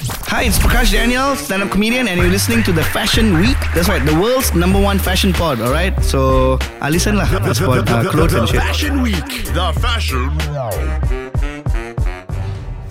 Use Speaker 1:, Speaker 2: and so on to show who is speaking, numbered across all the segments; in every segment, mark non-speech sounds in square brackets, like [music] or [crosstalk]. Speaker 1: Hi, it's Prakash Daniel, stand-up comedian, and you're listening to the Fashion Week. That's right, the world's number one fashion pod. All right, so I listen lah. [laughs] This pod, uh, clothes and shit.
Speaker 2: Fashion Week. The Fashion.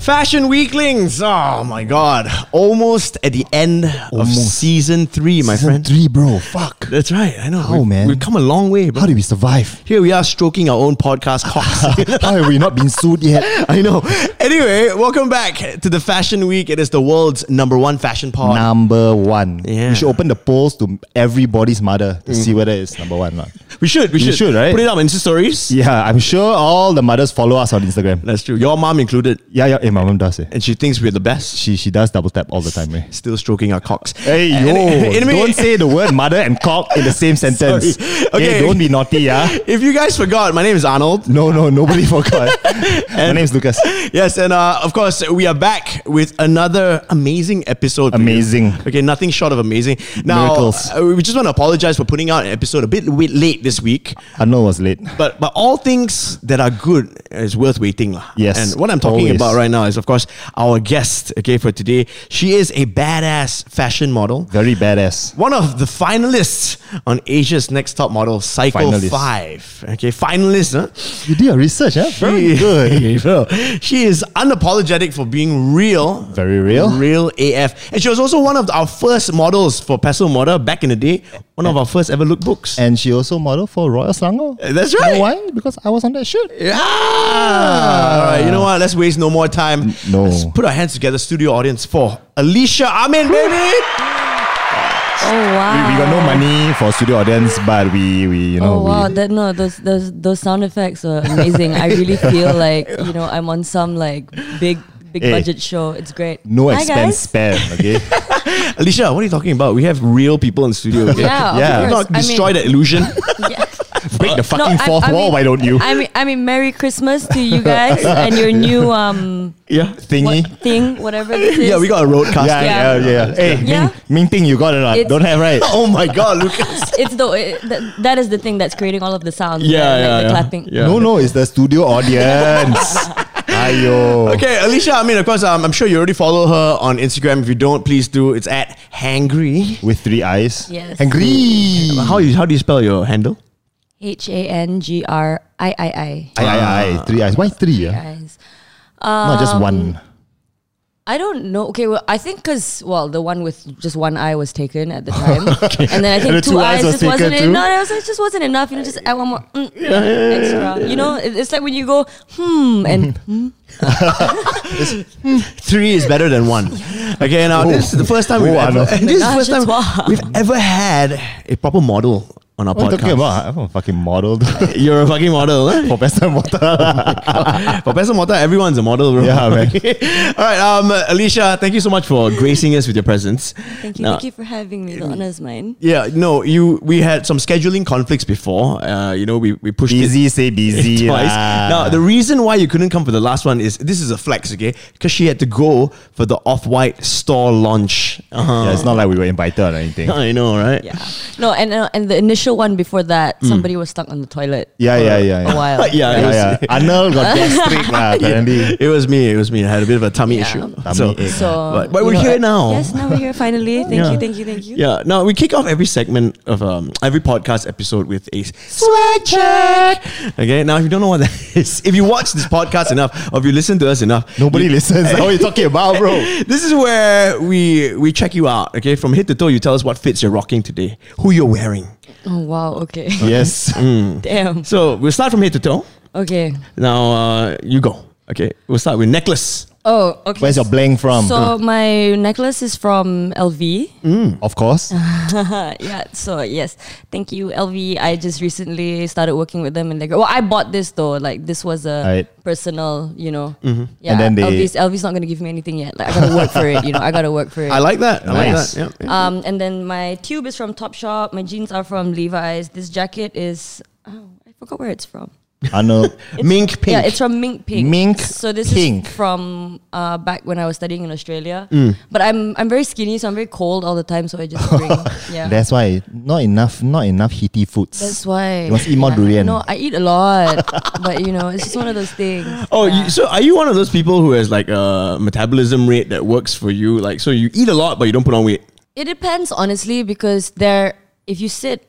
Speaker 3: Fashion Weeklings. Oh my god. Almost at the end of
Speaker 4: Almost.
Speaker 3: season three, my
Speaker 4: Season
Speaker 3: friend.
Speaker 4: three, bro. Fuck.
Speaker 3: That's right. I know.
Speaker 4: How,
Speaker 3: We've-
Speaker 4: man?
Speaker 3: We've come a long way, bro.
Speaker 4: How did we survive? [laughs]
Speaker 3: Here we are stroking our own podcast cocks.
Speaker 4: How have we not been sued yet?
Speaker 3: I know. Anyway, welcome back to the Fashion Week. It is the world's number one fashion pod.
Speaker 4: Number one.
Speaker 3: Yeah.
Speaker 4: We should open the polls to everybody's mother to see whether it's number one or not.
Speaker 3: We should. We
Speaker 4: You
Speaker 3: should.
Speaker 4: should, right?
Speaker 3: Put it up in Insta stories.
Speaker 4: Yeah, I'm sure all the mothers follow us on Instagram.
Speaker 3: That's true. Your mom included,
Speaker 4: Yeah, yeah. Hey, my mom does it.
Speaker 3: and she thinks we're the best.
Speaker 4: She she does double tap all the time. Eh?
Speaker 3: Still stroking our cocks.
Speaker 4: Hey
Speaker 3: And-
Speaker 4: yo!
Speaker 3: [laughs] anyway-
Speaker 4: don't say the word mother and cock in the same sentence.
Speaker 3: Sorry. Okay.
Speaker 4: Okay, don't be naughty, yeah.
Speaker 3: If you guys forgot, my name is Arnold.
Speaker 4: No, no, nobody [laughs] forgot. My name's Lucas.
Speaker 3: Yes, and uh, of course, we are back with another amazing episode. for you.
Speaker 4: Amazing.
Speaker 3: Okay, nothing short of amazing. Now,
Speaker 4: Miracles.
Speaker 3: uh, we just want to apologize for putting out an episode a bit wi- late this week.
Speaker 4: Arnold was late.
Speaker 3: But but all things that are good is worth waiting. lah.
Speaker 4: Yes,
Speaker 3: And what I'm talking
Speaker 4: always.
Speaker 3: about right now is, of course, our guest, okay, for today. She is a badass fashion model.
Speaker 4: Very badass.
Speaker 3: One of the finalists on Asia's Next Top Model, Cycle
Speaker 4: Finalist.
Speaker 3: 5. Okay, finalist, huh?
Speaker 4: You did your research, huh? Very
Speaker 3: She-
Speaker 4: [laughs] good, bro.
Speaker 3: [laughs] She is unapologetic for being real.
Speaker 4: Very real.
Speaker 3: Real AF. And she was also one of our first models for Peso Model back in the day. One of our first ever lookbooks.
Speaker 4: And she also modeled for Royal Selangor.
Speaker 3: Uh, that's
Speaker 4: You
Speaker 3: right.
Speaker 4: know why? Because I was on that shoot.
Speaker 3: Yeah. All right, you know what? Let's waste no more time.
Speaker 4: no.
Speaker 3: Let's put our hands together, studio audience, for Alicia Amin, baby.
Speaker 4: [laughs]
Speaker 5: Oh wow!
Speaker 4: We, we got no money for studio audience, but we, we you know,
Speaker 5: Oh wow!
Speaker 4: we,
Speaker 5: That no, those those those sound effects were amazing. I really
Speaker 4: [laughs]
Speaker 5: feel like you know I'm on some like big big
Speaker 4: Hey.
Speaker 5: budget show. It's great.
Speaker 4: Eh. no
Speaker 5: Hi,
Speaker 4: expense
Speaker 5: guys.
Speaker 4: spared,
Speaker 5: [laughs]
Speaker 4: okay?
Speaker 3: Alicia, what are you talking about? We have real people in studio. okay?
Speaker 5: Yeah, of
Speaker 4: Yeah.
Speaker 3: Do
Speaker 5: course.
Speaker 3: Not destroy
Speaker 5: I mean,
Speaker 3: that
Speaker 4: [laughs]
Speaker 3: illusion.
Speaker 5: yeah.
Speaker 4: Break the
Speaker 5: No,
Speaker 4: fucking
Speaker 5: I-
Speaker 4: fourth
Speaker 5: I
Speaker 4: wall,
Speaker 5: mean-
Speaker 4: why don't you?
Speaker 5: I mean, I mean, Merry Christmas
Speaker 4: [laughs]
Speaker 5: to you guys and your new um
Speaker 3: yeah.
Speaker 4: Thingy.
Speaker 5: what thing, whatever this
Speaker 3: [laughs]
Speaker 5: is.
Speaker 3: Yeah, we got a roadcast.
Speaker 4: Yeah, yeah,
Speaker 5: Yeah.
Speaker 4: yeah, yeah. Hey,
Speaker 5: Yeah.
Speaker 4: Ming, Ming Ting, you got it or not?
Speaker 5: It's-
Speaker 4: Don't have,
Speaker 5: [laughs]
Speaker 4: right?
Speaker 3: Oh my God,
Speaker 4: [laughs]
Speaker 3: Lucas.
Speaker 5: It's the it, that, that is the thing that's creating all of the sounds.
Speaker 3: Yeah,
Speaker 5: right?
Speaker 3: yeah,
Speaker 5: like the
Speaker 3: yeah.
Speaker 5: clapping.
Speaker 3: Yeah.
Speaker 4: No, no, it's the studio audience.
Speaker 5: [laughs]
Speaker 4: Ayo.
Speaker 3: Okay, Alicia, I mean, of course, um, I'm sure you already follow her on Instagram. If you don't, please do. It's at Hangry.
Speaker 4: With three eyes.
Speaker 5: Yes.
Speaker 4: Angry.
Speaker 3: How, you, how do you spell your handle?
Speaker 5: H a n g r i i i.
Speaker 4: Aye, aye, aye. Three eyes. Why three? ah?
Speaker 5: Guys.
Speaker 4: Not just
Speaker 5: Um,
Speaker 4: one.
Speaker 5: I don't know. Okay, well, I think because well, the one with just one eye was taken at the time, and then I think
Speaker 4: And the
Speaker 5: two,
Speaker 4: two eyes was
Speaker 5: eyes, just wasn't
Speaker 4: taken
Speaker 5: enough. No, it, was, it just wasn't enough. You know, just add one more mm, extra. you know, it- it's like when you go hmm and [laughs]
Speaker 3: Three is better than one. Okay, now this is the first time we've
Speaker 4: Oh, I
Speaker 3: ever, [laughs]
Speaker 4: know.
Speaker 3: this is the
Speaker 5: Gosh,
Speaker 3: first
Speaker 5: it's
Speaker 3: time
Speaker 5: wild.
Speaker 3: we've ever had a proper model on our
Speaker 4: What are you
Speaker 3: podcast.
Speaker 4: talking about? I'm a fucking model.
Speaker 3: You're a fucking model. [laughs] eh?
Speaker 4: [laughs] Professor Mota.
Speaker 3: Professor Mota, everyone's a model, bro. [laughs]
Speaker 4: Yeah, man.
Speaker 3: All right, um, Alicia, thank you so much for gracing us with your presence.
Speaker 5: thank you,
Speaker 3: Now-
Speaker 5: thank you for having me. The honor's mine.
Speaker 3: Yeah, no, you. We had some scheduling conflicts before. Uh, you know, we we pushed it-
Speaker 4: Busy,
Speaker 3: [laughs]
Speaker 4: say busy.
Speaker 3: twice.
Speaker 4: lah.
Speaker 3: Now, the reason why you couldn't come for the last one is this is a flex, okay? Because she had to go for the off white store launch. Uh-huh.
Speaker 4: yeah, it's not like we were invited or
Speaker 3: [laughs]
Speaker 4: anything.
Speaker 3: I know, right? [laughs]
Speaker 5: Yeah. No, and uh, and the initial one before that, somebody was stuck on the toilet.
Speaker 4: Yeah, yeah, yeah.
Speaker 5: A
Speaker 4: yeah.
Speaker 3: [laughs]
Speaker 5: while.
Speaker 3: Yeah, it
Speaker 4: Yeah,
Speaker 3: was,
Speaker 4: yeah. Arnold
Speaker 5: [laughs]
Speaker 4: got gastric lah, apparently.
Speaker 3: It was me. It was me. I had a bit of a tummy
Speaker 5: Yeah.
Speaker 3: issue.
Speaker 4: Tummy
Speaker 3: so,
Speaker 4: ache.
Speaker 5: So,
Speaker 3: but, but
Speaker 5: you
Speaker 3: we're
Speaker 5: know,
Speaker 3: here
Speaker 5: uh,
Speaker 3: now.
Speaker 5: Yes, now we're here finally. Thank
Speaker 3: Yeah.
Speaker 5: you, thank you, thank you.
Speaker 3: Yeah. Now we kick off every segment of um, every podcast episode with a swag check. Okay. Now, if you don't know what that [laughs] is, if you watch this podcast enough, or if you listen to us enough,
Speaker 4: Nobody listens.
Speaker 3: [laughs]
Speaker 4: What are you talking about, bro?
Speaker 3: This is where we we check you out, okay? From head to toe, you tell us what fits you're rocking today, who you're wearing.
Speaker 5: Oh wow. Okay. [laughs]
Speaker 4: Yes.
Speaker 5: Mm. Damn.
Speaker 3: So we'll start from head to toe.
Speaker 5: Okay.
Speaker 3: Now uh, you go. Okay, we'll start with necklace.
Speaker 5: Oh. Okay.
Speaker 4: Where's your blank from?
Speaker 5: So my necklace is from LV.
Speaker 4: [laughs] of
Speaker 5: [laughs]
Speaker 4: course.
Speaker 5: Uh, yeah. So yes, thank you, LV. I just recently started working with them, and they go. Well, I bought this though. Like this was a
Speaker 4: Right.
Speaker 5: personal, you know.
Speaker 3: Mm-hmm.
Speaker 5: Yeah.
Speaker 4: And then they-
Speaker 5: LV's LV's not gonna give me anything yet. Like I gotta work for it. You know, I gotta work for it.
Speaker 3: I like that. I like
Speaker 4: Nice.
Speaker 3: that. Yeah.
Speaker 5: um, and then my tube is from Topshop. My jeans are from Levi's. This jacket is. Oh, I forgot where it's from.
Speaker 4: Arnold.
Speaker 5: It's-
Speaker 3: Mink Pink.
Speaker 5: Yeah, it's from Mink Pink.
Speaker 4: Mink
Speaker 5: So this
Speaker 4: Pink. Mm.
Speaker 5: is from uh, back when I was studying in Australia. But I'm I'm very skinny, so I'm very cold all the time. So I
Speaker 4: [laughs]
Speaker 5: just drink. yeah.
Speaker 4: That's why not enough, not enough heaty foods.
Speaker 5: That's why.
Speaker 4: You must eat more
Speaker 5: Yeah.
Speaker 4: durian.
Speaker 5: No, I eat a lot, [laughs] but you know, it's just one of those things.
Speaker 3: Oh,
Speaker 5: yeah.
Speaker 3: you, so are you one of those people who has like a metabolism rate that works for you? Like, so you eat a lot, but you don't put on weight.
Speaker 5: It depends, honestly, because there, if you sit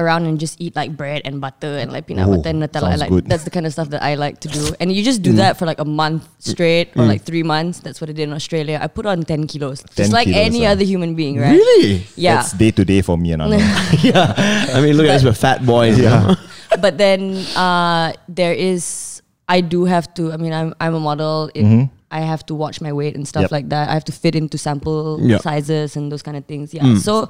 Speaker 5: around and just eat like bread and butter and like peanut
Speaker 4: Oh,
Speaker 5: butter and Nutella, I
Speaker 4: sounds
Speaker 5: like
Speaker 4: good. Mm.
Speaker 5: that's the kind of stuff that I like to do. And you just do that for like a month straight or like three months. That's what I did in Australia. I put on ten kilos,
Speaker 4: 10
Speaker 5: just like
Speaker 4: kilos,
Speaker 5: any
Speaker 4: ah.
Speaker 5: other human being, right? [laughs]
Speaker 3: Really?
Speaker 5: Yeah.
Speaker 4: That's day to day for me and Arnold.
Speaker 5: [laughs]
Speaker 3: yeah. I mean, look at us, we're fat boys. [laughs] Yeah.
Speaker 5: but then uh, there is I do have to. I mean, I'm I'm a model. It, I have to watch my weight and stuff
Speaker 4: Mm-hmm. Yep.
Speaker 5: like that. I have to fit into sample
Speaker 3: Yeah.
Speaker 5: sizes and those kind of things. Yeah. So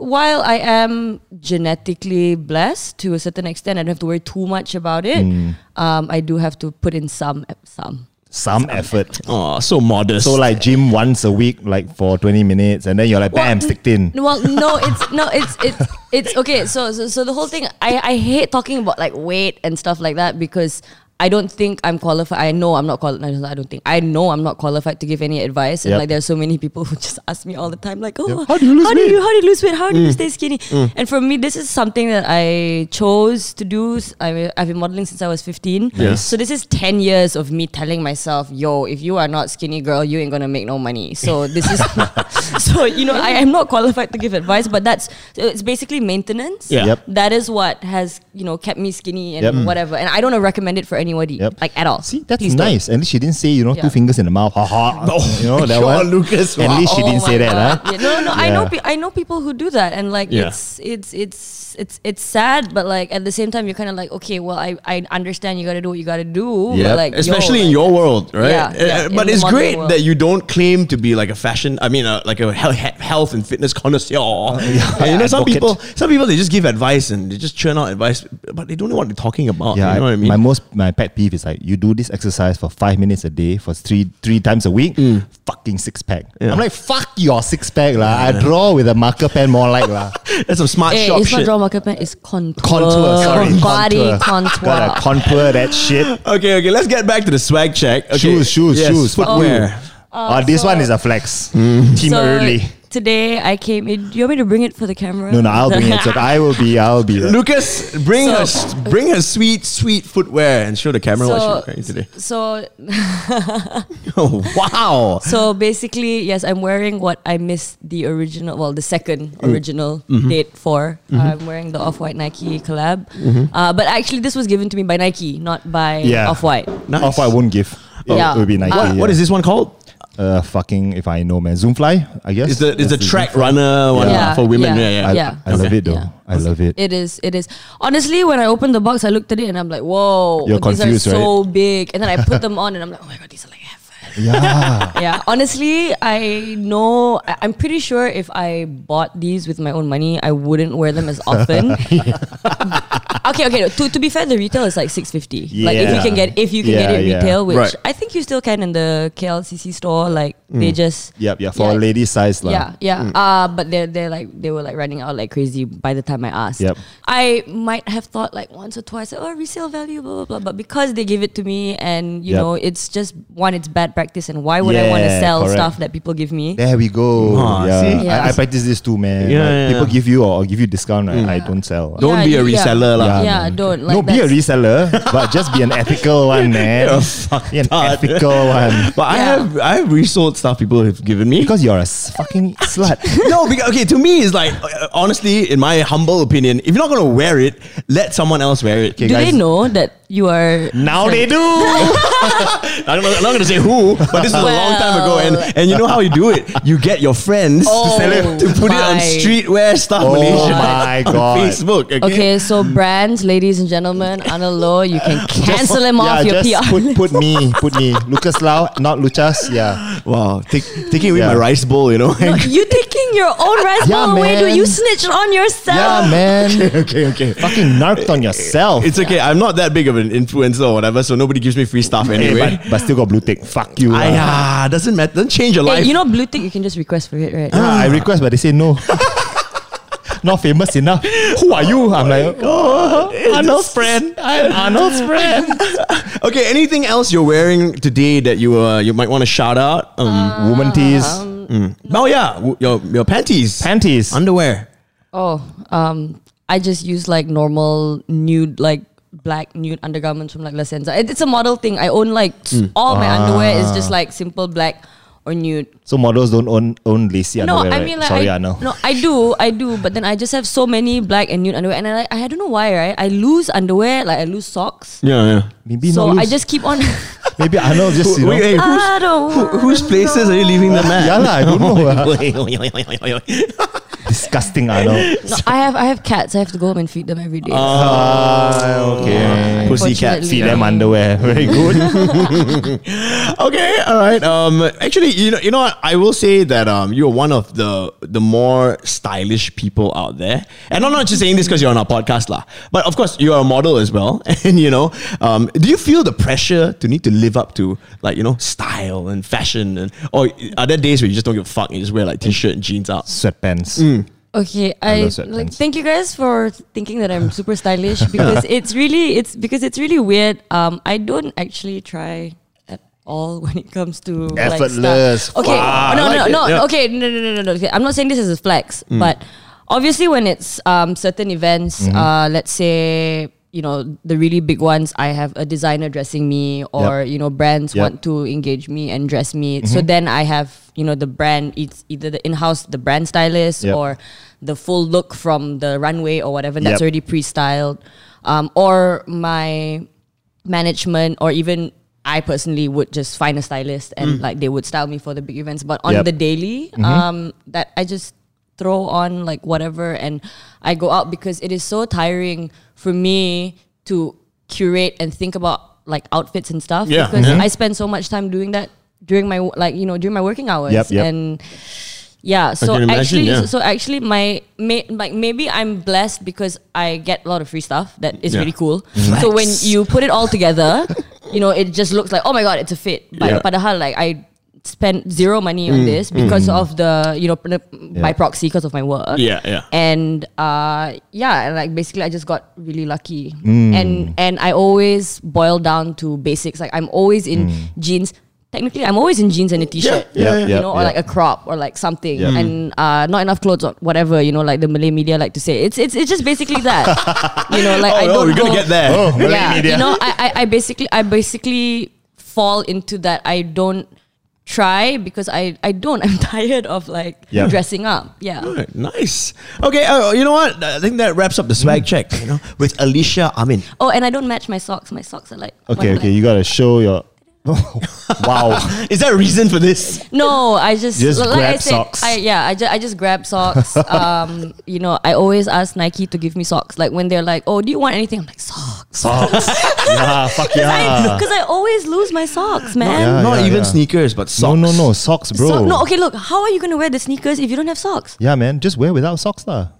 Speaker 5: while I am genetically blessed to a certain extent, I don't have to worry too much about it.
Speaker 4: Mm.
Speaker 5: Um, I do have to put in some some.
Speaker 4: Some effort.
Speaker 3: Oh, so modest.
Speaker 4: So like gym once a week, like for 20 minutes, and then you're like, bam, stick in.
Speaker 5: Well, no, it's no, it's it's it's okay. So so, so the whole thing, I I hate talking about like weight and stuff like that because. I don't think I'm qualified. I know I'm not qualified. I don't think I know I'm not qualified to give any advice. And
Speaker 4: Yep.
Speaker 5: like there are so many people who [laughs] just ask me all the time, like, "Oh,
Speaker 4: Yep. How do you lose
Speaker 5: how do
Speaker 4: weight?" Mm.
Speaker 5: you how do you lose weight? How do you stay skinny?" And for me, this is something that I chose to do. S- I, I've been modeling since I was 15.
Speaker 3: Yes.
Speaker 5: So this is 10 years of me telling myself, "Yo, if you are not skinny, girl, you ain't gonna make no money."
Speaker 4: [laughs]
Speaker 5: So this is [laughs] so you know I am not qualified to give advice, but that's so it's basically maintenance.
Speaker 3: Yeah.
Speaker 4: Yep.
Speaker 5: That is what has you know kept me skinny and
Speaker 4: Yep. Mm.
Speaker 5: whatever. And I don't recommend it for anybody
Speaker 4: Yep.
Speaker 5: like at all.
Speaker 4: See, that's
Speaker 5: Please don't.
Speaker 4: nice. At least she didn't say, you know,
Speaker 5: Yeah.
Speaker 4: two fingers in the mouth. Ha
Speaker 5: [laughs]
Speaker 4: ha. you know, that
Speaker 3: Sure,
Speaker 4: one.
Speaker 3: Lucas,
Speaker 4: At
Speaker 3: wow.
Speaker 4: least she
Speaker 5: Oh
Speaker 4: didn't
Speaker 5: my
Speaker 4: say that.
Speaker 5: God.
Speaker 4: Huh?
Speaker 5: Yeah, no, no, I know.
Speaker 4: Yeah.
Speaker 5: Pe- I know people who do that, and like
Speaker 3: Yeah.
Speaker 5: it's it's it's it's it's sad, but like at the same time, you're kind of like, okay, well, I I understand you got to do what you got to do.
Speaker 3: Yeah,
Speaker 5: but like, yo,
Speaker 3: especially in
Speaker 5: like-
Speaker 3: your world, right?
Speaker 5: Yeah,
Speaker 3: Uh,
Speaker 5: yeah,
Speaker 3: uh,
Speaker 5: in
Speaker 3: but
Speaker 5: the
Speaker 3: it's
Speaker 5: modern
Speaker 3: great
Speaker 5: world.
Speaker 3: that you don't claim to be like a fashion. I mean, uh, like a hel- he- health and fitness connoisseur. And [laughs] you know, some
Speaker 4: Uh, Advocate.
Speaker 3: people, some people, they just give advice and they just churn out advice, but they don't know what they're talking about.
Speaker 4: Yeah,
Speaker 3: you know what I mean?
Speaker 4: my most my pet peeve is like you do this exercise for five minutes a day for three three times a week,
Speaker 3: Mm.
Speaker 4: fucking six pack. I'm like fuck your six pack lah. I draw with a marker pen more like
Speaker 3: [laughs]
Speaker 4: lah.
Speaker 3: That's some smart
Speaker 5: Eh,
Speaker 3: shop
Speaker 5: it's
Speaker 3: shit.
Speaker 5: not draw marker pen, it's contour.
Speaker 4: Contour,
Speaker 3: Oh,
Speaker 4: sorry,
Speaker 5: Body contour.
Speaker 4: [laughs] Gotta contour that shit.
Speaker 3: Okay, okay, let's get back to the swag check. Okay.
Speaker 4: Shoes, shoes,
Speaker 3: Yes,
Speaker 4: shoes. Fuck
Speaker 3: Footwear. Mm.
Speaker 4: you. oh, this
Speaker 5: so-
Speaker 4: one is a flex. Team
Speaker 5: So
Speaker 4: early.
Speaker 5: today I came in. Do you want me to bring it for the camera?
Speaker 4: No, no, I'll bring
Speaker 5: [laughs]
Speaker 4: it. So I will be, I'll be. there.
Speaker 3: Lucas, bring
Speaker 5: So-
Speaker 3: us, bring her sweet, sweet footwear and show the camera what she's wearing today. [laughs]
Speaker 5: so
Speaker 3: Oh wow!
Speaker 5: so basically, yes, I'm wearing what I missed the original, well, the second
Speaker 4: Mm.
Speaker 5: original
Speaker 4: Mm-hmm.
Speaker 5: date for. I'm wearing the Off White Nike collab, uh, but actually, this was given to me by Nike, not by
Speaker 4: Mm-hmm. Yeah.
Speaker 5: Off White.
Speaker 3: Nice.
Speaker 4: Off I won't give. It-
Speaker 5: Yeah.
Speaker 4: It would be Nike.
Speaker 5: What-
Speaker 4: yeah.
Speaker 3: What is this one called?
Speaker 4: Uh, fucking if I know, man. Zoomfly, I
Speaker 3: Is
Speaker 4: guess.
Speaker 3: the is the
Speaker 4: That's the
Speaker 3: track runner one
Speaker 5: Yeah.
Speaker 3: for women?
Speaker 5: Yeah.
Speaker 3: Yeah, yeah.
Speaker 4: I,
Speaker 5: Yeah.
Speaker 4: I love it though.
Speaker 5: Yeah.
Speaker 4: I love it.
Speaker 5: It is. It is. Honestly, when I opened the box, I looked at it and I'm like, "Whoa,
Speaker 4: You're
Speaker 5: these
Speaker 4: confused,
Speaker 5: are so big." And then I put them on and I'm like, "Oh my god, these are like heaven."
Speaker 4: [laughs]
Speaker 3: [laughs]
Speaker 4: Yeah.
Speaker 5: yeah. [laughs] Honestly, I know. I- I'm pretty sure if I bought these with my own money, I wouldn't wear them as
Speaker 4: [laughs]
Speaker 5: often. okay. Okay. no, To, to be fair, the retail is like six fifty. Like if you
Speaker 4: Yeah.
Speaker 5: can get if you can
Speaker 4: Yeah,
Speaker 5: get it
Speaker 4: yeah.
Speaker 5: retail, which
Speaker 3: Right.
Speaker 5: I think you still can in the KLCC store. Like they just
Speaker 4: yep, Mm. yeah. Mm. For
Speaker 5: Yeah.
Speaker 4: a lady size, lah.
Speaker 5: yeah, yeah. Uh, but they're they're like they were like running out like crazy by the time I asked.
Speaker 4: Yep.
Speaker 5: I might have thought like once or twice, oh resale value, blah blah blah. But because they give it to me, and you
Speaker 4: Yep.
Speaker 5: know, it's just one, it's bad practice, and why would I
Speaker 4: Yeah,
Speaker 5: want to sell
Speaker 4: correct.
Speaker 5: stuff that people give me?
Speaker 4: There we go.
Speaker 3: Ah,
Speaker 4: yeah.
Speaker 3: see?
Speaker 5: Yeah.
Speaker 4: I, I practice this too,
Speaker 3: Yeah,
Speaker 4: man. Like,
Speaker 3: yeah,
Speaker 4: People
Speaker 3: yeah. Mm.
Speaker 4: give you or give you discount, right? I don't sell.
Speaker 3: Don't be a
Speaker 5: you-
Speaker 3: reseller lah.
Speaker 5: Yeah, don't. Like,
Speaker 4: no, be a
Speaker 3: [laughs]
Speaker 5: that's-
Speaker 4: reseller, but just be an ethical one, man. be an ethical one.
Speaker 3: But I
Speaker 5: Yeah.
Speaker 3: have I have resold stuff people have given me.
Speaker 4: Because you're a s- fucking slut.
Speaker 3: [laughs] no, because okay, to me it's like uh, honestly, in my humble opinion, if you're not gonna wear it, let someone else wear it.
Speaker 5: Do
Speaker 4: guys.
Speaker 5: they know that you are
Speaker 4: Now they do.
Speaker 3: I'm not, I'm not gonna say who, but this was a long time ago, and, and you know how you do it. You get your friends
Speaker 5: Oh,
Speaker 3: to, sell it, to put it on
Speaker 5: my.
Speaker 3: streetwear stuff
Speaker 4: Oh
Speaker 3: Malaysia
Speaker 4: my
Speaker 3: [laughs] on
Speaker 4: God.
Speaker 3: Facebook. Okay,
Speaker 5: Okay, so brands, ladies and gentlemen, Anna Low, you
Speaker 4: [laughs]
Speaker 5: can cancel him
Speaker 4: yeah,
Speaker 5: off your
Speaker 4: just
Speaker 5: PR.
Speaker 4: Put, put me, put
Speaker 5: [laughs]
Speaker 4: me. Lucas Lau, not Lucas. Yeah.
Speaker 3: wow, take, taking away
Speaker 4: Yeah.
Speaker 3: my rice bowl, you know.
Speaker 5: [laughs] No, you taking your own rice
Speaker 4: Yeah,
Speaker 5: bowl away, dude.
Speaker 4: man.
Speaker 5: You snitched on yourself. [laughs]
Speaker 4: Yeah, man.
Speaker 3: okay, okay.
Speaker 4: fucking narked on yourself.
Speaker 3: [laughs] It's okay. I'm not that big of an influencer or whatever, so nobody gives me free stuff
Speaker 4: Hey,
Speaker 3: anyway.
Speaker 4: but, but still got blue tick. Fuck you.
Speaker 3: I,
Speaker 4: ah.
Speaker 3: ah, doesn't matter. Doesn't change your
Speaker 5: Hey,
Speaker 3: life.
Speaker 5: you know blue tick, you can just request for it, right?
Speaker 4: Ah, I request, but they say no. [laughs] not famous enough. Who are you? I'm like, oh, Arnold's friend. I'm Arnold's friend. [laughs]
Speaker 3: Okay, anything else you're wearing today that you uh, you might want to shout out? Um,
Speaker 5: Uh,
Speaker 4: Woman tees,
Speaker 5: um,
Speaker 3: oh yeah, w- your your panties,
Speaker 4: panties.
Speaker 3: underwear.
Speaker 5: Oh, um, I just use like normal nude, like black nude undergarments from like La Senza. It, it's a model thing. I own like
Speaker 4: Mm.
Speaker 5: s- all my
Speaker 4: Ah.
Speaker 5: underwear is just like simple black or nude.
Speaker 4: so models don't own own lacy
Speaker 5: No,
Speaker 4: underwear.
Speaker 5: I
Speaker 4: right?
Speaker 5: mean like
Speaker 4: sorry,
Speaker 5: I,
Speaker 4: Arnold.
Speaker 5: no, I do, I do, but then I just have so many black and nude underwear, and I like, I don't know why, right? I lose underwear, like I lose socks,
Speaker 3: Yeah,
Speaker 4: Maybe
Speaker 5: so
Speaker 4: not
Speaker 5: I
Speaker 4: loose.
Speaker 5: just keep on.
Speaker 4: maybe Arnold just
Speaker 3: yeah.
Speaker 4: you know.
Speaker 3: Wait, hey, [laughs] who's,
Speaker 5: I don't
Speaker 3: who, whose
Speaker 5: wanna
Speaker 3: places are you leaving them at?
Speaker 4: Yeah lah, I don't [laughs] know. ah. lah. Disgusting [laughs] Arnold.
Speaker 5: know. No, I have I have cats. I have to go home and feed them every day.
Speaker 3: Ah,
Speaker 4: okay.
Speaker 3: Pussy cat.
Speaker 5: Unfortunately.
Speaker 4: Feed them underwear. [laughs] Very good.
Speaker 3: Okay, all right. Um, actually, you know, you know, what? I will say that um, you're one of the the more stylish people out there, and I'm not just saying this because you're on our podcast, lah. But of course, you are a model as well, [laughs] and you know, um, do you feel the pressure to need to live up to like you know style and fashion, and or are there days where you just don't give a fuck and you just wear like t-shirt and jeans out?
Speaker 4: Sweatpants.
Speaker 5: Okay, I,
Speaker 4: love sweatpants.
Speaker 5: like, thank you guys for thinking that I'm super
Speaker 4: [laughs]
Speaker 5: stylish because it's really it's because it's really weird. Um, I don't actually try at all [laughs] when it comes to like,
Speaker 4: Effortless.
Speaker 5: stuff. Okay,
Speaker 4: Wow,
Speaker 5: no,
Speaker 3: I like
Speaker 5: no,
Speaker 3: it,
Speaker 5: no.
Speaker 3: yeah.
Speaker 5: Okay, no, no, no, no, no. Okay, I'm not saying this as a flex,
Speaker 4: Mm.
Speaker 5: but obviously when it's um certain events,
Speaker 4: Mm-hmm.
Speaker 5: uh, let's say. You know the really big ones. I have a designer dressing me, or you know
Speaker 4: Yep.
Speaker 5: brands
Speaker 4: Mm-hmm.
Speaker 5: want to engage me and dress me. So then I have you know the brand. It's either the in-house, the brand stylist,
Speaker 4: Yep.
Speaker 5: or the full look from the runway or whatever that's
Speaker 4: Yep.
Speaker 5: already pre-styled um, or my management or even i personally would just find a stylist and like they would style me for the big events but on
Speaker 4: Mm. Yep. Mm-hmm.
Speaker 5: the daily um, that i just throw on like whatever and i go out because it is so tiring for me to curate and think about like outfits and stuff
Speaker 3: Yeah.
Speaker 5: because
Speaker 4: Mm-hmm.
Speaker 5: i spend so much time doing that during my wo- like you know during my working hours
Speaker 4: Yep, yep.
Speaker 5: and yeah. So
Speaker 3: can imagine,
Speaker 5: actually,
Speaker 3: yeah.
Speaker 5: so actually, my may, like maybe I'm blessed because I get a lot of free stuff that is
Speaker 3: Yeah. Mm-hmm.
Speaker 5: really cool. So when you put it all together, [laughs] you know, it just looks like oh my god, it's a fit. But
Speaker 3: Yeah. Mm.
Speaker 5: padahal like I spent zero money on this because of the you know the- by proxy because of my work.
Speaker 3: Yeah, yeah.
Speaker 5: And uh, yeah, and like basically, I just got really lucky.
Speaker 3: Mm.
Speaker 5: And and I always boil down to basics. Like I'm always in
Speaker 3: Mm.
Speaker 5: jeans. Technically, I'm always in jeans and a t-shirt
Speaker 4: Yeah, yeah,
Speaker 5: you know, or
Speaker 4: yeah.
Speaker 5: like a crop or like something,
Speaker 3: Mm.
Speaker 4: Yeah.
Speaker 5: and uh, not enough clothes or whatever, you know, like the Malay media like to say. It's it's, it's just basically
Speaker 3: [laughs]
Speaker 5: that, you know, like
Speaker 3: oh,
Speaker 5: I don't.
Speaker 3: oh, we're gonna
Speaker 5: go-
Speaker 3: get there.
Speaker 4: Oh, Malay
Speaker 5: yeah,
Speaker 4: media.
Speaker 5: you know, I, I I basically I basically fall into that. I don't try because I I don't. [laughs] I'm tired of like
Speaker 4: Yeah.
Speaker 5: dressing up. Yeah.
Speaker 3: Alright, Nice. Okay, uh, you know what? I think that wraps up the swag check. You know, with Alicia Amin.
Speaker 5: Oh, and I don't match my socks. My socks are like
Speaker 4: Okay,
Speaker 5: one
Speaker 4: okay.
Speaker 5: leg.
Speaker 4: You gotta show [laughs] your. Oh, [laughs] wow.
Speaker 3: Is there a reason for this?
Speaker 5: No, I just,
Speaker 4: Just
Speaker 5: like
Speaker 4: grab
Speaker 5: I said,
Speaker 4: socks.
Speaker 5: I yeah, I just I just
Speaker 4: [laughs]
Speaker 5: grab socks. um, you know, I always ask Nike to give me socks. Like when they're like, "Oh, do you want anything?" I'm like, "Socks."
Speaker 4: [laughs] yeah, fuck yeah.
Speaker 5: Because I, always lose my socks, man.
Speaker 4: Yeah,
Speaker 3: Not
Speaker 4: yeah,
Speaker 3: even
Speaker 4: yeah.
Speaker 3: sneakers, but
Speaker 4: No,
Speaker 3: socks.
Speaker 4: no, no. Socks, bro.
Speaker 5: So, no, okay, look, how are you going to wear the sneakers if you don't have socks?
Speaker 4: Yeah, man. Just wear without socks, lah.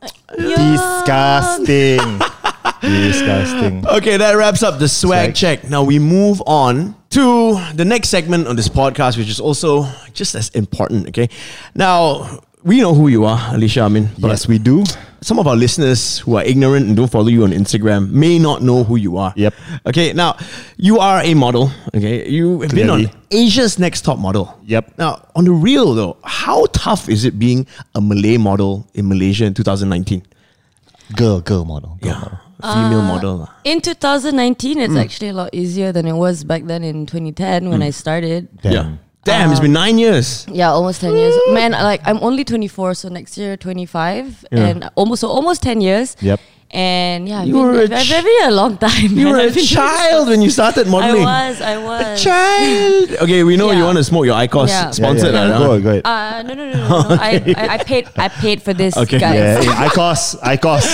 Speaker 5: Yeah.
Speaker 4: Disgusting. [laughs] Disgusting.
Speaker 3: Okay, that wraps up the swag,
Speaker 4: Swag.
Speaker 3: check. Now we move on to the next segment on this podcast, which is also just as important. Okay, now we know who you are, Alicia Amin. But
Speaker 4: Yes, we do.
Speaker 3: some of our listeners who are ignorant and don't follow you on Instagram may not know who you are.
Speaker 4: Yep.
Speaker 3: Okay, now you are a model. Okay, you have been
Speaker 4: Clearly.
Speaker 3: on Asia's Next Top Model.
Speaker 4: Yep.
Speaker 3: Now, on the real though, how tough is it being a Malay model in Malaysia in 2019?
Speaker 4: Girl, girl model. Girl
Speaker 3: Yeah, female model. lah.
Speaker 5: In 2019,
Speaker 4: Hmm.
Speaker 5: it's actually a lot easier than it was back then in 2010 when I started.
Speaker 4: Damn.
Speaker 3: Yeah. Damn, it's been nine years.
Speaker 5: Yeah, almost 10 years. Man, like I'm only 24, so next year 25
Speaker 3: Yeah.
Speaker 5: and almost so almost 10 years.
Speaker 4: Yep.
Speaker 5: And yeah, I've
Speaker 3: You
Speaker 5: been,
Speaker 3: were a
Speaker 5: I've been
Speaker 3: ch-
Speaker 5: here a long time.
Speaker 3: You
Speaker 5: man.
Speaker 3: were a
Speaker 5: I've been doing
Speaker 3: child when you started
Speaker 5: I
Speaker 3: modeling.
Speaker 5: was, I
Speaker 3: A
Speaker 5: was.
Speaker 3: child. [laughs] Okay, we know you
Speaker 5: Yeah.
Speaker 3: want to smoke your ICOS
Speaker 5: Yeah.
Speaker 4: Yeah, yeah,
Speaker 3: sponsored.
Speaker 4: yeah.
Speaker 3: lah,
Speaker 4: Go,
Speaker 3: huh?
Speaker 4: go ahead.
Speaker 5: Uh, no, no, no, no. no.
Speaker 3: [laughs]
Speaker 5: I, I, I paid, I paid for this,
Speaker 3: Okay.
Speaker 5: guys.
Speaker 4: yeah, yeah. ICOS. ICOS.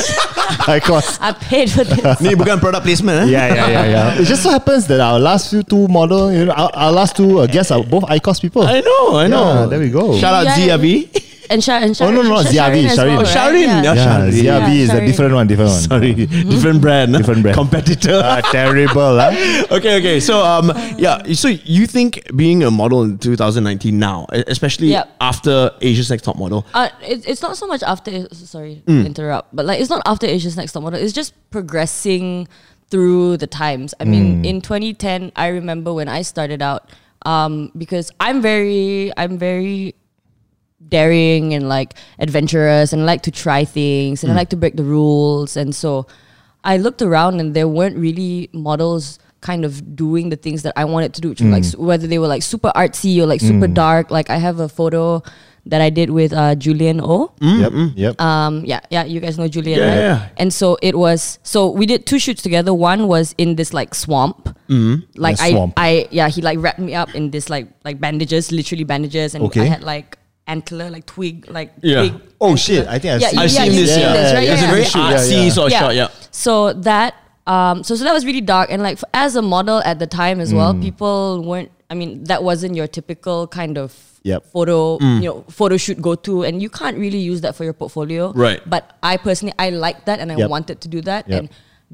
Speaker 4: ICOS.
Speaker 5: [laughs] I paid for this.
Speaker 3: [laughs] Ni bukan product placement. Eh?
Speaker 4: Yeah, yeah, yeah, yeah. It just so happens that our last few two model, you know, our, our last two uh, guests are both ICOS people.
Speaker 3: I know, I know.
Speaker 4: Yeah, there we go.
Speaker 3: Shout out
Speaker 5: Yeah.
Speaker 3: ZRB.
Speaker 5: and Shar and Shar-
Speaker 4: Oh, no, no,
Speaker 5: Shar-
Speaker 4: Ziavi,
Speaker 5: as
Speaker 4: Sharin. Oh,
Speaker 5: well, right?
Speaker 3: Sharin,
Speaker 5: Yeah.
Speaker 3: yeah.
Speaker 4: Yeah,
Speaker 3: Sorry.
Speaker 4: ZRB
Speaker 5: Yeah,
Speaker 4: is a
Speaker 5: sorry.
Speaker 4: different one, different one.
Speaker 3: [laughs] Sorry, different brand. huh?
Speaker 4: Different brand.
Speaker 3: Competitor.
Speaker 4: Ah, terrible. ah.
Speaker 3: [laughs] okay, okay. So um, yeah. So you think being a model in 2019 now, e- especially
Speaker 5: Yep.
Speaker 3: after Asia's Next Top Model,
Speaker 5: Uh, it, it's not so much after. Sorry,
Speaker 4: Mm.
Speaker 5: interrupt. But like, it's not after Asia's Next Top Model. It's just progressing through the times. I mean,
Speaker 4: Mm.
Speaker 5: in 2010, I remember when I started out, um, because I'm very, I'm very daring and like adventurous and I like to try things and I like to break the rules. And so I looked around and there weren't really models kind of doing the things that I wanted to do, which were like su- whether they were like super artsy or like super dark. Like I have a photo that I did with uh, Julian O.
Speaker 3: Mm,
Speaker 4: Yep, yep.
Speaker 5: Um, yeah, yeah, you guys know Julian,
Speaker 3: Yeah,
Speaker 5: right?
Speaker 3: yeah.
Speaker 5: And so it was. So we did two shoots together. One was in this like swamp. Like
Speaker 4: Yeah,
Speaker 5: I,
Speaker 4: swamp.
Speaker 5: I, yeah, he like wrapped me up in this like like bandages, literally bandages, and
Speaker 4: Okay.
Speaker 5: I had like antler, like twig, like
Speaker 3: Yeah.
Speaker 5: twig.
Speaker 4: Oh shit! I think I've
Speaker 5: Yeah,
Speaker 4: seen.
Speaker 3: I've
Speaker 5: yeah,
Speaker 3: seen
Speaker 5: you've
Speaker 3: this.
Speaker 5: seen
Speaker 3: yeah,
Speaker 5: this, right?
Speaker 3: it's a
Speaker 5: Yeah,
Speaker 3: very
Speaker 5: yeah.
Speaker 3: artsy
Speaker 4: Yeah, yeah.
Speaker 3: sort of shot. Yeah.
Speaker 5: So that, um, so so that was really dark, and like f- as a model at the time as well, people weren't. I mean, that wasn't your typical kind of
Speaker 4: Yep. Mm.
Speaker 5: photo, you know, photo shoot go to, and you can't really use that for your portfolio.
Speaker 3: Right.
Speaker 5: But I personally, I liked that, and I
Speaker 4: Yep.
Speaker 5: wanted to do that,
Speaker 4: Yep.
Speaker 5: and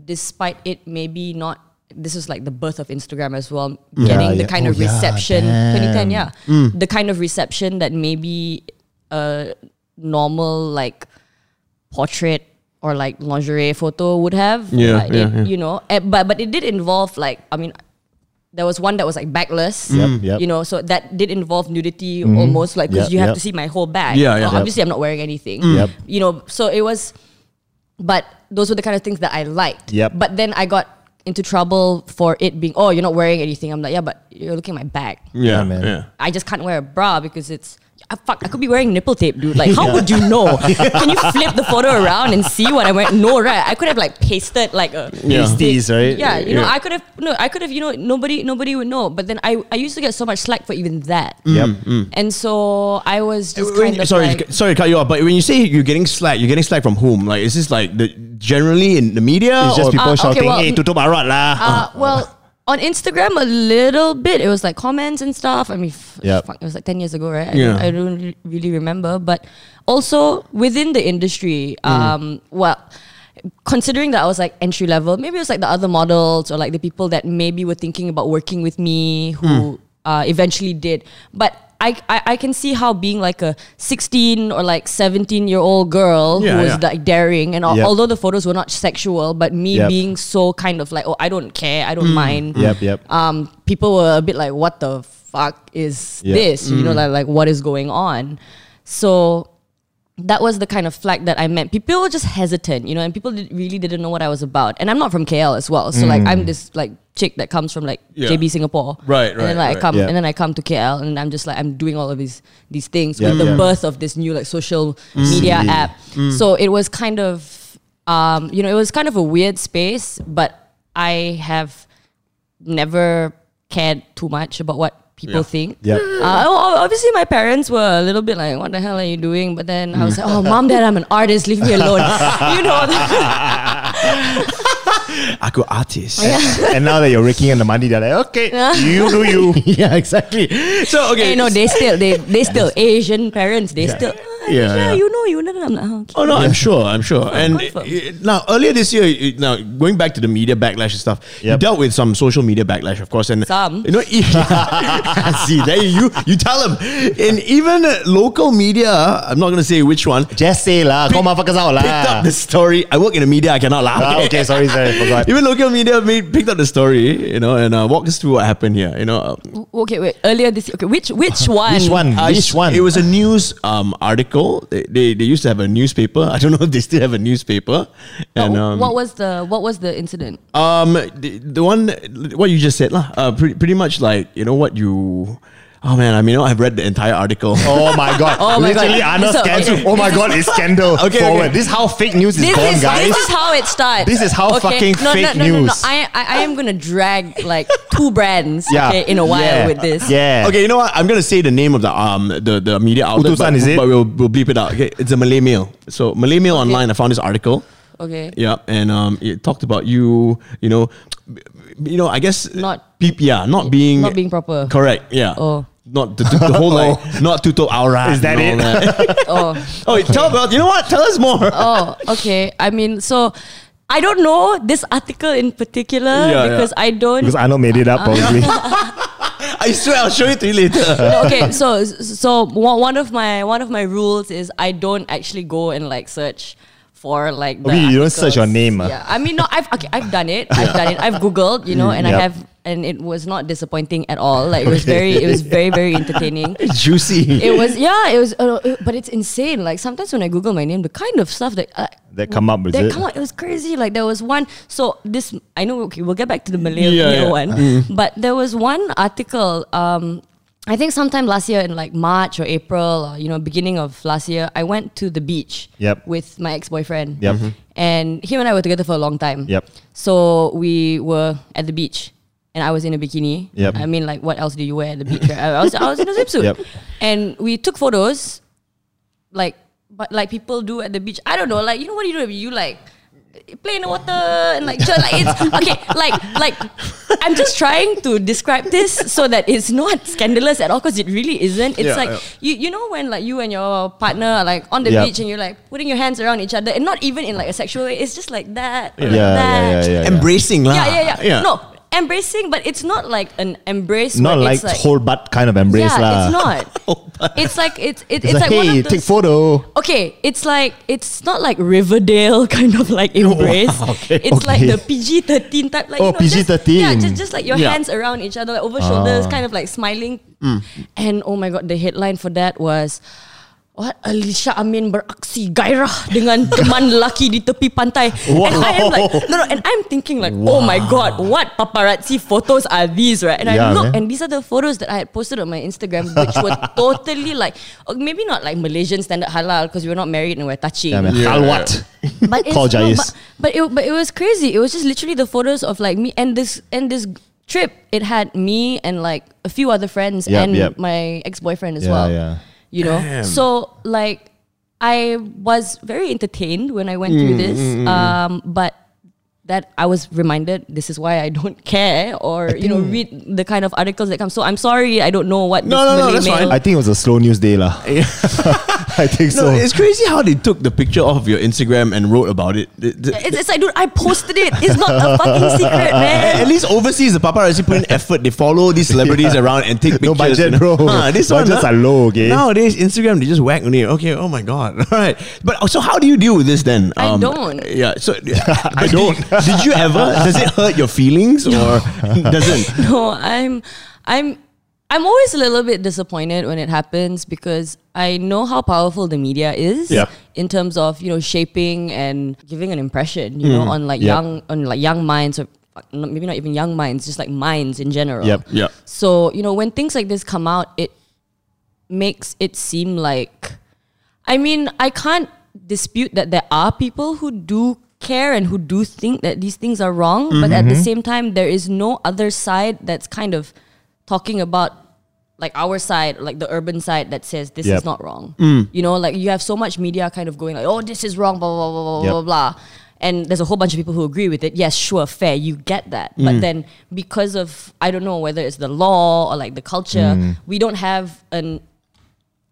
Speaker 5: despite it maybe not. This is like the birth of Instagram as well,
Speaker 4: Yeah,
Speaker 5: getting the
Speaker 4: yeah.
Speaker 5: kind
Speaker 4: Oh,
Speaker 5: of
Speaker 4: yeah,
Speaker 5: reception.
Speaker 4: damn. Mm.
Speaker 5: 2010, yeah, the kind of reception that maybe a normal like portrait or like lingerie photo would have.
Speaker 3: Yeah,
Speaker 5: Like, it-
Speaker 3: yeah, yeah.
Speaker 5: You know, eh, but but it did involve like I mean, there was one that was like backless.
Speaker 4: Yep, Mm, yep. Mm-hmm.
Speaker 5: You know, so that did involve nudity almost like because
Speaker 4: Yep,
Speaker 5: you have
Speaker 4: yep.
Speaker 5: to see my whole back.
Speaker 3: Yeah, yeah.
Speaker 5: Uh, Obviously, I'm not wearing anything.
Speaker 4: Yep.
Speaker 5: You know, so it was, but those were the kind of things that I liked.
Speaker 4: Yep.
Speaker 5: But then I got into trouble for it being oh you're not wearing anything. I'm like yeah, but you're looking at my back.
Speaker 3: Yeah,
Speaker 4: man.
Speaker 3: yeah.
Speaker 5: I just can't wear a bra because it's ah, fuck. I could be wearing nipple tape, dude. Like, how would you
Speaker 3: [laughs]
Speaker 5: know? Can you flip the photo around and see what I wearing? No, right? I could have like pasted like a
Speaker 3: Yeah.
Speaker 4: Pasties, right?
Speaker 5: Yeah, you know,
Speaker 3: Yeah.
Speaker 5: I could have no, I could have you know nobody nobody would know. But then I I used to get so much slack for even that,
Speaker 4: Yep.
Speaker 5: and so I was just
Speaker 3: Mm. When-
Speaker 5: kind of
Speaker 3: sorry,
Speaker 5: like,
Speaker 3: sorry, to cut you off. But when you say you're getting slack, you're getting slack from whom? Like, is this like the generally in the media?
Speaker 4: It's just
Speaker 3: or-
Speaker 4: people
Speaker 5: Uh, okay,
Speaker 4: shouting,
Speaker 5: well,
Speaker 4: "Hey, tutup arat lah!"
Speaker 5: Uh, well, on Instagram a little bit. It was like comments and stuff. I mean, f-
Speaker 4: Yep.
Speaker 5: fuck, it was like 10 years ago, right? I,
Speaker 3: Yeah.
Speaker 5: don't, I don't re- really remember. But also within the industry, um, well, considering that I was like entry level, maybe it was like the other models or like the people that maybe were thinking about working with me who uh, eventually did. But I, I, I can see how being like a 16 or like 17 year old girl
Speaker 3: Yeah,
Speaker 5: who was
Speaker 3: yeah.
Speaker 5: like daring and al-
Speaker 4: Yep.
Speaker 5: although the photos were not sexual but me
Speaker 4: Yep.
Speaker 5: being so kind of like, oh, I don't care, I don't
Speaker 4: Mm,
Speaker 5: mind.
Speaker 4: Yep, yep.
Speaker 5: Um, people were a bit like, what the fuck is
Speaker 4: Yep.
Speaker 5: this? You know,
Speaker 4: Mm.
Speaker 5: like, like what is going on? So that was the kind of flag that I meant. People were just hesitant, you know, and people did, really didn't know what I was about. And I'm not from KL as well, so like
Speaker 4: Mm.
Speaker 5: I'm this like chick that comes from like
Speaker 3: Yeah.
Speaker 5: JB Singapore,
Speaker 3: Right,
Speaker 5: And
Speaker 3: right,
Speaker 5: then like
Speaker 3: right.
Speaker 5: I come
Speaker 4: Yeah.
Speaker 5: and then I come to KL, and I'm just like I'm doing all of these these things
Speaker 4: Yeah,
Speaker 5: with the
Speaker 4: yeah.
Speaker 5: birth of this new like social media
Speaker 4: Mm.
Speaker 5: app. So it was kind of, um, you know, it was kind of a weird space, but I have never cared too much about what people
Speaker 3: Yeah.
Speaker 5: think.
Speaker 4: Yep.
Speaker 5: Uh, o- obviously, my parents were a little bit like, "What the hell are you doing?" But then I was like, "Oh,
Speaker 3: Mm.
Speaker 5: mom, dad, I'm an artist. Leave me alone."
Speaker 3: [laughs]
Speaker 5: you know. [laughs]
Speaker 3: Aku artist.
Speaker 4: and now that you're raking in the money, they're like, "Okay, you do you."
Speaker 5: [laughs]
Speaker 4: yeah, exactly.
Speaker 3: [laughs] So okay.
Speaker 5: You know, they still, they, they still Asian parents. They still. "Ah,
Speaker 3: Yeah,
Speaker 5: Asia,
Speaker 3: yeah.
Speaker 5: You know, you know. I'm like, "Oh, okay."
Speaker 3: Oh no, I'm sure, I'm sure. and
Speaker 5: confirm.
Speaker 3: uh, now earlier this year, you- now going back to the media backlash and stuff, you
Speaker 4: Yep.
Speaker 3: dealt with some social media backlash, of course, and
Speaker 5: Some.
Speaker 4: [laughs]
Speaker 3: You know, [laughs] e- see, there you you tell them, and even uh, local media. I'm not going to say which one.
Speaker 4: Just say lah, call motherfuckers out
Speaker 3: Picked up
Speaker 4: lah.
Speaker 3: the story. I work in the media. I cannot laugh.
Speaker 4: Ah, okay, sorry, sorry, forgot.
Speaker 3: [laughs] Even local media made, picked up the story, you know, and uh, walk us through what happened here. You know, Uh,
Speaker 5: Okay, wait. Earlier this okay, which
Speaker 3: [laughs]
Speaker 5: which one?
Speaker 4: Which one?
Speaker 3: Uh,
Speaker 4: Mm-hmm. Which
Speaker 3: it's-
Speaker 4: one?
Speaker 3: It was a news um, article. They, they, they used to have a newspaper. [laughs] I don't know if they still have a newspaper. And um,
Speaker 5: what was the what was the incident?
Speaker 3: um the, the one what you just said lah. Uh, pretty, pretty much like you know what you. Oh man, I mean, I've read the entire article.
Speaker 4: Oh my god!
Speaker 5: [laughs] Oh my
Speaker 4: Literally,
Speaker 5: God.
Speaker 4: Anna
Speaker 5: So-
Speaker 4: scans you. Oh my god! It's
Speaker 5: [laughs]
Speaker 4: scandal.
Speaker 3: Okay, okay.
Speaker 4: forward. This is how fake news is
Speaker 5: This
Speaker 4: gone,
Speaker 5: is,
Speaker 4: guys.
Speaker 5: this is how it starts.
Speaker 4: This is how fucking
Speaker 5: no,
Speaker 4: fake
Speaker 5: no, no, No, no,
Speaker 4: news.
Speaker 5: I, I, I am gonna drag like two brands
Speaker 4: [laughs] yeah,
Speaker 5: okay, in a while
Speaker 4: yeah.
Speaker 5: with this.
Speaker 4: Yeah.
Speaker 3: Okay, you know what? I'm gonna say the name of the um the, the media outlet,
Speaker 4: Utusan,
Speaker 3: but,
Speaker 4: is it?
Speaker 3: but we'll, we'll bleep it out. Okay, it's a Malay Mail. So Malay Mail online, I found this article.
Speaker 5: Okay.
Speaker 3: Yeah, and um, it talked about you, you know, you know, I guess
Speaker 5: Not-
Speaker 3: peop- yeah, not being
Speaker 5: not being proper.
Speaker 3: Correct. Yeah.
Speaker 5: Oh.
Speaker 3: Not the, the, the whole
Speaker 5: [laughs]
Speaker 3: like not tuto aura.
Speaker 4: Is that
Speaker 3: and all that.
Speaker 5: Oh.
Speaker 3: [laughs] oh, tell about you know what? Tell us more.
Speaker 5: oh, okay. I mean, so I don't know this article in particular
Speaker 3: Yeah,
Speaker 5: because I don't.
Speaker 4: Because I know made it up
Speaker 5: Uh, [laughs]
Speaker 4: probably. [laughs]
Speaker 3: I swear I'll show it to you later.
Speaker 5: No, okay, so so one one of my one of my rules is I don't actually go and like search for like. The
Speaker 4: Okay, you don't
Speaker 5: articles.
Speaker 4: search your name, ah.
Speaker 5: Yeah, I mean, no, I've okay, I've done it. I've done it. I've googled, you know, and I
Speaker 4: Yup.
Speaker 5: have, and it was not disappointing at all. Like it was very, it was very, very
Speaker 4: [laughs]
Speaker 5: entertaining.
Speaker 3: Juicy.
Speaker 5: It was yeah, it was, uh, uh, but it's insane. Like sometimes when I Google my name, the kind of stuff that uh,
Speaker 4: That come up, is
Speaker 5: that
Speaker 4: it?
Speaker 5: come out, it was crazy. Like there was one. So this I know. Okay, we'll get back to the Malay
Speaker 3: Yeah, yeah.
Speaker 5: Malay one, but there was one article. Um, I think sometime last year in like March or April or you know beginning of last year, I went to the beach.
Speaker 4: Yep.
Speaker 5: With my ex boyfriend.
Speaker 4: Yep. Mhm.
Speaker 5: And him and I were together for a long time.
Speaker 4: Yep.
Speaker 5: So we were at the beach. And I was in a bikini.
Speaker 4: Yep.
Speaker 5: I mean, like, what else do you wear at the beach? Right? I, was, I was in a swimsuit.
Speaker 4: Yep.
Speaker 5: And we took photos like but like people do at the beach. I don't know, like you know what do you do? You like play in the water and like just like it's okay, like like I'm just trying to describe this so that it's not scandalous at all because it really isn't. It's
Speaker 3: Yeah,
Speaker 5: like
Speaker 3: yeah.
Speaker 5: you you know when like you and your partner are like on the
Speaker 4: Yeah.
Speaker 5: beach and you're like putting your hands around each other and not even in like a sexual way, it's just like that.
Speaker 4: yeah,
Speaker 5: like that.
Speaker 4: yeah, yeah, yeah, yeah.
Speaker 3: Embracing lah.
Speaker 5: Yeah, yeah, yeah. No, embracing, but it's not like an embrace.
Speaker 4: Not
Speaker 5: where
Speaker 4: like,
Speaker 5: it's like
Speaker 4: whole butt kind of embrace
Speaker 5: yeah,
Speaker 4: lah.
Speaker 5: it's not. it's like it's it, it's,
Speaker 4: It's, like,
Speaker 5: like one
Speaker 4: hey,
Speaker 5: of those,
Speaker 4: take photo.
Speaker 5: Okay, it's like it's not like Riverdale [laughs] kind of like embrace.
Speaker 4: [laughs]
Speaker 5: It's like the PG thirteen type, like
Speaker 4: Oh,
Speaker 5: you know, just-
Speaker 4: PG-13.
Speaker 5: Yeah, just just like your
Speaker 3: Yeah.
Speaker 5: hands around each other, like over
Speaker 4: Ah.
Speaker 5: shoulders, kind of like smiling.
Speaker 4: Mm.
Speaker 5: And oh my god, the headline for that was. What Alicia Amin beraksi gairah dengan
Speaker 4: [laughs]
Speaker 5: teman lelaki di tepi pantai. And I am like, no, no, and I'm thinking like, oh my god, what paparazzi photos are these, right? And I
Speaker 4: Yeah,
Speaker 5: look,
Speaker 4: man.
Speaker 5: and these are the photos that I had posted on my Instagram, which
Speaker 4: [laughs]
Speaker 5: were totally like, uh, maybe not like Malaysian standard halal because we were not married and we are touching.
Speaker 4: Yeah, man.
Speaker 3: Yeah.
Speaker 4: Halwat.
Speaker 5: [laughs] But it's,
Speaker 4: Call
Speaker 5: no,
Speaker 4: Jais.
Speaker 5: but, but it but it was crazy. It was just literally the photos of like me and this and this trip. It had me and like a few other friends
Speaker 4: Yep,
Speaker 5: and
Speaker 4: yep.
Speaker 5: my ex boyfriend
Speaker 4: Yeah,
Speaker 5: as well.
Speaker 4: yeah.
Speaker 5: You know, so like I was very entertained when I went
Speaker 3: Mm,
Speaker 5: through this. Um, but that I was reminded this is why I don't [laughs] care or you know read the kind of articles that come. So I'm sorry, I don't know what.
Speaker 3: No,
Speaker 5: this
Speaker 3: no, no,
Speaker 5: Malay
Speaker 3: that's fine.
Speaker 5: male-
Speaker 4: I think it was a slow news day lah. [laughs] I think
Speaker 3: No,
Speaker 4: so.
Speaker 3: it's crazy how they took the picture off your Instagram and wrote about it. The- the-
Speaker 5: It's, it's like, dude, I posted it. It's not a fucking
Speaker 3: [laughs]
Speaker 5: secret, man.
Speaker 3: At least overseas, the paparazzi put in effort. They follow these celebrities
Speaker 4: [laughs]
Speaker 3: around and take
Speaker 4: No
Speaker 3: pictures. you
Speaker 4: budget,
Speaker 3: know. [laughs]
Speaker 4: bro.
Speaker 3: Ah, this one,
Speaker 4: Budgets
Speaker 3: ah.
Speaker 4: are low, okay?
Speaker 3: Nowadays, Instagram they just whack on it. Okay, oh my god. [laughs] All right, but oh, so how do you deal with this then? Um,
Speaker 5: I don't.
Speaker 3: Yeah,
Speaker 4: [laughs]
Speaker 3: so [laughs] I
Speaker 4: don't.
Speaker 3: [laughs] Did, you ever? Does it hurt your feelings
Speaker 4: [laughs]
Speaker 3: or doesn't?
Speaker 5: no, I'm, I'm, I'm always a little bit disappointed when it happens because I know how powerful the media is
Speaker 4: Yep.
Speaker 5: in terms of you know shaping and giving an impression, you know, on like
Speaker 4: Yep.
Speaker 5: young, on like young minds or uh, not- maybe not even young minds, just like minds in general.
Speaker 4: Yep.
Speaker 3: Yeah.
Speaker 5: So you know when things like this come out, it makes it seem like, I mean, I can't dispute that there are people who do care and who do think that these things are wrong, but at
Speaker 4: Mm-hmm.
Speaker 5: the same time, there is no other side that's kind of talking about like our side, like the urban side that says this is
Speaker 4: Yep. Mm.
Speaker 5: not wrong. You know, like you have so much media kind of going like, oh, this is wrong, blah blah blah blah blah
Speaker 4: Yep.
Speaker 5: blah blah. And there's a whole bunch of people who agree with it. Yes, sure, fair, you get that.
Speaker 4: Mm.
Speaker 5: But then because of I don't know whether it's the law or like the culture,
Speaker 4: Mm.
Speaker 5: we don't have an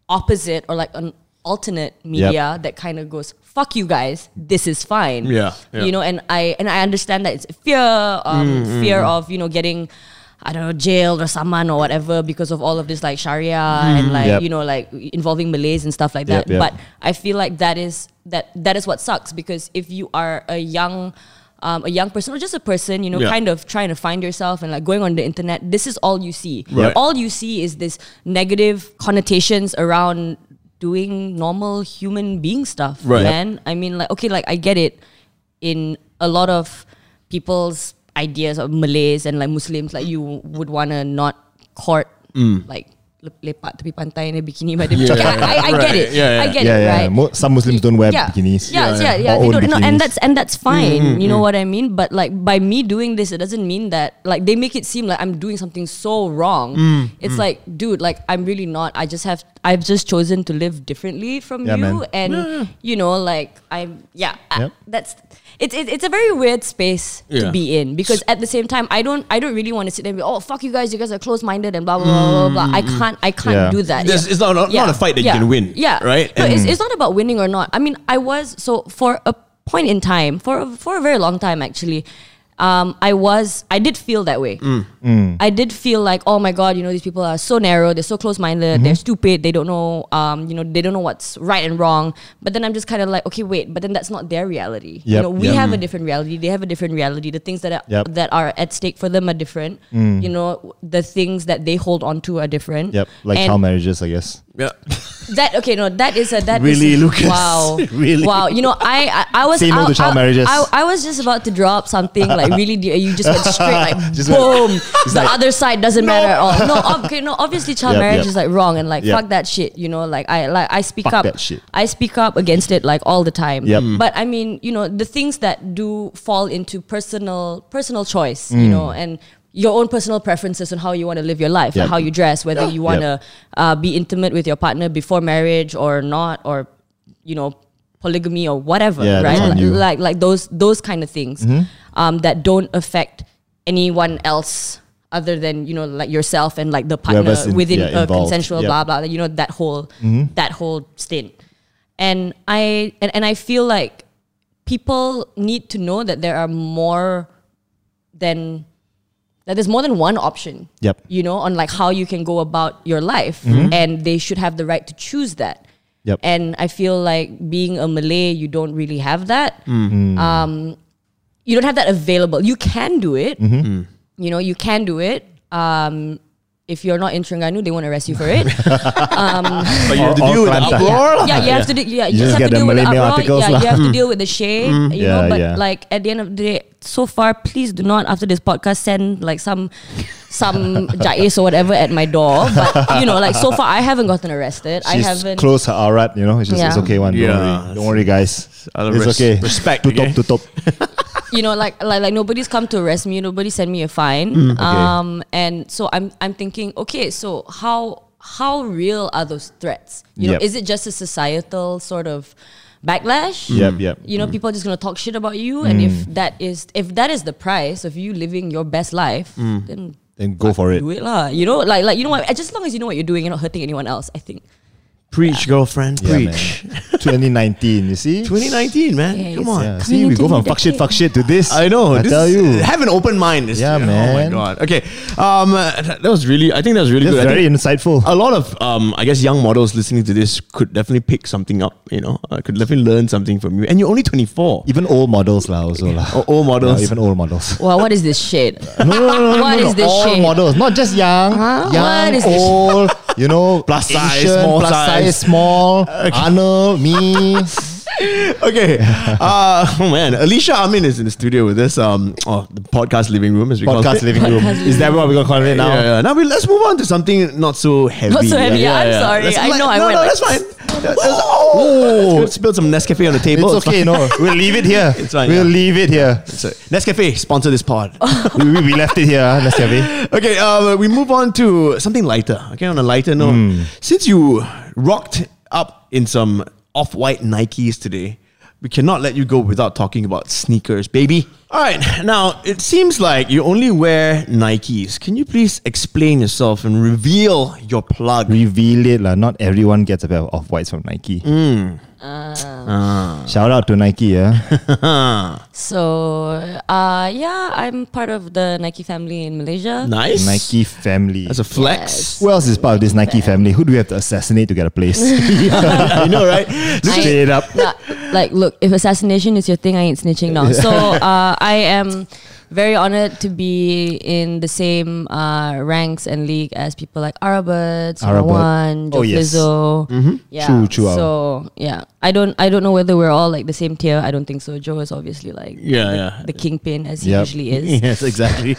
Speaker 5: opposite or like an alternate media that kind of goes fuck you guys this is fine
Speaker 3: Yeah, yeah. Mm,
Speaker 5: you know and i and i understand that it's fear um, fear of you know getting i don't know jailed or someone or whatever because of all of this like sharia
Speaker 3: Mm,
Speaker 5: and like
Speaker 4: Yep.
Speaker 5: you know like involving malays and stuff like
Speaker 4: Yep,
Speaker 5: that
Speaker 4: yep.
Speaker 5: but i feel like that is that that is what sucks because if you are a young um, a young person or just a person you know
Speaker 3: Yeah.
Speaker 5: kind of trying to find yourself and like going on the internet this is all you see
Speaker 3: Right.
Speaker 5: all you see is this negative connotations around doing normal human being stuff
Speaker 3: Right.
Speaker 5: man i mean like okay like i get it in a lot of people's ideas of malays and like muslims like you would want to not court
Speaker 3: Mm.
Speaker 5: like le- lepak tepi pantai in a bikini by the beach. Okay, I, I, I get it.
Speaker 3: Right. Yeah, yeah.
Speaker 5: I get
Speaker 4: yeah,
Speaker 5: it,
Speaker 4: yeah.
Speaker 5: right?
Speaker 4: Mo- some Muslims don't wear
Speaker 5: yeah.
Speaker 4: bikinis.
Speaker 5: Yeah, yeah, yeah.
Speaker 4: Or
Speaker 5: They
Speaker 4: own
Speaker 5: don't, no,
Speaker 4: bikinis.
Speaker 5: and that's and that's fine. you know what I mean? But like by me doing this, it doesn't mean that like they make it seem like I'm doing something so wrong. it's like, dude, like I'm really not. I just have I've just chosen to live differently from
Speaker 4: Yeah,
Speaker 5: you,
Speaker 4: man.
Speaker 5: and you know, like I'm yeah. I-
Speaker 4: Yep.
Speaker 5: that's it's it, it's a very weird space
Speaker 3: Yeah.
Speaker 5: to be in because at the same time, I don't I don't really want to sit there and be oh fuck you guys, you guys are close minded and blah blah blah blah blah. I can't can't. I can't
Speaker 4: Mm. Yeah.
Speaker 5: do that.
Speaker 3: There's- it's not- not- not a fight that you can win,
Speaker 5: Yeah.
Speaker 3: right? Mm.
Speaker 5: No, it's,
Speaker 3: And-
Speaker 5: it's not about winning or not. I mean, I was so for a point in time, for a- for a very long time actually. Um, I was, I did feel that way.
Speaker 3: Mm.
Speaker 4: Mm.
Speaker 5: I did feel like, oh my god, you know, these people are so narrow, they're so close-minded, they're
Speaker 4: Mm-hmm.
Speaker 5: stupid, they don't know, um, you know, they don't know what's right and wrong. But then I'm just kind of like, okay, wait, but then that's not their reality. You
Speaker 4: Yep.
Speaker 5: know, we
Speaker 4: Yep. Mm.
Speaker 5: have a different reality. They have a different reality. The things that are
Speaker 4: Yep. Mm.
Speaker 5: that are at stake for them are different. You know, the things that they hold on to are different.
Speaker 4: Yep, like
Speaker 5: and
Speaker 4: child marriages, I guess.
Speaker 3: Yeah.
Speaker 5: [laughs] That okay, no, that is a that is-
Speaker 4: Really, Lucas?
Speaker 5: Wow,
Speaker 4: [laughs] Really?
Speaker 5: wow. You know, I I, I was
Speaker 4: Say no
Speaker 5: I,
Speaker 4: to child
Speaker 5: I-
Speaker 4: marriages.
Speaker 5: I, I was just about to drop something like really. dear. You just went straight like
Speaker 4: [laughs] Just went-
Speaker 5: boom.
Speaker 4: It's
Speaker 5: the
Speaker 4: like-
Speaker 5: other side doesn't matter at all. No,
Speaker 4: [laughs]
Speaker 5: ob- okay, no. Obviously, child
Speaker 4: Yep,
Speaker 5: marriage
Speaker 4: yep.
Speaker 5: is like wrong and like
Speaker 4: Yep.
Speaker 5: fuck that shit. You know, like I like I speak
Speaker 4: Fuck
Speaker 5: up.
Speaker 4: that shit.
Speaker 5: I speak up against it like all the time.
Speaker 4: Yep. Mm.
Speaker 5: But I mean, you know, the things that do fall into personal personal choice. You
Speaker 4: Mm.
Speaker 5: know, and. Your own personal preferences on how you want to live your life,
Speaker 4: Yep.
Speaker 5: how you dress, whether you want to
Speaker 4: Yep.
Speaker 5: uh, be intimate with your partner before marriage or not, or you know, polygamy or whatever,
Speaker 4: Yeah,
Speaker 5: right?
Speaker 4: that's on
Speaker 5: Like,
Speaker 4: you. Mm-hmm.
Speaker 5: like like those those kind of things um, that don't affect anyone else other than you know like yourself and like the partner
Speaker 4: Whoever's in-
Speaker 5: within
Speaker 4: yeah,
Speaker 5: a
Speaker 4: involved.
Speaker 5: consensual
Speaker 4: Yep. Mm-hmm.
Speaker 5: blah blah. You know that whole that whole stint, and I and, and I feel like people need to know that there are more than that there's more than one option
Speaker 4: Yep.
Speaker 5: you know on like how you can go about your life and they should have the right to choose that
Speaker 4: Yep.
Speaker 5: and i feel like being a malay you don't really have that um, you don't have that available you can do it you know you can do it um, if you're not in Terengganu, they won't arrest you for it.
Speaker 3: But you have to
Speaker 4: Or- or
Speaker 3: deal with the
Speaker 4: Kelantan. [laughs]
Speaker 3: uproar.
Speaker 5: yeah, you have to. Do, yeah, you,
Speaker 4: just
Speaker 5: just
Speaker 4: get the
Speaker 5: have to deal with the
Speaker 4: Malay Mail
Speaker 5: uproar.
Speaker 4: articles
Speaker 5: yeah,
Speaker 4: lah. Mm.
Speaker 5: you have to deal with the shade. You know,
Speaker 4: Yeah,
Speaker 5: but
Speaker 4: yeah.
Speaker 5: like at the end of the day, so far, please do not after this podcast send like some
Speaker 4: [laughs]
Speaker 5: some jais or whatever at my door. But you know, like so far, I haven't gotten arrested. I
Speaker 4: She's
Speaker 5: haven't.
Speaker 4: closed her Arab, you know. It's just it's
Speaker 5: Yeah.
Speaker 4: okay one. Don't
Speaker 3: Yeah.
Speaker 4: worry, don't worry, guys.
Speaker 3: Uh,
Speaker 4: It's
Speaker 3: res-
Speaker 4: okay.
Speaker 3: respect,
Speaker 4: Tutup,
Speaker 3: okay?
Speaker 4: tutup.
Speaker 5: You know, like like like nobody's come to arrest me. Nobody sent me a fine.
Speaker 4: Mm,
Speaker 5: Um, and so I'm I'm thinking, okay, so how how real are those threats? You know,
Speaker 4: Yep.
Speaker 5: is it just a societal sort of backlash?
Speaker 4: Mm. Yep, yep. Mm.
Speaker 5: you know people are just gonna talk shit about you and if that is if that is the price of you living your best life
Speaker 4: Mm.
Speaker 5: then
Speaker 4: Then go for it.
Speaker 5: do it lah you know like like you know what just as long as you know what you're doing you're not hurting anyone else i think
Speaker 3: Preach, girlfriend.
Speaker 4: Yeah, man.
Speaker 3: preach. [laughs]
Speaker 4: 2019, you see.
Speaker 3: 2019, man.
Speaker 5: Yeah,
Speaker 3: Come
Speaker 5: it's-
Speaker 3: on.
Speaker 4: Yeah, see, we go from fuck shit, fuck shit to this.
Speaker 3: I know.
Speaker 4: I
Speaker 3: this
Speaker 4: tell
Speaker 3: is-
Speaker 4: you,
Speaker 3: have an open mind. It's-
Speaker 4: Yeah,
Speaker 3: Oh my
Speaker 4: man.
Speaker 3: god. Okay. Um, uh, th- that was really. I think that was really
Speaker 4: that's
Speaker 3: good. I
Speaker 4: very
Speaker 3: think
Speaker 4: insightful.
Speaker 3: a lot of um, I guess young models listening to this could definitely pick something up. You know, uh, could definitely learn something from you. And you're only 24. [laughs]
Speaker 4: Even old models lah, also lah.
Speaker 3: Oh, old models. [laughs]
Speaker 4: Yeah, even old models.
Speaker 5: wow what is this shit
Speaker 4: [laughs] No, no, no, no, no,
Speaker 5: What
Speaker 4: no,
Speaker 5: is
Speaker 4: no.
Speaker 5: this
Speaker 4: All
Speaker 5: shit?
Speaker 4: models, not just young,
Speaker 5: Huh? What
Speaker 4: young,
Speaker 5: is this [laughs]
Speaker 4: old. You know,
Speaker 3: Plus size,
Speaker 4: Asian,
Speaker 3: small
Speaker 4: plus
Speaker 3: size.
Speaker 4: size, [laughs] small. Arnold, [laughs] me. [laughs]
Speaker 3: Okay. Uh, oh man, Alicia Amin is in the studio with us. Um, oh, the podcast living room is
Speaker 4: Podcast living room.
Speaker 5: Podcast
Speaker 4: Is that what we're gonna call it
Speaker 3: Now,
Speaker 4: now?
Speaker 3: [laughs] yeah, yeah. now we, let's move on to something not so heavy.
Speaker 5: Not so heavy, yeah, I'm sorry.
Speaker 3: Let's-
Speaker 5: I know I
Speaker 3: no,
Speaker 5: went
Speaker 3: No,
Speaker 5: like-
Speaker 3: that's fine. That- that's- oh, let's build some Nescafe on the table.
Speaker 4: It's okay,
Speaker 3: fine.
Speaker 4: no. [laughs] We'll leave it here.
Speaker 3: It's fine,
Speaker 4: We'll
Speaker 3: yeah.
Speaker 4: leave it
Speaker 5: [laughs]
Speaker 4: here.
Speaker 3: So, Nescafe sponsor this pod. [laughs]
Speaker 4: we, we- we left it here, huh, Nescafe.
Speaker 3: okay, uh, we move on to something lighter. Okay, on a lighter note,
Speaker 4: Hmm.
Speaker 3: since you rocked up in some off-white Nikes today, we cannot let you go without talking about sneakers, baby. All right, now it seems like you only wear Nikes. Can you please explain yourself and reveal your plug?
Speaker 4: Reveal it, lah. Not everyone gets a pair of off whites from Nike. Hmm.
Speaker 5: Ah.
Speaker 4: Ah. Shout out to Nike, [laughs] yeah.
Speaker 5: so uh yeah i'm part of the nike family in malaysia
Speaker 3: nice,
Speaker 4: Nike family.
Speaker 3: That's a flex.
Speaker 4: Who else is part of this Nike family? Who do we have to assassinate to get a
Speaker 5: [laughs]
Speaker 4: place? [laughs]
Speaker 3: I know, right?
Speaker 5: I-
Speaker 4: Straight up.
Speaker 5: Nah, like look if assassination is your thing i ain't snitching now so uh, i am very honored to be in the same uh, ranks and league as people like Arabat,
Speaker 4: Arabat.
Speaker 5: Sarawan,
Speaker 4: Oh, yes. Mm-hmm.
Speaker 5: Joe Flizzo. Yeah.
Speaker 4: True, true, Arab.
Speaker 5: So yeah, I don't, I don't know whether we're all like the same tier. I don't think so. Joe is obviously like
Speaker 3: Yeah, yeah.
Speaker 5: the kingpin as he
Speaker 4: Yep.
Speaker 5: usually
Speaker 4: [laughs]
Speaker 5: is.
Speaker 3: Yes, exactly.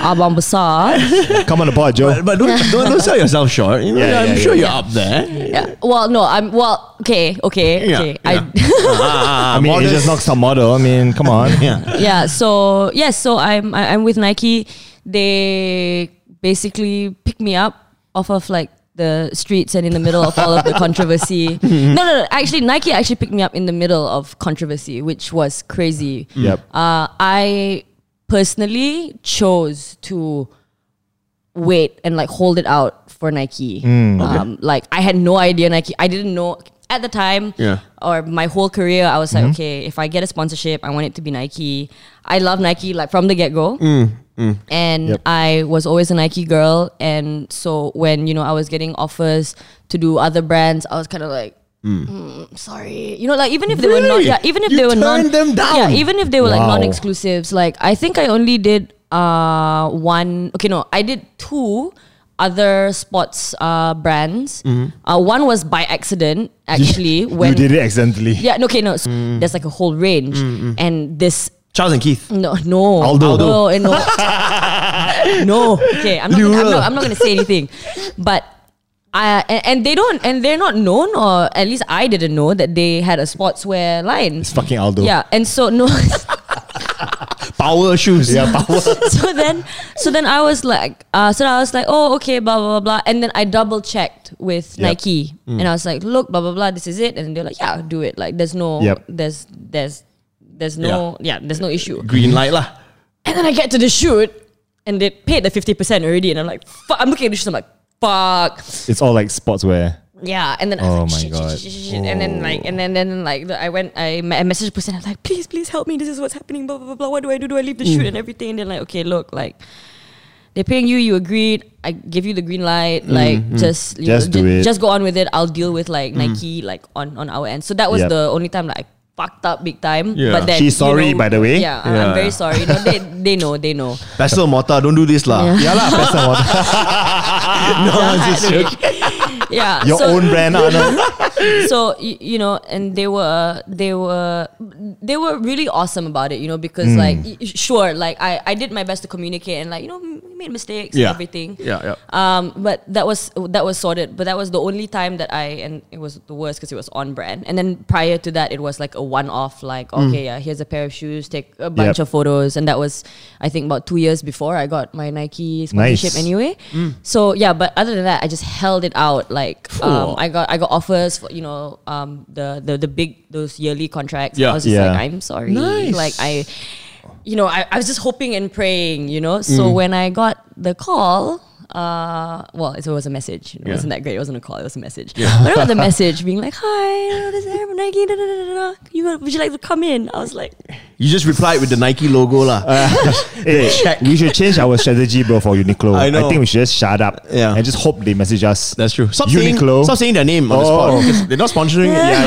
Speaker 5: Abang Besar.
Speaker 4: Come on the pod,
Speaker 3: [laughs]
Speaker 4: Joe.
Speaker 3: but but don't, don't don't sell yourself short. You know,
Speaker 4: Yeah,
Speaker 3: I'm
Speaker 4: yeah,
Speaker 3: sure
Speaker 4: yeah.
Speaker 3: you're up there.
Speaker 5: Yeah. Well, no, I'm well. Okay, okay,
Speaker 3: Yeah,
Speaker 5: okay.
Speaker 3: yeah.
Speaker 5: I.
Speaker 4: I mean, it just knocks some model. I mean, come on.
Speaker 3: ah, [laughs]
Speaker 4: [laughs]
Speaker 3: yeah.
Speaker 5: yeah. So yes, so I'm I- I'm with Nike. They basically pick me up off of like the streets and in the middle of all of the controversy. no, no, no. Actually, Nike actually picked me up in the middle of controversy, which was crazy.
Speaker 4: Yep.
Speaker 5: Uh, I personally chose to wait and like hold it out for Nike.
Speaker 3: Mm.
Speaker 5: Um, like I had no idea Nike. I didn't know at the time
Speaker 3: Yeah. Mm-hmm.
Speaker 5: or my whole career. I was like, okay, if I get a sponsorship, I want it to be Nike. I love Nike like from the get go.
Speaker 3: Mm,
Speaker 5: And
Speaker 4: Yep.
Speaker 5: I was always a Nike girl. And so when, you know, I was getting offers to do other brands, I was kind of like, "Mm, sorry. You know, like even if they were not,
Speaker 3: Really?
Speaker 5: yeah, even if
Speaker 3: You
Speaker 5: they were
Speaker 3: turned
Speaker 5: non,
Speaker 3: them down?
Speaker 5: yeah, even if they were like
Speaker 4: Wow.
Speaker 5: non-exclusives, like I think I only did uh one. Okay, no, I did two other sports uh brands. Uh, one was by
Speaker 4: [laughs]
Speaker 5: accident actually
Speaker 4: you
Speaker 5: when
Speaker 4: Mm-hmm. did it Mm. accidentally.
Speaker 5: yeah, no, okay, no, so there's like a whole range, and this
Speaker 3: Charles and Keith.
Speaker 5: no, no,
Speaker 3: Aldo.
Speaker 5: no,
Speaker 4: [laughs]
Speaker 5: eh, no, no. Okay, I'm not, gonna, I'm
Speaker 3: Lura.
Speaker 5: not. I'm not gonna say anything, but I and, and they don't, and they're not known, or at least I didn't know that they had a sportswear line.
Speaker 4: It's fucking Aldo.
Speaker 5: Yeah, and so no, [laughs]
Speaker 3: Power shoes.
Speaker 4: [laughs] Yeah, power.
Speaker 5: so then, so then I was like, uh, so I was like, oh, okay, blah blah blah, blah. and then I double checked
Speaker 4: Yep.
Speaker 5: with
Speaker 4: Mm.
Speaker 5: Nike, and I was like, look, blah blah blah, this is it, and they're like, yeah, do it. Like, there's no,
Speaker 4: Yep.
Speaker 5: there's there's there's no, yeah, there's no issue.
Speaker 3: Green light lah.
Speaker 5: And then I get to the shoot, and they paid the fifty percent already, and I'm like, fuck. I'm looking at the shoes, I'm like, fuck.
Speaker 4: It's all like sportswear.
Speaker 5: Yeah, and then
Speaker 4: Oh
Speaker 5: I was
Speaker 4: my
Speaker 5: like, shit, shit,
Speaker 4: God.
Speaker 5: shit, shit, shit. and then like, and then then like, the, I went, I, me- I messaged the person, I'm like, please, please help me. This is what's happening. Blah blah blah. blah. What do I do? Do I leave the
Speaker 4: Hmm.
Speaker 5: shoot and everything? And then like, okay, look, like, they're paying you. You agreed. I give you the green light. Like, just you
Speaker 4: Hmm, Just do
Speaker 5: ju-
Speaker 4: it. Hmm.
Speaker 5: Just go on with it. I'll deal with like Nike, like on on our end. So that was
Speaker 4: Yep.
Speaker 5: the only time that I fucked up big time.
Speaker 3: Yeah.
Speaker 5: But then
Speaker 4: She's
Speaker 5: you
Speaker 4: sorry,
Speaker 5: know,
Speaker 4: by the way.
Speaker 5: Yeah, I- I'm very sorry. No, they they know. They know.
Speaker 4: [laughs]
Speaker 3: Pastel Mota, don't do this lah.
Speaker 4: Yeah lah, that's the
Speaker 5: [laughs]
Speaker 4: one.
Speaker 3: [laughs] no, I'm just joking.
Speaker 5: Yeah.
Speaker 4: Your
Speaker 5: so-
Speaker 4: own brand,
Speaker 5: [laughs]
Speaker 4: Arnold.
Speaker 5: so you, you know and they were they were they were really awesome about it you know because like y- sure like I, I did my best to communicate and like you know m- made mistakes
Speaker 3: Yeah.
Speaker 5: and everything
Speaker 3: Yeah, yeah.
Speaker 5: um but that was that was sorted but that was the only time that I and it was the worst because it was on brand and then prior to that it was like a one off like okay yeah here's a pair of shoes take a bunch
Speaker 4: Mm. Yep.
Speaker 5: of photos and that was I think about two years before I got my Nike sponsorship
Speaker 4: Nice. Mm.
Speaker 5: anyway so yeah but other than that I just held it out like um,
Speaker 3: Cool.
Speaker 5: I got I got offers for you know um the the, the big those yearly contracts.
Speaker 3: Yeah.
Speaker 5: I was just
Speaker 4: Yeah.
Speaker 5: like, I'm sorry.
Speaker 3: Nice.
Speaker 5: Like I you know, I, I was just hoping and praying, you know.
Speaker 3: Mm.
Speaker 5: So when I got the call, uh well it was a message. It
Speaker 3: Yeah.
Speaker 5: wasn't that great, it wasn't a call, it was a message. But I got the message being like, Hi, you know, this is Aaron from Nike, da, da, da, da, da. You would would you like to come in? I was like
Speaker 3: You just replied with the Nike logo lah.
Speaker 4: Hey, we should change our strategy, bro, for Uniqlo.
Speaker 3: I know.
Speaker 4: think we should just shut up
Speaker 3: Yeah.
Speaker 4: and just hope they message us.
Speaker 3: That's true. Stop saying
Speaker 4: Uniqlo.
Speaker 3: stop saying their name on the spot.
Speaker 4: Oh.
Speaker 3: because They're not sponsoring it.
Speaker 4: yeah,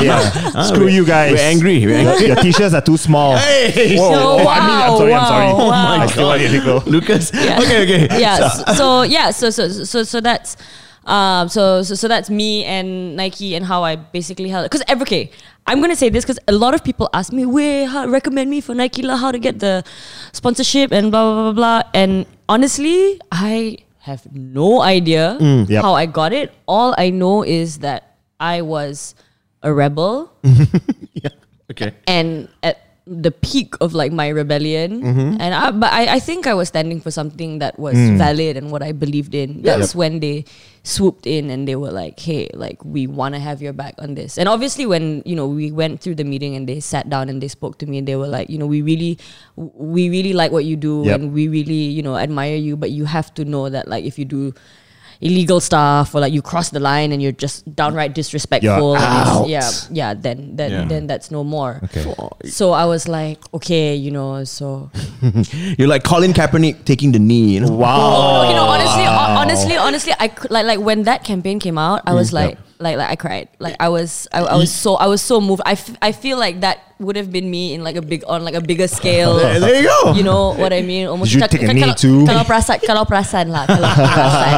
Speaker 3: [laughs]
Speaker 4: yeah.
Speaker 3: Ah,
Speaker 4: Screw
Speaker 3: we're-
Speaker 4: you guys.
Speaker 3: We're angry. We're angry. [laughs]
Speaker 4: Your, your [laughs] t-shirts are too small.
Speaker 3: Hey,
Speaker 4: Whoa,
Speaker 5: So,
Speaker 4: whoa, I mean, I'm
Speaker 5: wow,
Speaker 4: sorry, I'm
Speaker 5: wow,
Speaker 4: sorry.
Speaker 5: wow.
Speaker 4: I still want Uniqlo.
Speaker 3: [laughs] Lucas. Okay, okay.
Speaker 5: [laughs]
Speaker 3: [laughs]
Speaker 5: yeah. So, so yeah. So so so so that's. Um, so, so so that's me and Nike and how I basically held because every okay, I'm gonna say this because a lot of people ask me where how, recommend me for Nike lah how to get the sponsorship and blah blah blah blah and honestly I have no idea
Speaker 4: Yep.
Speaker 5: how I got it all I know is that I was a rebel
Speaker 3: Okay.
Speaker 5: and at the peak of like my rebellion
Speaker 4: Mm-hmm.
Speaker 5: and I, but I, I think I was standing for something that was
Speaker 4: Mm.
Speaker 5: valid and what I believed in that's when they swooped in and they were like hey like we want to have your back on this and obviously when you know we went through the meeting and they sat down and they spoke to me and they were like you know we really we really like what you do
Speaker 4: Yep.
Speaker 5: and we really you know admire you but you have to know that like if you do illegal stuff or like you cross the line and you're just downright disrespectful and it's-
Speaker 4: out.
Speaker 5: yeah yeah then then
Speaker 3: Yeah.
Speaker 5: then that's no more
Speaker 4: Okay.
Speaker 5: so I was like, okay, you know, so
Speaker 3: You're like Colin Kaepernick taking the knee. You know?
Speaker 4: Wow.
Speaker 5: no, you know, honestly, ho- honestly, honestly, I cou- like like when that campaign came out, I was
Speaker 4: Mm,
Speaker 5: like, like like I cried, like I was, I, I was so, I was so moved. I, f- I feel like that would have been me in like a big on like a bigger
Speaker 4: [laughs]
Speaker 5: scale.
Speaker 3: There, [laughs] there you go.
Speaker 5: You know what I mean? Almost
Speaker 4: Did you
Speaker 5: cak-
Speaker 4: take a
Speaker 5: ka-
Speaker 4: knee too?
Speaker 5: kalau- Kalau perasan, kalau perasan lah, kalau perasan.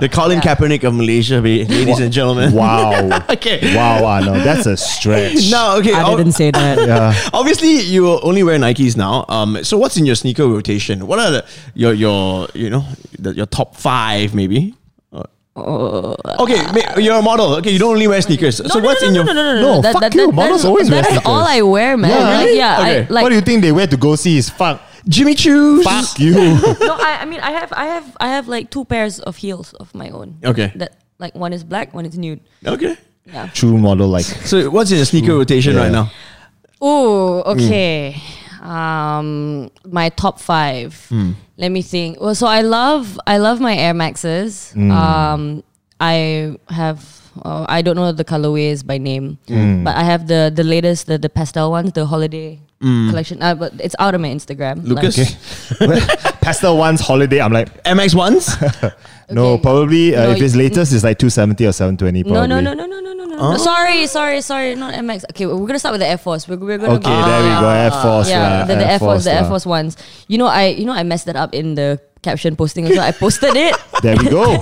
Speaker 3: the Colin
Speaker 5: Yeah.
Speaker 3: Kaepernick of Malaysia, ba- ladies and gentlemen.
Speaker 5: [laughs]
Speaker 4: Wow.
Speaker 3: Okay.
Speaker 4: Wow, Arnold. That's a stretch.
Speaker 3: Now, okay.
Speaker 5: [laughs] I
Speaker 3: ob-
Speaker 5: didn't say that.
Speaker 3: [laughs] Obviously, you only wear Nikes now. Um, so what's in your sneaker rotation? What are the, your your you know the, your top five maybe? Uh, okay, ma- you're a model. Okay, you don't only wear sneakers. so what's in your
Speaker 5: no, no, no, no,
Speaker 4: No,
Speaker 5: That,
Speaker 4: fuck
Speaker 5: that,
Speaker 4: you,
Speaker 5: that-
Speaker 4: models
Speaker 5: that's-
Speaker 4: always wear
Speaker 5: that is all I
Speaker 4: sneakers.
Speaker 5: wear, man.
Speaker 4: Yeah,
Speaker 5: Like,
Speaker 4: really?
Speaker 5: yeah,
Speaker 3: Okay.
Speaker 5: I, like,
Speaker 4: what do you think they wear to go see is fuck.
Speaker 3: Jimmy Choo's?
Speaker 5: [laughs]
Speaker 4: Fuck you.
Speaker 5: no, I, I mean, I have, I have, I have like two pairs of heels of my own.
Speaker 3: Okay.
Speaker 5: That like one is black, one is nude.
Speaker 3: Okay.
Speaker 5: Yeah.
Speaker 4: True model like [laughs]
Speaker 3: So what's in your sneaker rotation
Speaker 4: Yeah.
Speaker 3: right now?
Speaker 5: Oh, okay. um, my top five. Let me think. Well, so I love I love my Air Maxes. Um, I have uh, I don't know the colorways by name, but I have the the latest the the pastel ones, the holiday collection. Uh, but it's out on my Instagram. Like-
Speaker 3: Lucas,
Speaker 4: Pastel one's holiday. I'm like,
Speaker 3: MX
Speaker 4: [laughs]
Speaker 3: ones.
Speaker 4: no,
Speaker 5: Okay.
Speaker 4: probably uh,
Speaker 5: No,
Speaker 4: if it's
Speaker 5: you-
Speaker 4: latest, it's like 270 or 720.
Speaker 5: No,
Speaker 4: Probably.
Speaker 5: no, no, no, no, no, no, no. no. Sorry, sorry, sorry. Not MX. Okay, we're gonna start with the Air Force. We're, we're gonna
Speaker 4: Okay, there we go. Air Force.
Speaker 5: Ah,
Speaker 4: uh,
Speaker 5: yeah,
Speaker 4: lah,
Speaker 5: the, the Air Force, the Air
Speaker 4: lah.
Speaker 5: Force ones. You know, I you know I messed that up in the caption posting. So I posted
Speaker 4: [laughs]
Speaker 5: it.
Speaker 4: There we
Speaker 5: [laughs]
Speaker 4: go.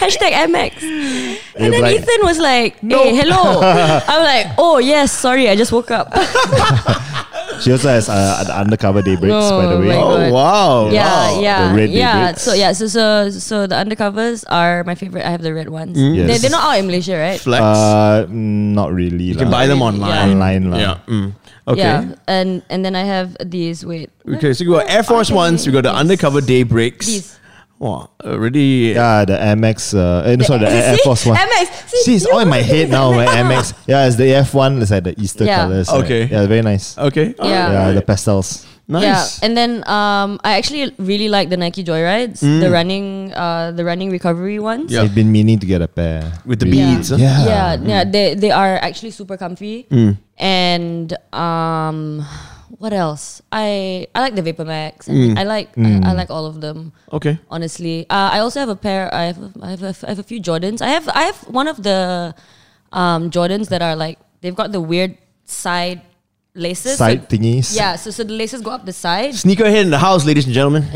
Speaker 5: Hashtag MX.
Speaker 4: You're
Speaker 5: And then
Speaker 4: like-
Speaker 5: Ethan was like, "Hey,
Speaker 4: [laughs]
Speaker 5: hello." I'm like, "Oh yes, sorry, I just woke up."
Speaker 4: Oh, She also has uh, the undercover day breaks,
Speaker 5: No,
Speaker 4: by the way.
Speaker 5: my God.
Speaker 3: Oh wow.
Speaker 5: [laughs] yeah,
Speaker 3: Wow.
Speaker 5: yeah,
Speaker 4: The red
Speaker 5: yeah.
Speaker 4: daybreaks.
Speaker 5: So yeah, so so so the undercovers are my favorite. I have the red ones.
Speaker 4: Mm. Yes.
Speaker 5: They're, they're not out in Malaysia, right?
Speaker 3: Flex.
Speaker 4: Uh, mm, not
Speaker 3: Oh,
Speaker 4: really.
Speaker 3: you can buy them online.
Speaker 4: online. lah.
Speaker 3: Yeah. mm. Okay.
Speaker 5: Yeah, and and then I have these. Wait,
Speaker 3: Okay, so we got Air Force
Speaker 5: Okay.
Speaker 3: Ones, we got the
Speaker 5: Yes.
Speaker 3: undercover day breaks.
Speaker 5: These.
Speaker 3: Wow, already.
Speaker 4: Yeah, the MX. Uh, eh, no, sorry, the
Speaker 5: [laughs] See?
Speaker 4: Air Force one.
Speaker 5: MX. See,
Speaker 4: See, it's
Speaker 5: you
Speaker 4: all in my
Speaker 5: know
Speaker 4: head
Speaker 5: it's [laughs]
Speaker 4: now. My
Speaker 5: MX.
Speaker 4: MX. Yeah, it's the F one. It's like the Easter
Speaker 5: Yeah.
Speaker 4: colors.
Speaker 3: Okay.
Speaker 4: Yeah, very nice.
Speaker 3: Okay. all
Speaker 5: Yeah.
Speaker 4: Yeah,
Speaker 3: right.
Speaker 4: the pastels.
Speaker 3: nice.
Speaker 5: Yeah, and then um, I actually really like the Nike Joyrides, the running, uh, the running recovery ones.
Speaker 3: Yeah.
Speaker 4: I've been meaning to get a pair.
Speaker 3: With the
Speaker 5: Yeah.
Speaker 3: beads. huh?
Speaker 4: Yeah.
Speaker 5: yeah, yeah, they they are actually super comfy. And um, what else? I I like the Vapor Max. I like I, I like all of them.
Speaker 3: Okay.
Speaker 5: Honestly, uh, I also have a pair. I have I have, a, I have a few Jordans. I have I have one of the um, Jordans that are like they've got the weird side laces. So-
Speaker 4: Side thingies.
Speaker 5: yeah, so so the laces go up the side.
Speaker 3: Sneaker head in the house, ladies and gentlemen.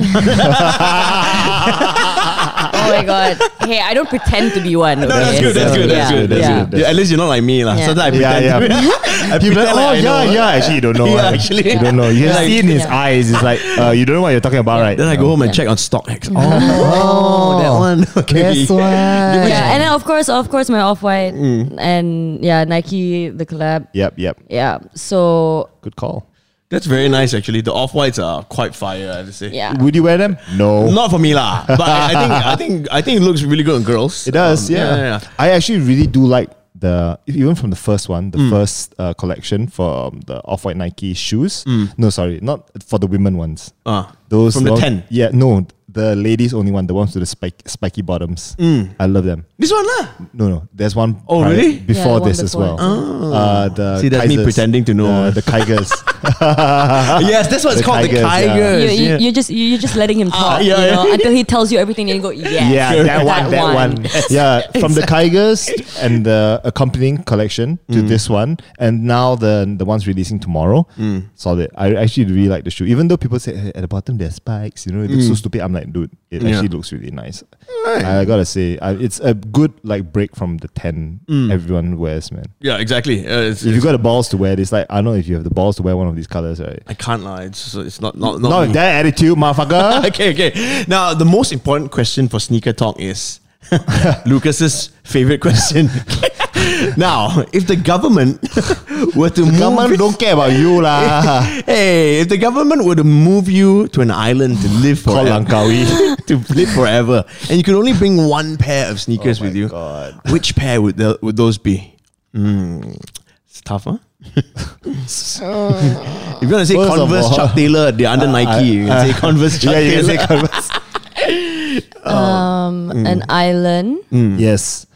Speaker 5: Oh my god. Hey, I don't pretend to be one. okay?
Speaker 3: that's good. That's
Speaker 5: So,
Speaker 3: good. That's
Speaker 5: yeah,
Speaker 3: good. That's
Speaker 5: yeah.
Speaker 3: good. At least you're not like me, lah.
Speaker 5: Yeah.
Speaker 3: Sometimes I
Speaker 4: Yeah,
Speaker 3: pretend.
Speaker 4: [laughs]
Speaker 3: to
Speaker 4: yeah.
Speaker 3: be- [laughs] I
Speaker 4: People
Speaker 3: pretend
Speaker 4: be like, oh
Speaker 3: like I
Speaker 4: yeah,
Speaker 3: know.
Speaker 4: yeah. Actually, you don't
Speaker 3: [laughs]
Speaker 4: know.
Speaker 3: Yeah,
Speaker 4: uh,
Speaker 3: actually.
Speaker 4: you don't know. You can
Speaker 5: Yeah.
Speaker 4: see in his
Speaker 5: Yeah.
Speaker 4: eyes. It's like uh, you don't know what you're talking about, right?
Speaker 3: Then I go home and check on StockX. Oh, that one. [laughs] Okay.
Speaker 4: one.
Speaker 5: Yeah, Uh, and then of course, of course, my off white
Speaker 3: Mm.
Speaker 5: and yeah, Nike the collab.
Speaker 4: Yep, yep.
Speaker 5: Yeah, so
Speaker 4: Good call.
Speaker 3: That's very nice, actually. The off whites are quite fire, I have to say.
Speaker 5: yeah,
Speaker 4: Would you wear them? No.
Speaker 3: Not for me, lah. But I, I think I think I think it looks really good on girls.
Speaker 4: It does,
Speaker 3: Um,
Speaker 4: yeah. I actually really do like the even from the first
Speaker 3: Mm.
Speaker 4: one, the first uh, collection from the off white Nike shoes. No, sorry, not for the women ones.
Speaker 3: Ah,
Speaker 4: Those
Speaker 3: Mm. from the
Speaker 4: one-
Speaker 3: 10.
Speaker 4: Yeah, no, the ladies only one, the ones with the spike, spiky bottoms. I love them.
Speaker 3: This one, lah.
Speaker 4: No, no, there's one.
Speaker 3: Mm. Oh,
Speaker 4: prior-
Speaker 3: really? Oh.
Speaker 4: Before
Speaker 5: Yeah, the one
Speaker 4: this as
Speaker 5: before.
Speaker 4: well. Uh, the
Speaker 3: See, that's me
Speaker 4: Kaisers.
Speaker 3: pretending to know.
Speaker 4: The, the
Speaker 3: [laughs]
Speaker 4: Kaigers.
Speaker 3: yes, that's what it's
Speaker 4: Ah, The
Speaker 3: called. the
Speaker 4: Tigers, yeah.
Speaker 5: you,
Speaker 3: Tigers.
Speaker 5: you,
Speaker 3: yeah.
Speaker 5: you're just you- you're just letting him talk,
Speaker 3: yeah,
Speaker 5: you know,
Speaker 3: yeah.
Speaker 5: until he tells you
Speaker 3: [laughs]
Speaker 5: everything, and you go, yes,
Speaker 4: Yeah, that one, that one. [laughs] Yeah, from the Tigers and [laughs] the accompanying collection to this one, and now the the ones releasing tomorrow. Solid. I actually really like the shoe, even though people say "Hey, at the bottom there are spikes. You know, it looks so stupid. I'm like, dude, it
Speaker 3: Yeah.
Speaker 4: actually looks really nice. I gotta say, I, it's a good like break from the ten everyone wears, man.
Speaker 3: Yeah, exactly. Uh, it's,
Speaker 4: If
Speaker 3: it's-
Speaker 4: you got the balls to wear this, like I don't know if you have the balls to wear one of these colors, right?
Speaker 3: I can't lie. It's, it's not not not.
Speaker 4: Not
Speaker 3: me.
Speaker 4: with that attitude, motherfucker.
Speaker 3: [laughs] okay, okay. Now the most important question for sneaker talk is [laughs] Lucas's favorite question. [laughs] now, if the government [laughs] were to move,
Speaker 4: Government
Speaker 3: [laughs]
Speaker 4: don't Ah. care about you lah.
Speaker 3: hey, if the government were to move you to an island to live
Speaker 4: Call
Speaker 3: forever,
Speaker 4: Langkawi.
Speaker 3: [laughs] to live forever, and you could only bring one pair of sneakers
Speaker 4: Oh
Speaker 3: with
Speaker 4: my
Speaker 3: you,
Speaker 4: God.
Speaker 3: which pair would the, would those be? Mm, it's tough, huh? [laughs] if you want to say
Speaker 4: First of
Speaker 3: Converse
Speaker 4: all-
Speaker 3: Chuck Taylor, they're
Speaker 4: [laughs]
Speaker 3: under Nike. you can say Converse Chuck
Speaker 4: yeah, you can
Speaker 3: Taylor.
Speaker 4: say [laughs] Converse.
Speaker 3: Oh.
Speaker 5: Um,
Speaker 3: Mm.
Speaker 5: an island,
Speaker 4: Yes.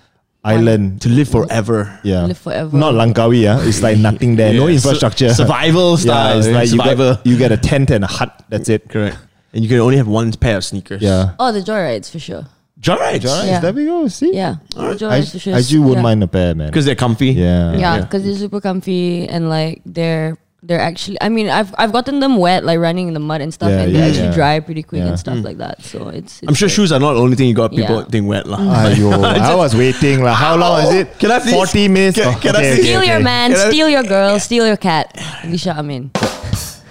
Speaker 4: Island.
Speaker 3: to live forever.
Speaker 4: Yeah.
Speaker 5: Live forever.
Speaker 4: Not Langkawi, yeah. It's like nothing there. No
Speaker 3: Yeah,
Speaker 4: infrastructure.
Speaker 3: su- survival style.
Speaker 4: [laughs] Yeah, it's like you
Speaker 3: survival.
Speaker 4: get, you get a tent and a hut. That's it.
Speaker 3: Correct. And you can only have one pair of sneakers.
Speaker 4: Yeah.
Speaker 5: oh, the Joyrides for sure.
Speaker 3: Joyrides.
Speaker 4: All right,
Speaker 5: Yeah.
Speaker 4: there we go. See?
Speaker 5: Yeah, the
Speaker 4: I,
Speaker 5: Joyrides for sure.
Speaker 4: I actually wouldn't
Speaker 5: yeah.
Speaker 4: mind a pair, man.
Speaker 3: Because they're comfy.
Speaker 4: Yeah.
Speaker 5: yeah, because they're super comfy and like they're they're actually. I mean, I've I've gotten them wet, like running in the mud and stuff,
Speaker 4: Yeah,
Speaker 5: and
Speaker 4: yeah,
Speaker 5: they actually
Speaker 4: yeah.
Speaker 5: dry pretty quick
Speaker 4: Yeah. Mm.
Speaker 5: and stuff like that. So it's.
Speaker 3: I'm
Speaker 5: it's
Speaker 3: sure
Speaker 5: like-
Speaker 3: shoes are not the only thing you got people
Speaker 5: Yeah. Mm.
Speaker 3: think wet. lah. [laughs]
Speaker 4: Aiyo, I was waiting. Like, how long is it?
Speaker 3: Can I please-
Speaker 4: 40 minutes?
Speaker 3: Can-
Speaker 4: Oh,
Speaker 3: can I
Speaker 4: okay,
Speaker 3: please-
Speaker 4: okay,
Speaker 5: Steal your
Speaker 4: okay.
Speaker 5: man,
Speaker 3: Can I-
Speaker 5: steal your girl, steal your cat. Alicia
Speaker 4: [laughs]
Speaker 5: Amin.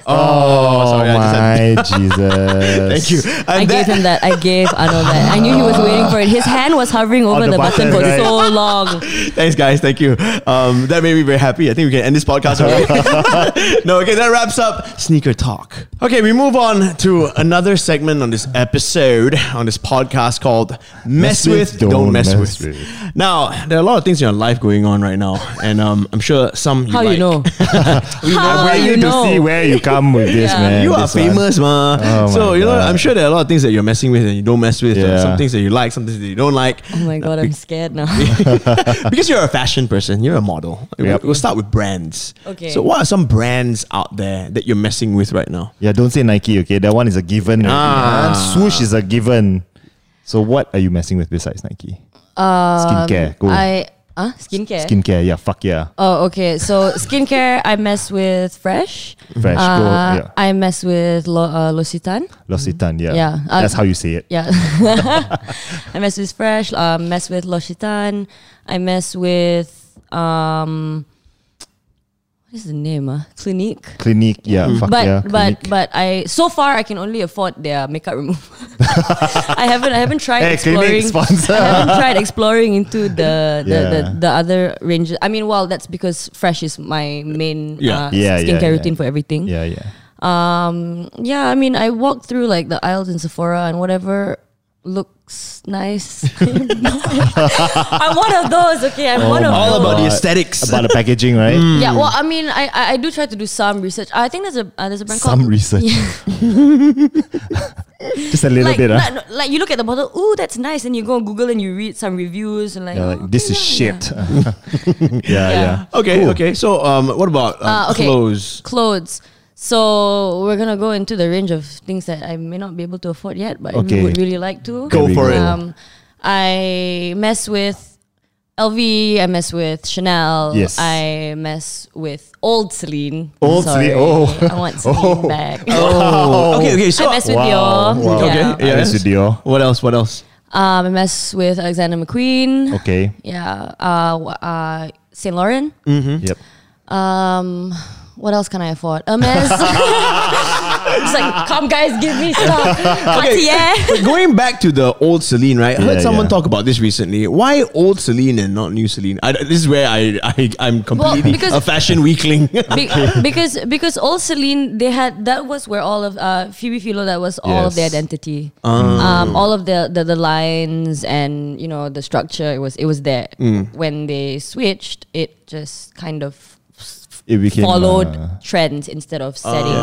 Speaker 4: Oh,
Speaker 3: sorry, I just
Speaker 4: my Jesus.
Speaker 3: [laughs] Thank you. And
Speaker 5: I
Speaker 3: that-
Speaker 5: gave him that. I gave Arnold that. I knew he was waiting for it. His hand was hovering over
Speaker 4: the
Speaker 5: the,
Speaker 4: button,
Speaker 5: button, for
Speaker 4: right? [laughs]
Speaker 5: so long.
Speaker 3: Thanks, guys. Thank you. Um, that made me very happy. I think we can end this podcast already. no, okay, that wraps up sneaker talk. Okay, we move on to another segment on this episode on this podcast called "Mess, with, Don't, Mess, with. Now, there are a lot of things in your life going on right now, and um, I'm sure some you
Speaker 5: How
Speaker 3: like.
Speaker 4: [laughs]
Speaker 5: you know?
Speaker 4: I'm
Speaker 5: How
Speaker 4: waiting
Speaker 5: Oh, you
Speaker 4: to see
Speaker 5: know?
Speaker 4: where you come come with this,
Speaker 5: Yeah.
Speaker 4: man.
Speaker 3: you are
Speaker 4: this one.
Speaker 3: famous, ma.
Speaker 4: Oh
Speaker 3: so
Speaker 4: my
Speaker 3: you know,
Speaker 4: God.
Speaker 3: I'm sure there are a lot of things that you're messing with and you don't mess with. uh,
Speaker 4: Yeah.
Speaker 3: some things that you like, some things that you don't like.
Speaker 5: Oh my god, I'm scared
Speaker 4: [laughs]
Speaker 5: now.
Speaker 3: [laughs] because you're a fashion person, you're a model. We-
Speaker 4: Yep.
Speaker 3: We'll start with brands.
Speaker 5: Okay.
Speaker 3: So what are some brands out there that you're messing with right now?
Speaker 4: Yeah, don't say Nike, okay? That one is a given. already,
Speaker 3: Ah.
Speaker 4: man. Swoosh is a given. So what are you messing with besides Nike? Skincare. Go.
Speaker 5: Um, I ah skincare.
Speaker 4: Skincare, yeah, fuck yeah.
Speaker 5: Oh, okay. So skincare, I mess with Fresh.
Speaker 4: Fresh, go.
Speaker 5: Uh,
Speaker 4: Yeah.
Speaker 5: I mess with Lo, uh, L'Occitane.
Speaker 4: L'Occitane, yeah.
Speaker 5: Yeah, uh,
Speaker 4: That's how you say it.
Speaker 5: Yeah. [laughs] I mess with Fresh. Uh, mess with L'Occitane. I mess with um. What is the name? Ah, Clinique.
Speaker 4: Clinique, yeah,
Speaker 3: Mm.
Speaker 4: fuck
Speaker 5: But
Speaker 4: yeah.
Speaker 5: but
Speaker 4: Clinique.
Speaker 5: but I so far I can only afford their makeup remover. [laughs] I haven't I haven't tried
Speaker 4: Hey, Clinique
Speaker 5: exploring.
Speaker 4: sponsor.
Speaker 5: I haven't tried exploring
Speaker 4: [laughs]
Speaker 5: into the the, the,
Speaker 4: Yeah.
Speaker 5: the other ranges. I mean, well, that's because Fresh is my main
Speaker 3: Yeah.
Speaker 4: Yeah,
Speaker 5: Uh,
Speaker 4: yeah,
Speaker 5: skincare
Speaker 4: yeah.
Speaker 5: routine for everything.
Speaker 4: yeah, yeah.
Speaker 5: Um, yeah, I mean, I walked through like the aisles in Sephora and whatever looks nice. [laughs] I'm one of those. Okay, I'm one
Speaker 4: Oh, my
Speaker 5: of those.
Speaker 4: All about the
Speaker 3: aesthetics.
Speaker 4: About the packaging, right?
Speaker 3: Mm.
Speaker 5: Yeah, well, I mean, I, I I do try to do some research. I think there's a uh, there's a brand [laughs]
Speaker 4: Some
Speaker 5: called
Speaker 4: research. [laughs] Just a little
Speaker 5: like,
Speaker 4: bit, ah.
Speaker 5: not-
Speaker 4: huh?
Speaker 5: no, like you look at the bottle, ooh, that's nice, and you go on Google and you read some reviews and like,
Speaker 4: Yeah,
Speaker 5: "Oh,
Speaker 4: like, this
Speaker 5: okay,
Speaker 4: is [laughs]
Speaker 5: yeah, yeah."
Speaker 4: shit. yeah, yeah.
Speaker 3: Okay, okay. So um, what about um,
Speaker 5: Uh, okay.
Speaker 3: clothes?
Speaker 5: Clothes. So we're gonna go into the range of things that I may not be able to afford yet, but
Speaker 4: Okay.
Speaker 5: I would really like to.
Speaker 3: Go
Speaker 4: we
Speaker 3: for
Speaker 4: go.
Speaker 3: it.
Speaker 5: Um, I mess with LV. I mess with Chanel.
Speaker 4: Yes.
Speaker 5: I mess with old Celine.
Speaker 4: Old Celine,
Speaker 5: Sorry.
Speaker 4: oh.
Speaker 5: I
Speaker 4: [laughs]
Speaker 5: want
Speaker 4: Oh.
Speaker 5: Celine back.
Speaker 3: oh, okay, okay. So
Speaker 5: I mess with
Speaker 4: Wow,
Speaker 5: Dior.
Speaker 4: wow.
Speaker 5: Yeah.
Speaker 3: okay, yes.
Speaker 4: with Dior.
Speaker 3: What else? What else?
Speaker 5: Um, I mess with Alexander McQueen.
Speaker 4: Okay.
Speaker 5: Yeah. Uh, w- uh, Saint Laurent.
Speaker 3: Mm-hmm.
Speaker 4: Yep.
Speaker 5: Um, what else can I afford? Hermes. [laughs] It's like, come guys, give
Speaker 4: [laughs]
Speaker 5: me stuff. Cartier.
Speaker 3: But going back to the old Celine, right? I heard
Speaker 4: Yeah,
Speaker 3: someone
Speaker 4: yeah.
Speaker 3: talk about this recently. Why old Celine and not new Celine? I, this is where I, I I'm completely
Speaker 5: because-
Speaker 3: a fashion weakling. [laughs]
Speaker 5: Be-
Speaker 4: [laughs]
Speaker 5: because because all Celine they had that was where all of uh, Phoebe Philo that was all of their
Speaker 4: Yes. Ah.
Speaker 5: identity, um, all of the, the the lines and you know the structure it was it was there.
Speaker 4: Mm.
Speaker 5: When they switched, it just kind of
Speaker 4: It became,
Speaker 5: followed
Speaker 4: uh, Ah,
Speaker 5: trends instead of setting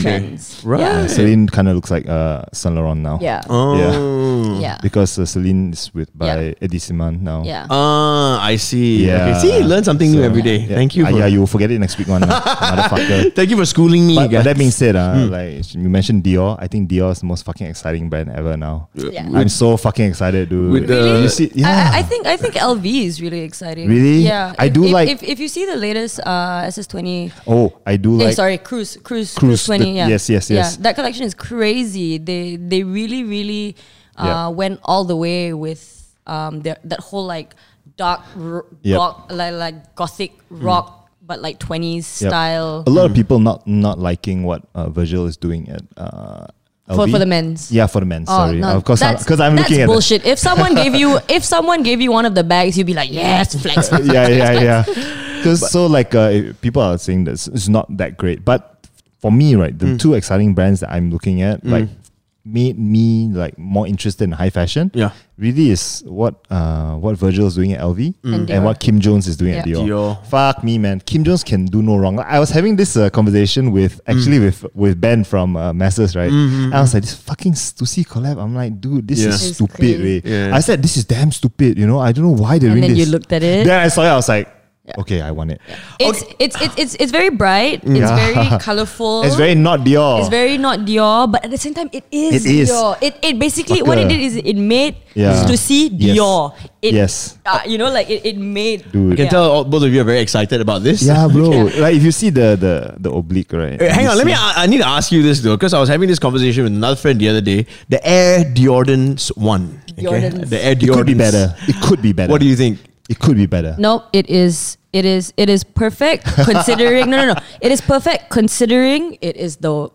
Speaker 5: trends.
Speaker 3: Right.
Speaker 5: Yeah.
Speaker 4: Celine kind of looks like uh, Saint Laurent now.
Speaker 5: Yeah.
Speaker 3: Oh.
Speaker 4: Yeah.
Speaker 5: yeah.
Speaker 4: Because uh, Celine is with by
Speaker 5: Yeah.
Speaker 4: Eddie Simon now.
Speaker 5: Yeah.
Speaker 3: Ah, I see. Okay.
Speaker 4: Yeah.
Speaker 3: See, you learn something new every day. Thank you.
Speaker 4: Ah,
Speaker 3: For,
Speaker 4: yeah, you will forget it next week, one uh,
Speaker 3: [laughs]
Speaker 4: motherfucker.
Speaker 3: Thank you for schooling me,
Speaker 4: But, but
Speaker 3: guys. Hmm.
Speaker 4: that being said, uh, like you mentioned Dior, I think Dior is the most fucking exciting brand ever now.
Speaker 5: Yeah.
Speaker 4: I'm so fucking excited, dude.
Speaker 3: With the-
Speaker 4: you see, yeah.
Speaker 5: I, I- I think I think LV is really exciting.
Speaker 4: Really?
Speaker 5: Yeah.
Speaker 4: I
Speaker 5: If-
Speaker 4: do
Speaker 5: if,
Speaker 4: like-
Speaker 5: if, if you see the latest uh, SS20
Speaker 4: oh, I do
Speaker 5: Yeah,
Speaker 4: like.
Speaker 5: sorry, cruise, cruise,
Speaker 4: Cruise,
Speaker 5: cruise, twenty.
Speaker 4: the-
Speaker 5: yeah,
Speaker 4: yes, yes, yes.
Speaker 5: Yeah, that collection is crazy. They they really really
Speaker 4: Yeah.
Speaker 5: uh, went all the way with um their, that whole like dark r-
Speaker 4: Yep. Mm.
Speaker 5: rock like like gothic rock, but like twenties
Speaker 4: Yep. A
Speaker 5: style
Speaker 3: Hmm.
Speaker 4: lot of people not not liking what uh, Virgil is doing at uh,
Speaker 5: for,
Speaker 4: LV.
Speaker 5: for the men's.
Speaker 4: Yeah, for the men.
Speaker 5: Oh,
Speaker 4: sorry,
Speaker 5: no,
Speaker 4: of course,
Speaker 5: that's-
Speaker 4: because I'm
Speaker 5: that's
Speaker 4: looking at. the-
Speaker 5: bullshit. If someone
Speaker 4: [laughs]
Speaker 5: gave you, if someone gave you one of the bags, you'd be like, yes, flex. flex.
Speaker 4: yeah, yeah, yeah. Because so like uh, people are saying that it's- it's not that great, but for me, right, the two exciting brands that I'm looking at, like made me like more interested in high fashion.
Speaker 3: Yeah.
Speaker 4: really is what uh what Virgil is doing at LV
Speaker 5: And Dior.
Speaker 4: what Kim Jones is doing at
Speaker 5: Yeah.
Speaker 4: Dior.
Speaker 3: Dior.
Speaker 4: Fuck me, man. Kim Jones can do no wrong. I was having this uh, conversation with actually with with Ben from uh, Masters, right? And I was like, this fucking Stussy collab. I'm like, dude, this
Speaker 3: Yeah.
Speaker 4: is
Speaker 5: It's
Speaker 4: stupid.
Speaker 5: crazy.
Speaker 4: Way.
Speaker 3: Yeah.
Speaker 4: I said, this is damn stupid. You know, I don't know why they're
Speaker 5: And
Speaker 4: doing
Speaker 5: then you
Speaker 4: this.
Speaker 5: looked at it.
Speaker 4: Then I saw it. I was like, okay, I want it.
Speaker 5: It's, it's it's it's it's very bright. It's
Speaker 4: Yeah. [laughs]
Speaker 5: very colorful.
Speaker 4: It's very not Dior.
Speaker 5: It's very not Dior, but at the same time, it is,
Speaker 4: Oh. It is.
Speaker 5: Dior. It, it basically what
Speaker 4: Fucker.
Speaker 5: it did is it made
Speaker 4: Yeah.
Speaker 5: to see
Speaker 4: Yes.
Speaker 5: Dior. It,
Speaker 4: Yes.
Speaker 5: uh, you know, like it, it made.
Speaker 4: Dude.
Speaker 3: I can tell all, both of you are very excited about this.
Speaker 4: yeah, bro. Like if you see the the the oblique, right?
Speaker 3: Wait, hang
Speaker 4: you
Speaker 3: on, let me.
Speaker 4: see-
Speaker 3: I, I need to ask you this though, because I was having this conversation with another friend the other day. The Air Jordans one, okay?
Speaker 5: Jordans.
Speaker 3: the Air
Speaker 4: It
Speaker 3: Jordans.
Speaker 4: could be better. It could be better.
Speaker 3: What do you think?
Speaker 4: It could be better.
Speaker 5: No, it is. It is. It is
Speaker 4: [laughs]
Speaker 5: perfect considering. no, no, no. It is perfect considering it is the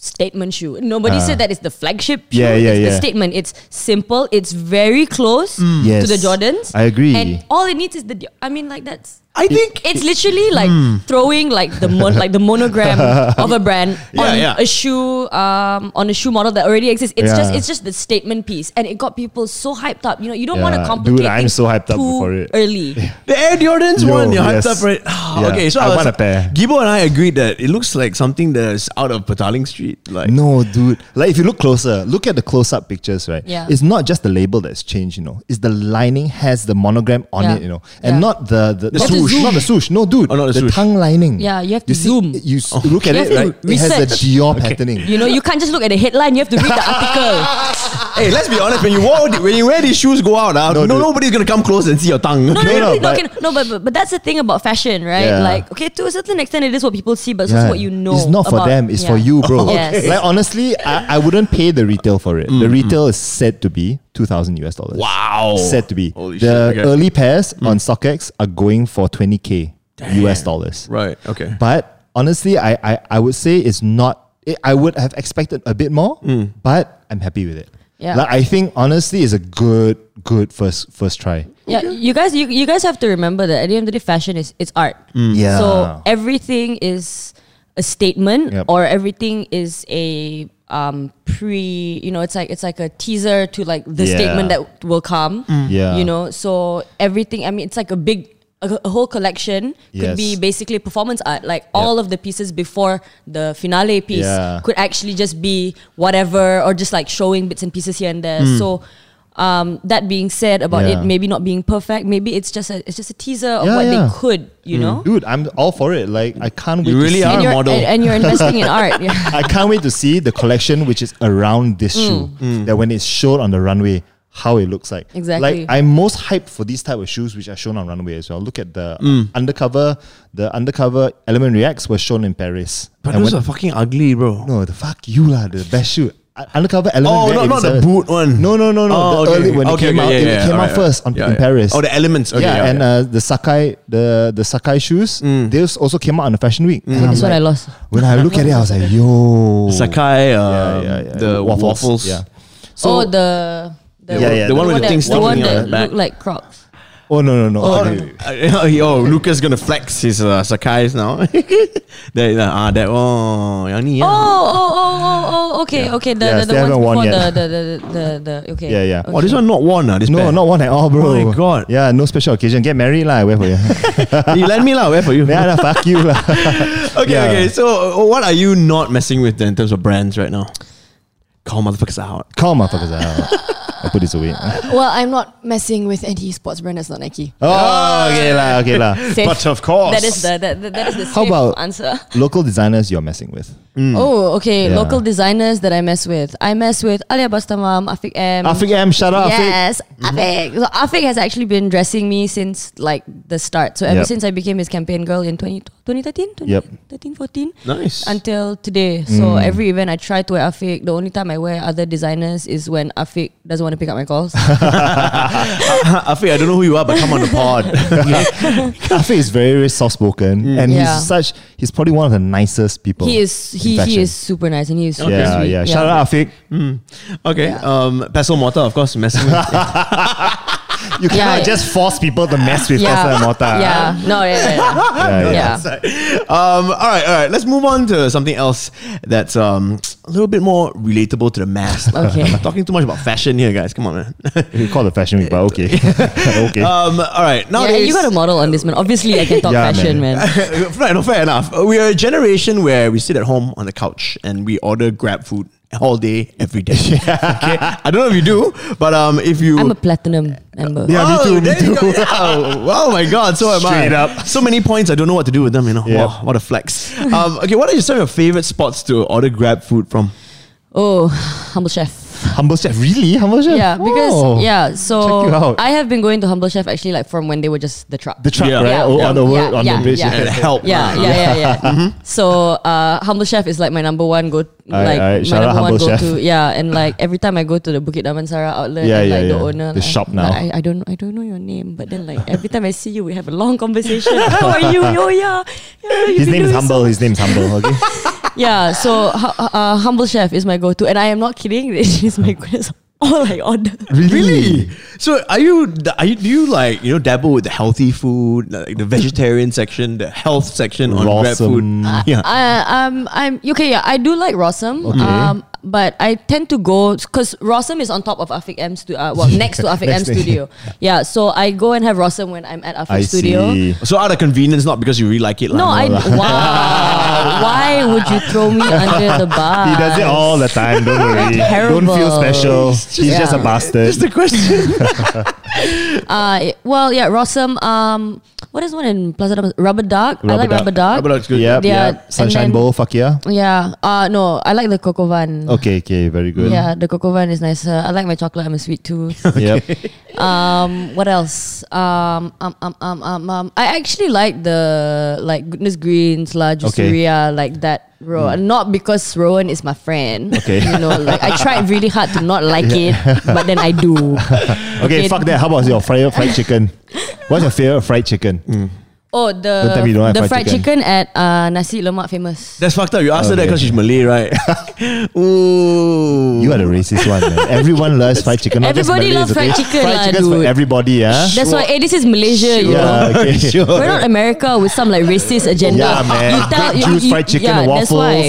Speaker 5: statement shoe. Nobody said that it's the flagship shoe.
Speaker 4: Ah. Yeah, yeah,
Speaker 5: it's
Speaker 4: yeah.
Speaker 5: The statement. It's simple. It's very close
Speaker 4: Yes.
Speaker 5: to the Jordans.
Speaker 4: I agree.
Speaker 5: And all it needs is the. Dior. I mean, like that's.
Speaker 3: I think
Speaker 5: It's literally like
Speaker 4: Hmm.
Speaker 5: throwing like the mon- like the
Speaker 4: [laughs]
Speaker 5: monogram of a brand on
Speaker 3: yeah.
Speaker 5: a shoe um on a shoe model that already exists. It's
Speaker 4: Yeah.
Speaker 5: just it's just the statement piece, and it got people so hyped up. You know, you don't want to
Speaker 4: Yeah.
Speaker 5: complicate
Speaker 4: Dude, I'm
Speaker 5: things
Speaker 4: so hyped up
Speaker 5: too
Speaker 4: for it.
Speaker 5: early.
Speaker 4: [laughs]
Speaker 3: The Air Jordans
Speaker 4: Yo,
Speaker 3: one, you're
Speaker 4: yes.
Speaker 3: hyped up for it.
Speaker 4: Yeah,
Speaker 3: Okay, so I,
Speaker 4: I
Speaker 3: was,
Speaker 4: want a pair.
Speaker 3: Gibo and I agreed that it looks like something that's out of Petaling Street. Like
Speaker 4: No, dude. Like if you look closer, look at the close-up pictures, right?
Speaker 5: Yeah.
Speaker 4: It's not just the label that's changed, you know. It's the lining has the monogram on
Speaker 5: Yeah.
Speaker 4: it, you know, and
Speaker 5: Yeah.
Speaker 4: not the the,
Speaker 3: The
Speaker 4: not
Speaker 3: swoosh.
Speaker 4: not the swoosh. No, dude.
Speaker 3: Oh, not the swoosh.
Speaker 4: tongue lining.
Speaker 5: Yeah, you have to
Speaker 4: see-
Speaker 5: zoom.
Speaker 4: You s- look at
Speaker 5: You
Speaker 4: it,
Speaker 5: have to
Speaker 4: right? It has the
Speaker 5: research.
Speaker 4: Dior patterning.
Speaker 5: You know, you can't just look at the headline. You have to read the
Speaker 4: [laughs]
Speaker 5: article.
Speaker 3: hey, let's be honest. When you wore, the- when you wear these shoes, go out. ah,
Speaker 4: No,
Speaker 3: no,
Speaker 4: dude.
Speaker 3: nobody's gonna come close and see your tongue.
Speaker 5: No,
Speaker 3: okay?
Speaker 4: no,
Speaker 5: no, no, no,
Speaker 4: but-
Speaker 5: okay, no, but, but but that's the thing about fashion, right?
Speaker 4: Yeah.
Speaker 5: Like, okay, to a certain extent, it is what people see, but it's also
Speaker 4: Yeah.
Speaker 5: what you know.
Speaker 4: It's not for
Speaker 5: about-
Speaker 4: them. It's
Speaker 5: yeah.
Speaker 4: for you, bro.
Speaker 5: [laughs] Yes.
Speaker 4: Like honestly, I, I wouldn't pay the retail for it. the retail is said to be two thousand US dollars.
Speaker 3: Mm-hmm. Wow.
Speaker 4: Said to be.
Speaker 3: Holy
Speaker 4: the
Speaker 3: shit. Okay. Mm.
Speaker 4: early pairs on StockX are going for twenty k US dollars.
Speaker 3: Right. Okay.
Speaker 4: But honestly, I, I, I would say it's not. It, I would have expected a bit more,
Speaker 3: Mm.
Speaker 4: but I'm happy with it.
Speaker 5: Yeah.
Speaker 4: Like I think honestly, it's a good good first first try.
Speaker 5: Yeah, you guys, you, you guys have to remember that at the end of the day, fashion is it's art.
Speaker 4: Yeah.
Speaker 5: So everything is a statement,
Speaker 4: Yep.
Speaker 5: or everything is a um pre. You know, it's like it's like a teaser to like the
Speaker 4: Yeah.
Speaker 5: statement that will come.
Speaker 4: Yeah.
Speaker 5: You know, so everything. I mean, it's like a big. A, a whole collection could be
Speaker 4: Yes.
Speaker 5: basically performance art. Like all of the pieces before the finale piece
Speaker 4: Yeah.
Speaker 5: could actually just be whatever, or just like showing bits and pieces here and there. So, um, that being said, about
Speaker 4: Mm. Yeah.
Speaker 5: it maybe not being perfect, maybe it's just a it's just a teaser of
Speaker 4: Yeah,
Speaker 5: what
Speaker 4: yeah. Mm.
Speaker 5: they could, you know.
Speaker 4: Dude, I'm all for it. Like I can't wait.
Speaker 3: You really
Speaker 4: to see
Speaker 3: are.
Speaker 5: and you're,
Speaker 3: model.
Speaker 5: And, and you're investing in art.
Speaker 4: [laughs]
Speaker 5: Yeah.
Speaker 4: I can't wait to see the collection which is around
Speaker 5: Mm.
Speaker 4: this shoe.
Speaker 3: Mm.
Speaker 4: That when it's shown on the runway, how it looks like.
Speaker 5: Exactly.
Speaker 4: Like I'm most hyped for these type of shoes which are shown on runway as well. Look at the
Speaker 3: Mm.
Speaker 4: undercover. The undercover element reacts were shown in Paris.
Speaker 3: But
Speaker 4: And
Speaker 3: those
Speaker 4: when-
Speaker 3: are fucking ugly, bro.
Speaker 4: [laughs] no, the fuck you lah. The best shoe. Un- Undercover element.
Speaker 3: Oh,
Speaker 4: React
Speaker 3: not- not the
Speaker 4: 87.
Speaker 3: boot one.
Speaker 4: No, no, no, no.
Speaker 3: Oh,
Speaker 4: the
Speaker 3: okay,
Speaker 4: early when
Speaker 3: okay,
Speaker 4: it came
Speaker 3: okay,
Speaker 4: out,
Speaker 3: yeah,
Speaker 4: it,
Speaker 3: yeah,
Speaker 4: came
Speaker 3: alright,
Speaker 4: out first on,
Speaker 3: yeah,
Speaker 4: in
Speaker 3: yeah.
Speaker 4: Paris.
Speaker 3: Oh, the elements, okay,
Speaker 4: yeah,
Speaker 3: yeah,
Speaker 4: and
Speaker 3: yeah. Mm.
Speaker 4: Uh, the Sakai, the the Sakai shoes. Those also came out on the Fashion Week. And I'm
Speaker 5: That's what I
Speaker 4: like-
Speaker 5: lost.
Speaker 4: When I look at it, I was like, yo,
Speaker 3: Sakai, uh,
Speaker 4: yeah, yeah.
Speaker 3: the waffles.
Speaker 4: Yeah.
Speaker 5: oh, the the,
Speaker 4: Yeah, yeah,
Speaker 3: the one
Speaker 4: the
Speaker 3: with the
Speaker 5: that,
Speaker 3: things
Speaker 5: the one
Speaker 3: sticking out the
Speaker 5: that
Speaker 3: back.
Speaker 5: looked like Crocs.
Speaker 4: Oh no no no.
Speaker 3: [laughs] Oh, no,
Speaker 4: Okay, wait, wait.
Speaker 3: no. yo, Lucas gonna flex his uh, Sakai's now. [laughs] that, uh, ah, that, oh, yang ni, yeah.
Speaker 5: Oh, oh, oh, oh, oh. Okay, okay. The
Speaker 4: Yes, they
Speaker 5: the, the ones
Speaker 4: haven't worn
Speaker 5: before the
Speaker 4: yet.
Speaker 5: the, the the the the okay.
Speaker 4: Yeah, yeah.
Speaker 5: Okay.
Speaker 3: Oh, this one not worn, ah, this
Speaker 4: No,
Speaker 3: pair.
Speaker 4: not one at all,
Speaker 3: Oh
Speaker 4: bro.
Speaker 3: my God.
Speaker 4: Yeah, no special occasion. Get married, lah. I wear for you.
Speaker 3: you
Speaker 4: [laughs]
Speaker 3: lend me lah, where for you?
Speaker 4: yeah, nah, fuck you, lah.
Speaker 3: [laughs]
Speaker 4: [laughs]
Speaker 3: Okay,
Speaker 4: Yeah.
Speaker 3: okay. So, uh, what are you not messing with then in terms of brands right now? Call motherfuckers out.
Speaker 4: Calm, motherfuckers. I put this
Speaker 5: [laughs]
Speaker 4: away.
Speaker 6: Well, I'm not messing with any sports brand that's not Nike.
Speaker 4: Oh, okay lah, okay lah.
Speaker 5: [laughs] Safe.
Speaker 2: But of course.
Speaker 5: that is the that, that, that is the
Speaker 4: How
Speaker 5: safe
Speaker 4: about-
Speaker 5: answer.
Speaker 4: Local designers you're messing with.
Speaker 5: Oh,
Speaker 4: Yeah.
Speaker 5: okay. Local designers that I mess with. I mess with Alia Bastamam, Afik M.
Speaker 4: Afiq M, shut up, Afiq.
Speaker 5: Yes, Afik. So Afik has actually been dressing me since like the start. So
Speaker 4: Yep.
Speaker 5: ever since I became his campaign girl in 20, 2013,
Speaker 4: Yep. Mm.
Speaker 5: 2013, 14.
Speaker 3: [laughs] Nice.
Speaker 5: Until today. So every event I try to wear Afik. The only time I wear other designers is when Afik doesn't want to pick up my calls.
Speaker 4: [laughs]
Speaker 3: Afi, I don't know who you are, but come on the
Speaker 4: [laughs]
Speaker 3: pod.
Speaker 4: Afiq is very, very soft spoken, and
Speaker 5: Yeah.
Speaker 4: he's such. He's probably one of the nicest people.
Speaker 5: he is
Speaker 4: in
Speaker 5: he, he
Speaker 4: fashion.
Speaker 5: is super nice and he is super
Speaker 4: Yeah,
Speaker 5: sweet.
Speaker 4: yeah. Shout out Afiq.
Speaker 3: Hmm. okay. Um, Peso Mortar, of course, messing with.
Speaker 4: You cannot
Speaker 5: yeah.
Speaker 4: just force people to mess with
Speaker 5: Yeah.
Speaker 4: Tesla and Mortar.
Speaker 5: [laughs] Yeah. No, yeah,
Speaker 4: [laughs]
Speaker 5: yeah.
Speaker 4: yeah, yeah.
Speaker 3: [laughs]
Speaker 5: yeah.
Speaker 3: Um, all right, all right. Let's move on to something else that's um, a little bit more relatable to the mass.
Speaker 5: [laughs] Okay.
Speaker 3: I'm talking too much about fashion here, guys. Come on, man.
Speaker 5: [laughs]
Speaker 4: We call it fashion week, but okay, [laughs] okay.
Speaker 3: um, all right.
Speaker 5: Yeah,
Speaker 3: Nowadays,
Speaker 5: you
Speaker 3: [laughs]
Speaker 5: got a model on this man. Obviously, I can talk
Speaker 4: Yeah,
Speaker 5: fashion,
Speaker 4: man.
Speaker 5: man.
Speaker 3: fair, no, fair enough. Uh, We are a generation where we sit at home on the couch and we order grab food all day, every
Speaker 5: [laughs]
Speaker 3: day. okay? I don't know if you do, but um, if you.
Speaker 5: I'm a platinum member.
Speaker 4: Yeah. me
Speaker 3: Oh,
Speaker 4: too, me
Speaker 3: there you go.
Speaker 4: too.
Speaker 3: Yeah. [laughs] Oh, oh my god, so am I.
Speaker 4: Straight up.
Speaker 3: So many points, I don't know what to do with them, you know.
Speaker 4: Yeah.
Speaker 3: Wow, what a flex. Um, okay, what are some of your favorite spots to order grab food from?
Speaker 5: Oh, humble chef.
Speaker 4: Humble chef, really? Humble chef?
Speaker 5: Yeah, because
Speaker 4: Wow.
Speaker 5: yeah,
Speaker 4: Check you
Speaker 5: so
Speaker 4: out.
Speaker 5: I have been going to Humble Chef actually like from when they were just the truck.
Speaker 4: The truck,
Speaker 3: Yeah.
Speaker 4: right?
Speaker 5: Yeah,
Speaker 4: Oh,
Speaker 5: yeah,
Speaker 4: on the word,
Speaker 5: yeah,
Speaker 4: on
Speaker 5: yeah,
Speaker 4: the bridge.
Speaker 5: yeah.
Speaker 4: [laughs]
Speaker 3: And help.
Speaker 5: yeah, yeah, yeah, yeah. So uh, Humble Chef is like my number one go,
Speaker 4: Mm-hmm. Aye,
Speaker 5: like
Speaker 4: aye.
Speaker 5: my
Speaker 4: Shout out
Speaker 5: number one
Speaker 4: Humble
Speaker 5: go
Speaker 4: Chef.
Speaker 5: to. Yeah, and like every time I go to the Bukit Damansara outlet,
Speaker 4: Yeah,
Speaker 5: and,
Speaker 4: yeah,
Speaker 5: like the
Speaker 4: yeah.
Speaker 5: owner,
Speaker 4: The
Speaker 5: like,
Speaker 4: shop now.
Speaker 5: like, I, I don't, I don't know your name, but then like every time I see you, we have a long conversation.
Speaker 4: [laughs]
Speaker 5: How are you? Oh yeah, yeah you've
Speaker 4: His
Speaker 5: been
Speaker 4: name is
Speaker 5: doing
Speaker 4: humble. His name is humble.
Speaker 5: [laughs]
Speaker 4: Okay.
Speaker 5: [laughs]
Speaker 4: [laughs]
Speaker 5: Yeah, so hu- uh, humble chef is my go-to, and I am not kidding. It is my goodness. all I order.
Speaker 3: Really? So are you are you do you like you know dabble with the healthy food, like the vegetarian section, the health section on Grab
Speaker 4: Rossum.
Speaker 5: Uh,
Speaker 3: food? Yeah.
Speaker 5: I, um, I'm okay. Yeah, I do like Rossum. Um, but I tend to go because Rossum is on top of Afik M studio. Uh, well, next to
Speaker 4: [laughs]
Speaker 5: Afik M
Speaker 4: Next thing.
Speaker 5: studio. [laughs] Yeah, so I go and have Rossum when I'm at Afik
Speaker 4: I
Speaker 5: studio.
Speaker 4: see.
Speaker 3: so out of convenience, not because you really like it. lah.
Speaker 5: No, I
Speaker 4: [laughs]
Speaker 5: wow. Why would you throw me under the bus?
Speaker 4: He does it all the time. Don't worry. Don't feel
Speaker 5: [laughs] Terrible.
Speaker 4: special. He's
Speaker 5: Yeah.
Speaker 4: just a
Speaker 3: [laughs]
Speaker 4: bastard.
Speaker 3: That's the question.
Speaker 5: Uh, well, yeah, Rossum. Um, what is one in Plaza? Dam- Rubber Duck. I like
Speaker 4: Rubber Duck.
Speaker 5: Rubber Duck.
Speaker 3: Rubber Duck's good.
Speaker 4: Yep,
Speaker 5: Yeah, and
Speaker 4: yep. Sunshine
Speaker 5: then-
Speaker 4: Bowl, fuck yeah.
Speaker 5: Yeah. Uh, no, I like the Coco Van.
Speaker 4: Okay, okay, very good.
Speaker 5: Yeah, the Coco Van is nicer. I like my chocolate. I'm a sweet tooth.
Speaker 4: Yep.
Speaker 5: Um, what else? Um, um, um, um, um, um, I actually like the like goodness greens, la juiceria, like that. Rowan, not because Rowan is my friend.
Speaker 4: Hmm. Okay.
Speaker 5: you know, like I tried really hard to not like it, but then I do.
Speaker 4: [laughs] Okay,
Speaker 5: Okay.
Speaker 4: fuck that. How about your fried fried chicken? What's your favorite fried chicken?
Speaker 3: Mm.
Speaker 5: Oh,
Speaker 4: Don't tell me you don't like
Speaker 5: the the
Speaker 4: fried
Speaker 5: fried chicken, at uh, nasi lemak famous.
Speaker 3: That's fucked up. You asked her that
Speaker 4: Okay.
Speaker 3: because she's Malay, right? [laughs] Ooh.
Speaker 4: You are the racist one. Man. Everyone loves fried chicken. Not just
Speaker 5: Everybody
Speaker 4: Malays,
Speaker 5: loves fried
Speaker 4: okay?
Speaker 5: chicken
Speaker 4: Fried
Speaker 5: lah,
Speaker 4: chicken's for
Speaker 5: dude.
Speaker 4: everybody, yeah.
Speaker 5: That's why. Hey, this is Malaysia, you know.
Speaker 4: Yeah,
Speaker 5: [laughs]
Speaker 4: okay, sure.
Speaker 5: We're not America with some like racist agenda.
Speaker 4: Yeah, man.
Speaker 5: You tell,
Speaker 4: Grape
Speaker 5: you,
Speaker 4: juice,
Speaker 5: you-
Speaker 4: fried chicken,
Speaker 5: yeah,
Speaker 4: and
Speaker 5: that's why.
Speaker 4: [laughs]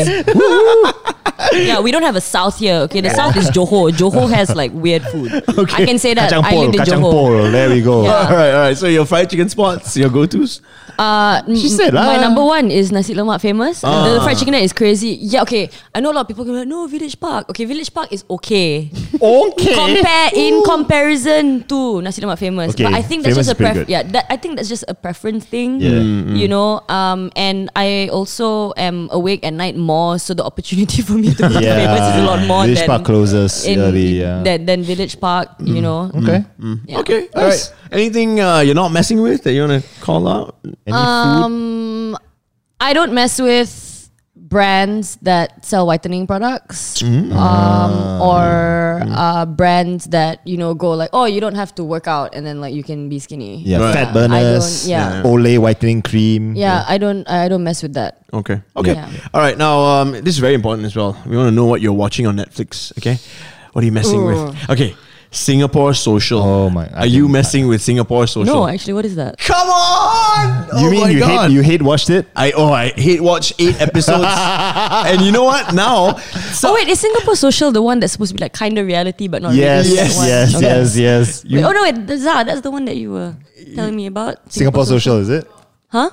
Speaker 5: [laughs] yeah, we don't have a South here. Okay, the South is Johor. Johor has like weird food. I can say that.
Speaker 4: Kacang
Speaker 5: I
Speaker 4: pol,
Speaker 5: lived in
Speaker 4: kacang
Speaker 5: Johor.
Speaker 4: pol. There we [laughs] go.
Speaker 5: [laughs] Yeah.
Speaker 3: All right, all right. So your fried chicken spots, your go-tos.
Speaker 5: Uh, n-
Speaker 4: [laughs] She said "Ah."
Speaker 5: my
Speaker 4: lah.
Speaker 5: number one is nasi lemak famous. And the fried chicken there is crazy. Yeah, okay. I know a lot of people go like, no, Village Park. Okay, Village Park is okay.
Speaker 3: Okay.
Speaker 5: Compare in comparison to nasi lemak famous.
Speaker 4: Okay,
Speaker 5: But I think that's
Speaker 4: famous
Speaker 5: just a
Speaker 4: is pretty
Speaker 5: pref-
Speaker 4: good.
Speaker 5: yeah. That, I think that's just a preference thing.
Speaker 4: Yeah. Mm,
Speaker 5: You know, um, and I also am awake at night more, so the opportunity [laughs] for me to go to famous is a lot more
Speaker 4: Village
Speaker 5: than
Speaker 4: Park closes
Speaker 5: in-
Speaker 4: early. Yeah. Mm.
Speaker 5: than, than Village Park. You know.
Speaker 4: okay.
Speaker 3: [laughs]
Speaker 5: Yeah.
Speaker 3: Okay. All right. Anything uh, you're not messing with that you want to call out?
Speaker 4: Any food?
Speaker 5: Um, I don't mess with brands that sell whitening products
Speaker 4: Mm. Ah.
Speaker 5: um, or uh, brands that you know go like oh you don't have to work out and then like you can be skinny
Speaker 4: Yeah,
Speaker 3: Right.
Speaker 4: fat
Speaker 5: I don't-
Speaker 4: burners.
Speaker 5: yeah.
Speaker 4: Olay whitening cream.
Speaker 5: yeah i don't i don't mess with that
Speaker 3: Okay. Okay.
Speaker 5: Yeah.
Speaker 3: All right. Now, um, this is very important as well. We want to know what you're watching on Netflix. Okay. What are you messing with? Okay. Singapore Social.
Speaker 4: Oh my-
Speaker 3: Are
Speaker 4: I
Speaker 3: you
Speaker 4: can-
Speaker 3: messing with Singapore Social?
Speaker 5: no actually what is that
Speaker 3: Come on.
Speaker 4: You
Speaker 3: oh
Speaker 4: mean
Speaker 3: my
Speaker 4: you
Speaker 3: God.
Speaker 4: hate you hate watched it?
Speaker 3: I oh I hate watch eight episodes.
Speaker 4: [laughs]
Speaker 3: and you know what? Now, so
Speaker 5: oh wait is singapore social the one that's supposed to be like kind of reality but not
Speaker 4: Yes,
Speaker 5: really
Speaker 4: yes,
Speaker 5: That one?
Speaker 4: yes,
Speaker 5: Okay.
Speaker 4: yes, yes.
Speaker 5: Wait, oh no wait that's, ah, that's the one that you were telling me about
Speaker 4: Singapore Social, is it?
Speaker 5: huh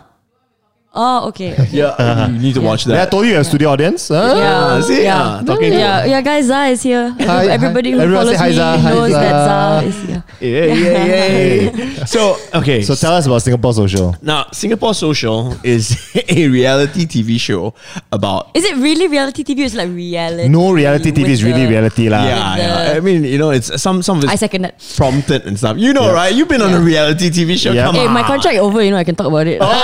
Speaker 5: oh
Speaker 4: [laughs]
Speaker 5: okay
Speaker 3: yeah, you need to watch
Speaker 4: Yeah, I
Speaker 3: that.
Speaker 4: told you you have studio audience. huh?
Speaker 5: Yeah,
Speaker 3: see, yeah,
Speaker 5: Oh, yeah,
Speaker 4: Ah,
Speaker 3: talking to-
Speaker 5: yeah, yeah, guys, Zah is here.
Speaker 4: Hi,
Speaker 5: Everybody
Speaker 4: hi.
Speaker 5: who
Speaker 4: Everyone say
Speaker 5: follows
Speaker 4: hi,
Speaker 5: me
Speaker 4: Zah, hi,
Speaker 5: knows that
Speaker 4: Zah.
Speaker 5: Zah is here.
Speaker 3: Yeah, yeah, yeah. [laughs] so okay.
Speaker 4: So tell us about Singapore Social.
Speaker 3: now Singapore Social is [laughs] a reality TV show about
Speaker 5: Is it really reality TV? It's like reality.
Speaker 4: No reality TV is
Speaker 5: with
Speaker 4: really
Speaker 5: the-
Speaker 4: reality lah.
Speaker 3: yeah,
Speaker 5: the-
Speaker 3: yeah. I mean, you know, it's some some of
Speaker 5: I
Speaker 3: it's
Speaker 5: second that.
Speaker 3: prompted and stuff. You know, right? You've been on a
Speaker 5: Yeah.
Speaker 3: reality TV show.
Speaker 4: Yeah.
Speaker 3: Come
Speaker 5: Hey,
Speaker 3: on.
Speaker 5: my contract over. You know, I can talk about it.
Speaker 4: Oh,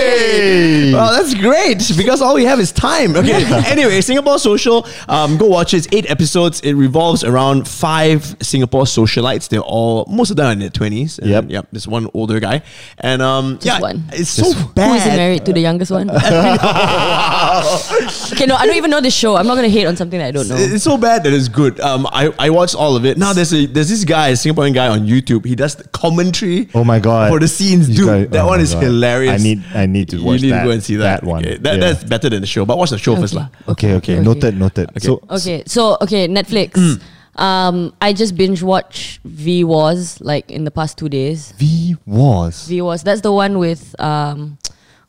Speaker 3: Hey! Well, that's great because all we have is time. Okay. [laughs] anyway, Singapore Social, um, go watch it. It's eight episodes. It revolves around five Singapore socialites. They're all most of them are in their twenties.
Speaker 4: Yep.
Speaker 3: Yep. This one older guy, and um, yeah,
Speaker 5: one.
Speaker 3: it's so
Speaker 4: Just-
Speaker 3: bad.
Speaker 5: Who is he married to? The youngest
Speaker 4: [laughs]
Speaker 5: one. okay, no, I don't even know the show. I'm not gonna hate on something that I don't know.
Speaker 3: It's so bad that it's good. Um, I, I watched all of it. Now there's a there's this guy, Singaporean guy on YouTube. He does the commentary.
Speaker 4: Oh my god.
Speaker 3: For the scenes,
Speaker 4: You
Speaker 3: dude,
Speaker 4: guys-
Speaker 3: that
Speaker 4: oh
Speaker 3: one
Speaker 4: my
Speaker 3: is
Speaker 4: God.
Speaker 3: hilarious.
Speaker 4: I need I need to watch
Speaker 3: you need
Speaker 4: that,
Speaker 3: to go and see that,
Speaker 4: one.
Speaker 3: Okay, that,
Speaker 4: Yeah.
Speaker 3: That's better than the show. But watch the show first,
Speaker 5: Okay.
Speaker 3: lah.
Speaker 4: okay, okay,
Speaker 5: Okay.
Speaker 4: Noted, noted. So
Speaker 5: Okay, so okay, Netflix.
Speaker 3: Hmm.
Speaker 5: Um, I just binge watch V Wars like in the past two days.
Speaker 4: V was.
Speaker 5: V Wars. That's the one with um,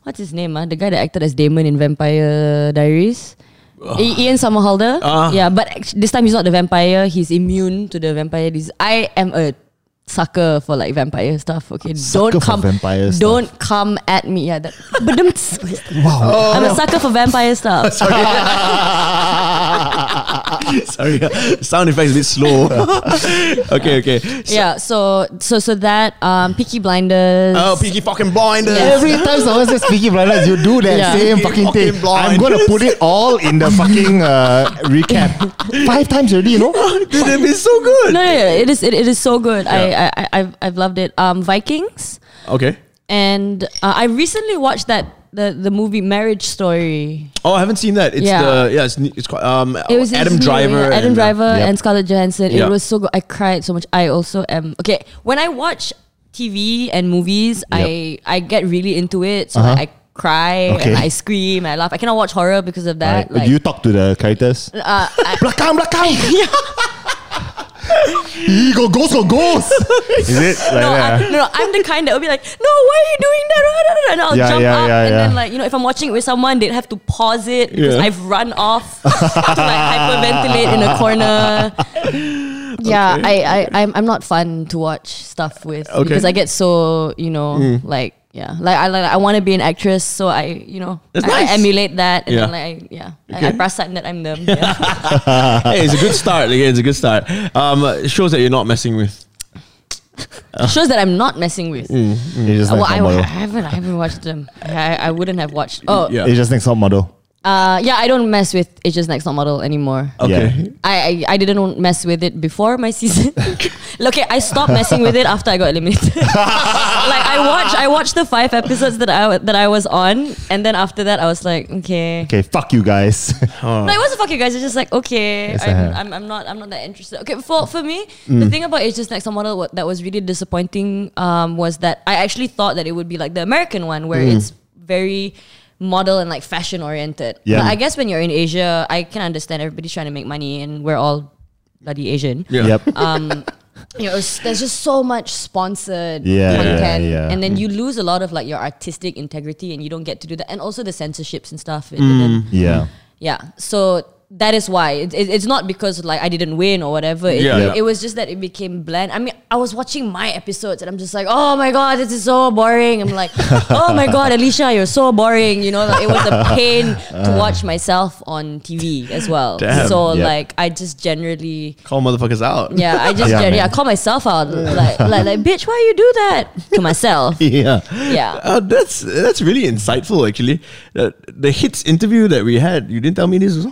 Speaker 5: what's his name? Ah, the guy that acted as Damon in Vampire Diaries. I- Ian Somerhalder.
Speaker 3: Ah.
Speaker 5: Yeah, but act- this time he's not the vampire. He's immune to the vampire disease. I am a sucker for like vampire stuff. Okay,
Speaker 4: Sucker
Speaker 5: don't
Speaker 4: for
Speaker 5: come.
Speaker 4: vampire stuff.
Speaker 5: don't come at me. Yeah, that. But
Speaker 4: Wow.
Speaker 5: I'm
Speaker 3: Oh.
Speaker 5: a sucker for vampire stuff.
Speaker 4: [laughs]
Speaker 3: [laughs] Sorry, [laughs] sound effects a bit slow. [laughs] okay, okay. So,
Speaker 5: yeah. So so so that um, Peaky Blinders.
Speaker 3: Oh, Peaky fucking blinders.
Speaker 5: Yeah. [laughs]
Speaker 4: Every time someone says Peaky Blinders, you do that
Speaker 5: Yeah.
Speaker 4: same
Speaker 3: Peaky
Speaker 4: fucking thing.
Speaker 3: fucking blind.
Speaker 4: I'm gonna put it all in the fucking uh, recap.
Speaker 5: [laughs]
Speaker 4: Five times already, you know?
Speaker 3: Dude, that'd be so good.
Speaker 5: No, no, no, it is it, it is so good. I, I I I've I've loved it. Um, Vikings.
Speaker 3: Okay.
Speaker 5: and uh, I recently watched that
Speaker 7: the the movie Marriage Story.
Speaker 3: Oh, I haven't seen that. It's
Speaker 7: Yeah.
Speaker 3: the yeah. It's, ne- it's quite, um
Speaker 7: It was
Speaker 3: Adam
Speaker 7: it's new, yeah,
Speaker 3: Driver.
Speaker 7: Adam
Speaker 3: and- uh,
Speaker 7: Driver
Speaker 4: Yep.
Speaker 7: and Scarlett Johansson. It
Speaker 3: Yeah.
Speaker 7: was so good. I cried so much. I also am okay when I watch TV and movies. I I get really into it, so I
Speaker 4: Uh-huh.
Speaker 7: cry
Speaker 4: Okay.
Speaker 7: and I scream. I laugh. I cannot watch horror because of that. Like,
Speaker 4: Alright, you talk to the characters.
Speaker 7: uh, I-
Speaker 4: Blackout, blackout.
Speaker 5: [laughs]
Speaker 4: He got ghost, got ghost. Is it like
Speaker 7: no, I,
Speaker 4: that?
Speaker 7: no, no, I'm the kind that will be like, no, why are you doing that? And I'll
Speaker 4: Yeah,
Speaker 7: jump
Speaker 4: yeah,
Speaker 7: up
Speaker 4: yeah,
Speaker 7: and
Speaker 4: yeah.
Speaker 7: then like, you know, if I'm watching it with someone, they'd have to pause it because
Speaker 3: Yeah.
Speaker 7: I've run off to like hyperventilate in a corner.
Speaker 5: Yeah, I, I, I'm, I'm not fun to watch stuff with
Speaker 3: Okay.
Speaker 5: because I get so, you know, like, yeah, like I like I want to be an actress, so I, you know,
Speaker 3: That's
Speaker 5: I, I
Speaker 3: nice.
Speaker 5: emulate that, and
Speaker 3: Yeah.
Speaker 5: then like, I, yeah, I, I pretend that I'm them. Yeah.
Speaker 3: hey, it's a good start. Again, it's a good start. Um, uh, shows that you're not messing with.
Speaker 5: Shows that I'm not messing with.
Speaker 4: It's just
Speaker 5: Well,
Speaker 4: next top
Speaker 5: I, I
Speaker 4: model.
Speaker 5: haven't, I haven't watched them. I, I wouldn't have watched. Oh,
Speaker 3: Yeah.
Speaker 5: yeah.
Speaker 4: It's just next top model.
Speaker 5: Uh, yeah, I don't mess with Asia's Next Top Model anymore.
Speaker 3: Okay.
Speaker 5: I, I I didn't mess with it before my season. [laughs] okay, I stopped messing with it after I got eliminated. [laughs] [laughs] like I watched I watched the five episodes that I wa- that I was on, and then after that I was like, okay.
Speaker 4: Okay, fuck you [laughs] guys.
Speaker 5: No, it wasn't fuck you guys. It's just like okay,
Speaker 4: Uh. Yes, I
Speaker 5: I'm,
Speaker 4: have. Mm.
Speaker 5: I'm, I'm not I'm not that interested. Okay, for for me, the thing about Asia's Next Top Model wa- that was really disappointing um, was that I actually thought that it would be like the American one where
Speaker 4: Mm.
Speaker 5: it's very model and like fashion oriented.
Speaker 4: Yeah.
Speaker 5: But I guess when you're in Asia, I can understand everybody's trying to make money and we're all bloody Asian.
Speaker 3: Yeah.
Speaker 4: Yep.
Speaker 5: Uh, You know, it's- there's just so much sponsored
Speaker 4: Yeah, yeah,
Speaker 5: content,
Speaker 4: Mm. yeah.
Speaker 5: and then you lose a lot of like your artistic integrity, and you don't get to do that, and also the censorships and stuff. It
Speaker 4: Mm.
Speaker 5: didn't-
Speaker 4: yeah.
Speaker 5: yeah. So that is why it, it- it's not because like I didn't win or whatever. It,
Speaker 3: Yeah.
Speaker 5: it- it was just that it became bland. I mean, I was watching my episodes and I'm just like, oh my god, this is so boring. I'm
Speaker 3: [laughs]
Speaker 5: like, oh my god, Alicia, you're so boring. You know, like, it was a pain to watch myself on TV as well.
Speaker 3: Damn.
Speaker 5: So
Speaker 4: Yep.
Speaker 5: like, I just generally.
Speaker 3: Call motherfuckers out.
Speaker 5: Yeah, I just
Speaker 4: Yeah,
Speaker 5: generally, I
Speaker 4: man.
Speaker 5: call myself out like, like, like, bitch, why you do that to myself?
Speaker 4: [laughs] Yeah.
Speaker 5: Yeah,
Speaker 3: [laughs] Uh, that's that's really insightful, actually. Uh, the hits interview that we had, you didn't tell me this.
Speaker 4: [laughs]
Speaker 3: also?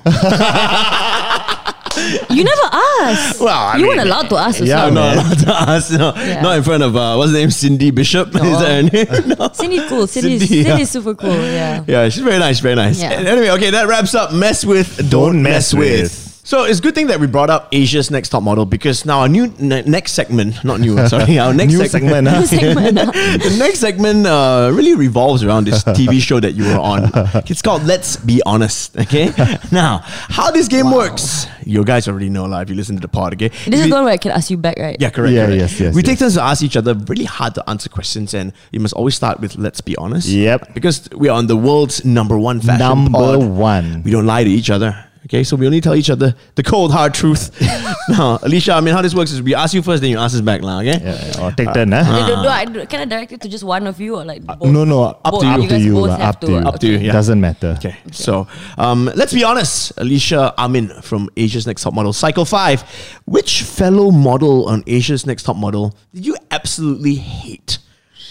Speaker 5: you never asked.
Speaker 3: Well, I
Speaker 5: you
Speaker 3: mean-
Speaker 5: weren't allowed to ask.
Speaker 4: Yeah,
Speaker 5: yourself.
Speaker 3: I'm [laughs] not
Speaker 4: man.
Speaker 3: allowed to ask. No,
Speaker 5: Yeah. Oh.
Speaker 3: Not in front of uh, what's her name, Cindy Bishop. [laughs] Is that her name? [laughs] No.
Speaker 5: Cindy cool. Cindy,
Speaker 3: Cindy, yeah.
Speaker 5: Cindy, is super cool. Yeah.
Speaker 3: Yeah, she's very nice, very nice.
Speaker 5: Yeah.
Speaker 3: And Anyway, okay, that wraps up Mess With, Don't,
Speaker 4: Don't
Speaker 3: Mess,
Speaker 4: Mess
Speaker 3: with.
Speaker 4: With.
Speaker 3: So it's good thing that we brought up Asia's Next Top Model because now our new ne- next segment, not
Speaker 4: [laughs]
Speaker 3: new, sorry, our next
Speaker 4: New segment.
Speaker 5: [laughs]
Speaker 4: [laughs]
Speaker 3: [laughs]
Speaker 4: huh?
Speaker 3: the next segment uh, really revolves around this
Speaker 4: [laughs]
Speaker 3: TV show that you were on. It's called Let's Be Honest.
Speaker 4: [laughs]
Speaker 3: Okay, now how this game works, you guys already know lah. If you listen to the pod, okay,
Speaker 5: This is
Speaker 3: We-
Speaker 5: the one where I can ask you back, right?
Speaker 3: yeah, correct.
Speaker 4: Yeah,
Speaker 3: correct.
Speaker 4: yes, yes,
Speaker 3: We take
Speaker 4: yes.
Speaker 3: turns to ask each other really hard to answer questions, and you must always start with "Let's be honest."
Speaker 4: Yep.
Speaker 3: Because we are on the world's number one fashion.
Speaker 4: Number
Speaker 3: pod.
Speaker 4: one.
Speaker 3: We don't lie to each other. Okay, so we only tell each other the cold hard truth. [laughs] now, Alicia, I mean, how this works is we ask you first, then you ask us back, lah. Okay.
Speaker 4: Yeah, Or take turn, huh?
Speaker 5: Do, do I, do, can I direct it to just one of you or like both?
Speaker 4: Ah. Uh, No, no, up
Speaker 5: Both.
Speaker 4: to you.
Speaker 5: You guys both
Speaker 4: lah,
Speaker 5: have
Speaker 4: up to
Speaker 5: to-
Speaker 4: you.
Speaker 5: Up
Speaker 3: to you, yeah.
Speaker 4: Doesn't matter.
Speaker 3: Okay, so um, let's be honest. Alicia Amin from Asia's Next Top Model, Cycle 5. Which fellow model on Asia's Next Top Model did you absolutely hate?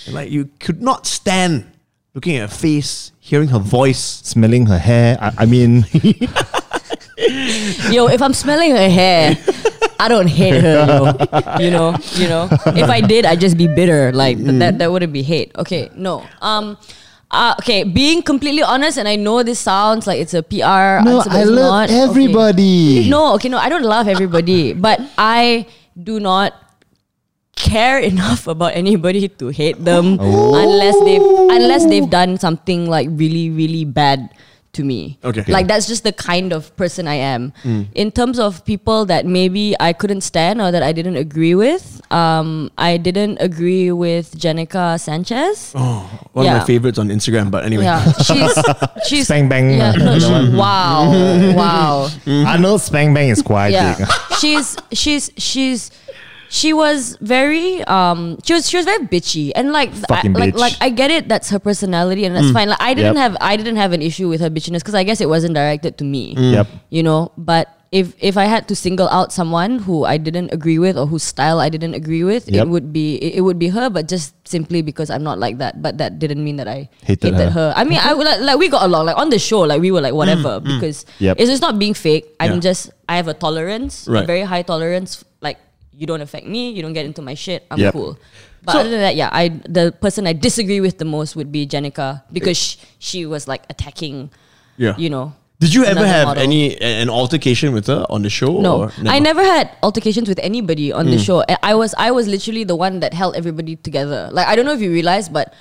Speaker 3: And, Like, you could not stand looking at her face, hearing her voice.
Speaker 4: Smelling her hair. I, I mean,
Speaker 5: [laughs]
Speaker 4: [laughs]
Speaker 5: Yo, if I'm smelling her hair, I don't hate
Speaker 3: [laughs]
Speaker 5: her. Yo. You know, you know. If I did, I'd just be bitter. Like th- that, that wouldn't be hate. Okay, no. Um. Uh, okay, being completely honest, and I know this sounds like it's a PR.
Speaker 4: no,
Speaker 5: answer, but
Speaker 4: I
Speaker 5: it's
Speaker 4: love
Speaker 5: not. Okay.
Speaker 4: everybody.
Speaker 5: No, okay, no, I don't love everybody, [laughs] but I do not care [laughs] enough about anybody to hate them unless they've unless they've done something like really, really bad to me.
Speaker 3: Okay.
Speaker 5: Like that's just the kind of person I am. In terms of people that maybe I couldn't stand or that I didn't agree with, um, I didn't agree with Jenica Sanchez.
Speaker 3: One of my
Speaker 5: Yeah.
Speaker 3: favorites on Instagram, but anyway.
Speaker 5: Yeah. She's she's
Speaker 4: Spang bang.
Speaker 5: Yeah, no, she- wow. Wow.
Speaker 3: Mm-hmm.
Speaker 4: Arnold Spang Bang is quite big. [laughs]
Speaker 5: she's she's she's she was very um she was she was very bitchy and like I,
Speaker 4: Fucking
Speaker 5: like
Speaker 4: bitch. Mm.
Speaker 5: like I get it that's her personality and that's fine like I didn't
Speaker 4: Yep.
Speaker 5: have I didn't have an issue with her bitchiness because I guess it wasn't directed to me
Speaker 3: Mm.
Speaker 4: Yep.
Speaker 5: you know but if if I had to single out someone who I didn't agree with or whose style I didn't agree with
Speaker 4: Yep.
Speaker 5: it would be it, it would be her but just simply because I'm not like that but that didn't mean that I
Speaker 4: Hated
Speaker 5: hated,
Speaker 4: her.
Speaker 5: her. I mean I would like, like we got along like on the show like we were like whatever because
Speaker 4: Yep.
Speaker 5: it's just not being fake I'm
Speaker 3: Yeah.
Speaker 5: just I have a tolerance
Speaker 3: Right.
Speaker 5: very high tolerance. Like you don't affect me, you don't get into my shit. I'm
Speaker 4: Yep.
Speaker 5: cool. But other than that, yeah, I the person I disagree with the most would be Jenica because she, she was like attacking,
Speaker 3: Yeah.
Speaker 5: you know.
Speaker 3: Did you ever
Speaker 5: another
Speaker 3: have
Speaker 5: model.
Speaker 3: any a- an altercation with her on the show?
Speaker 5: No,
Speaker 3: or
Speaker 5: I never had altercations with anybody on the
Speaker 4: Mm.
Speaker 5: show. And I was I was literally the one that held everybody together. Like I don't know if you realize, but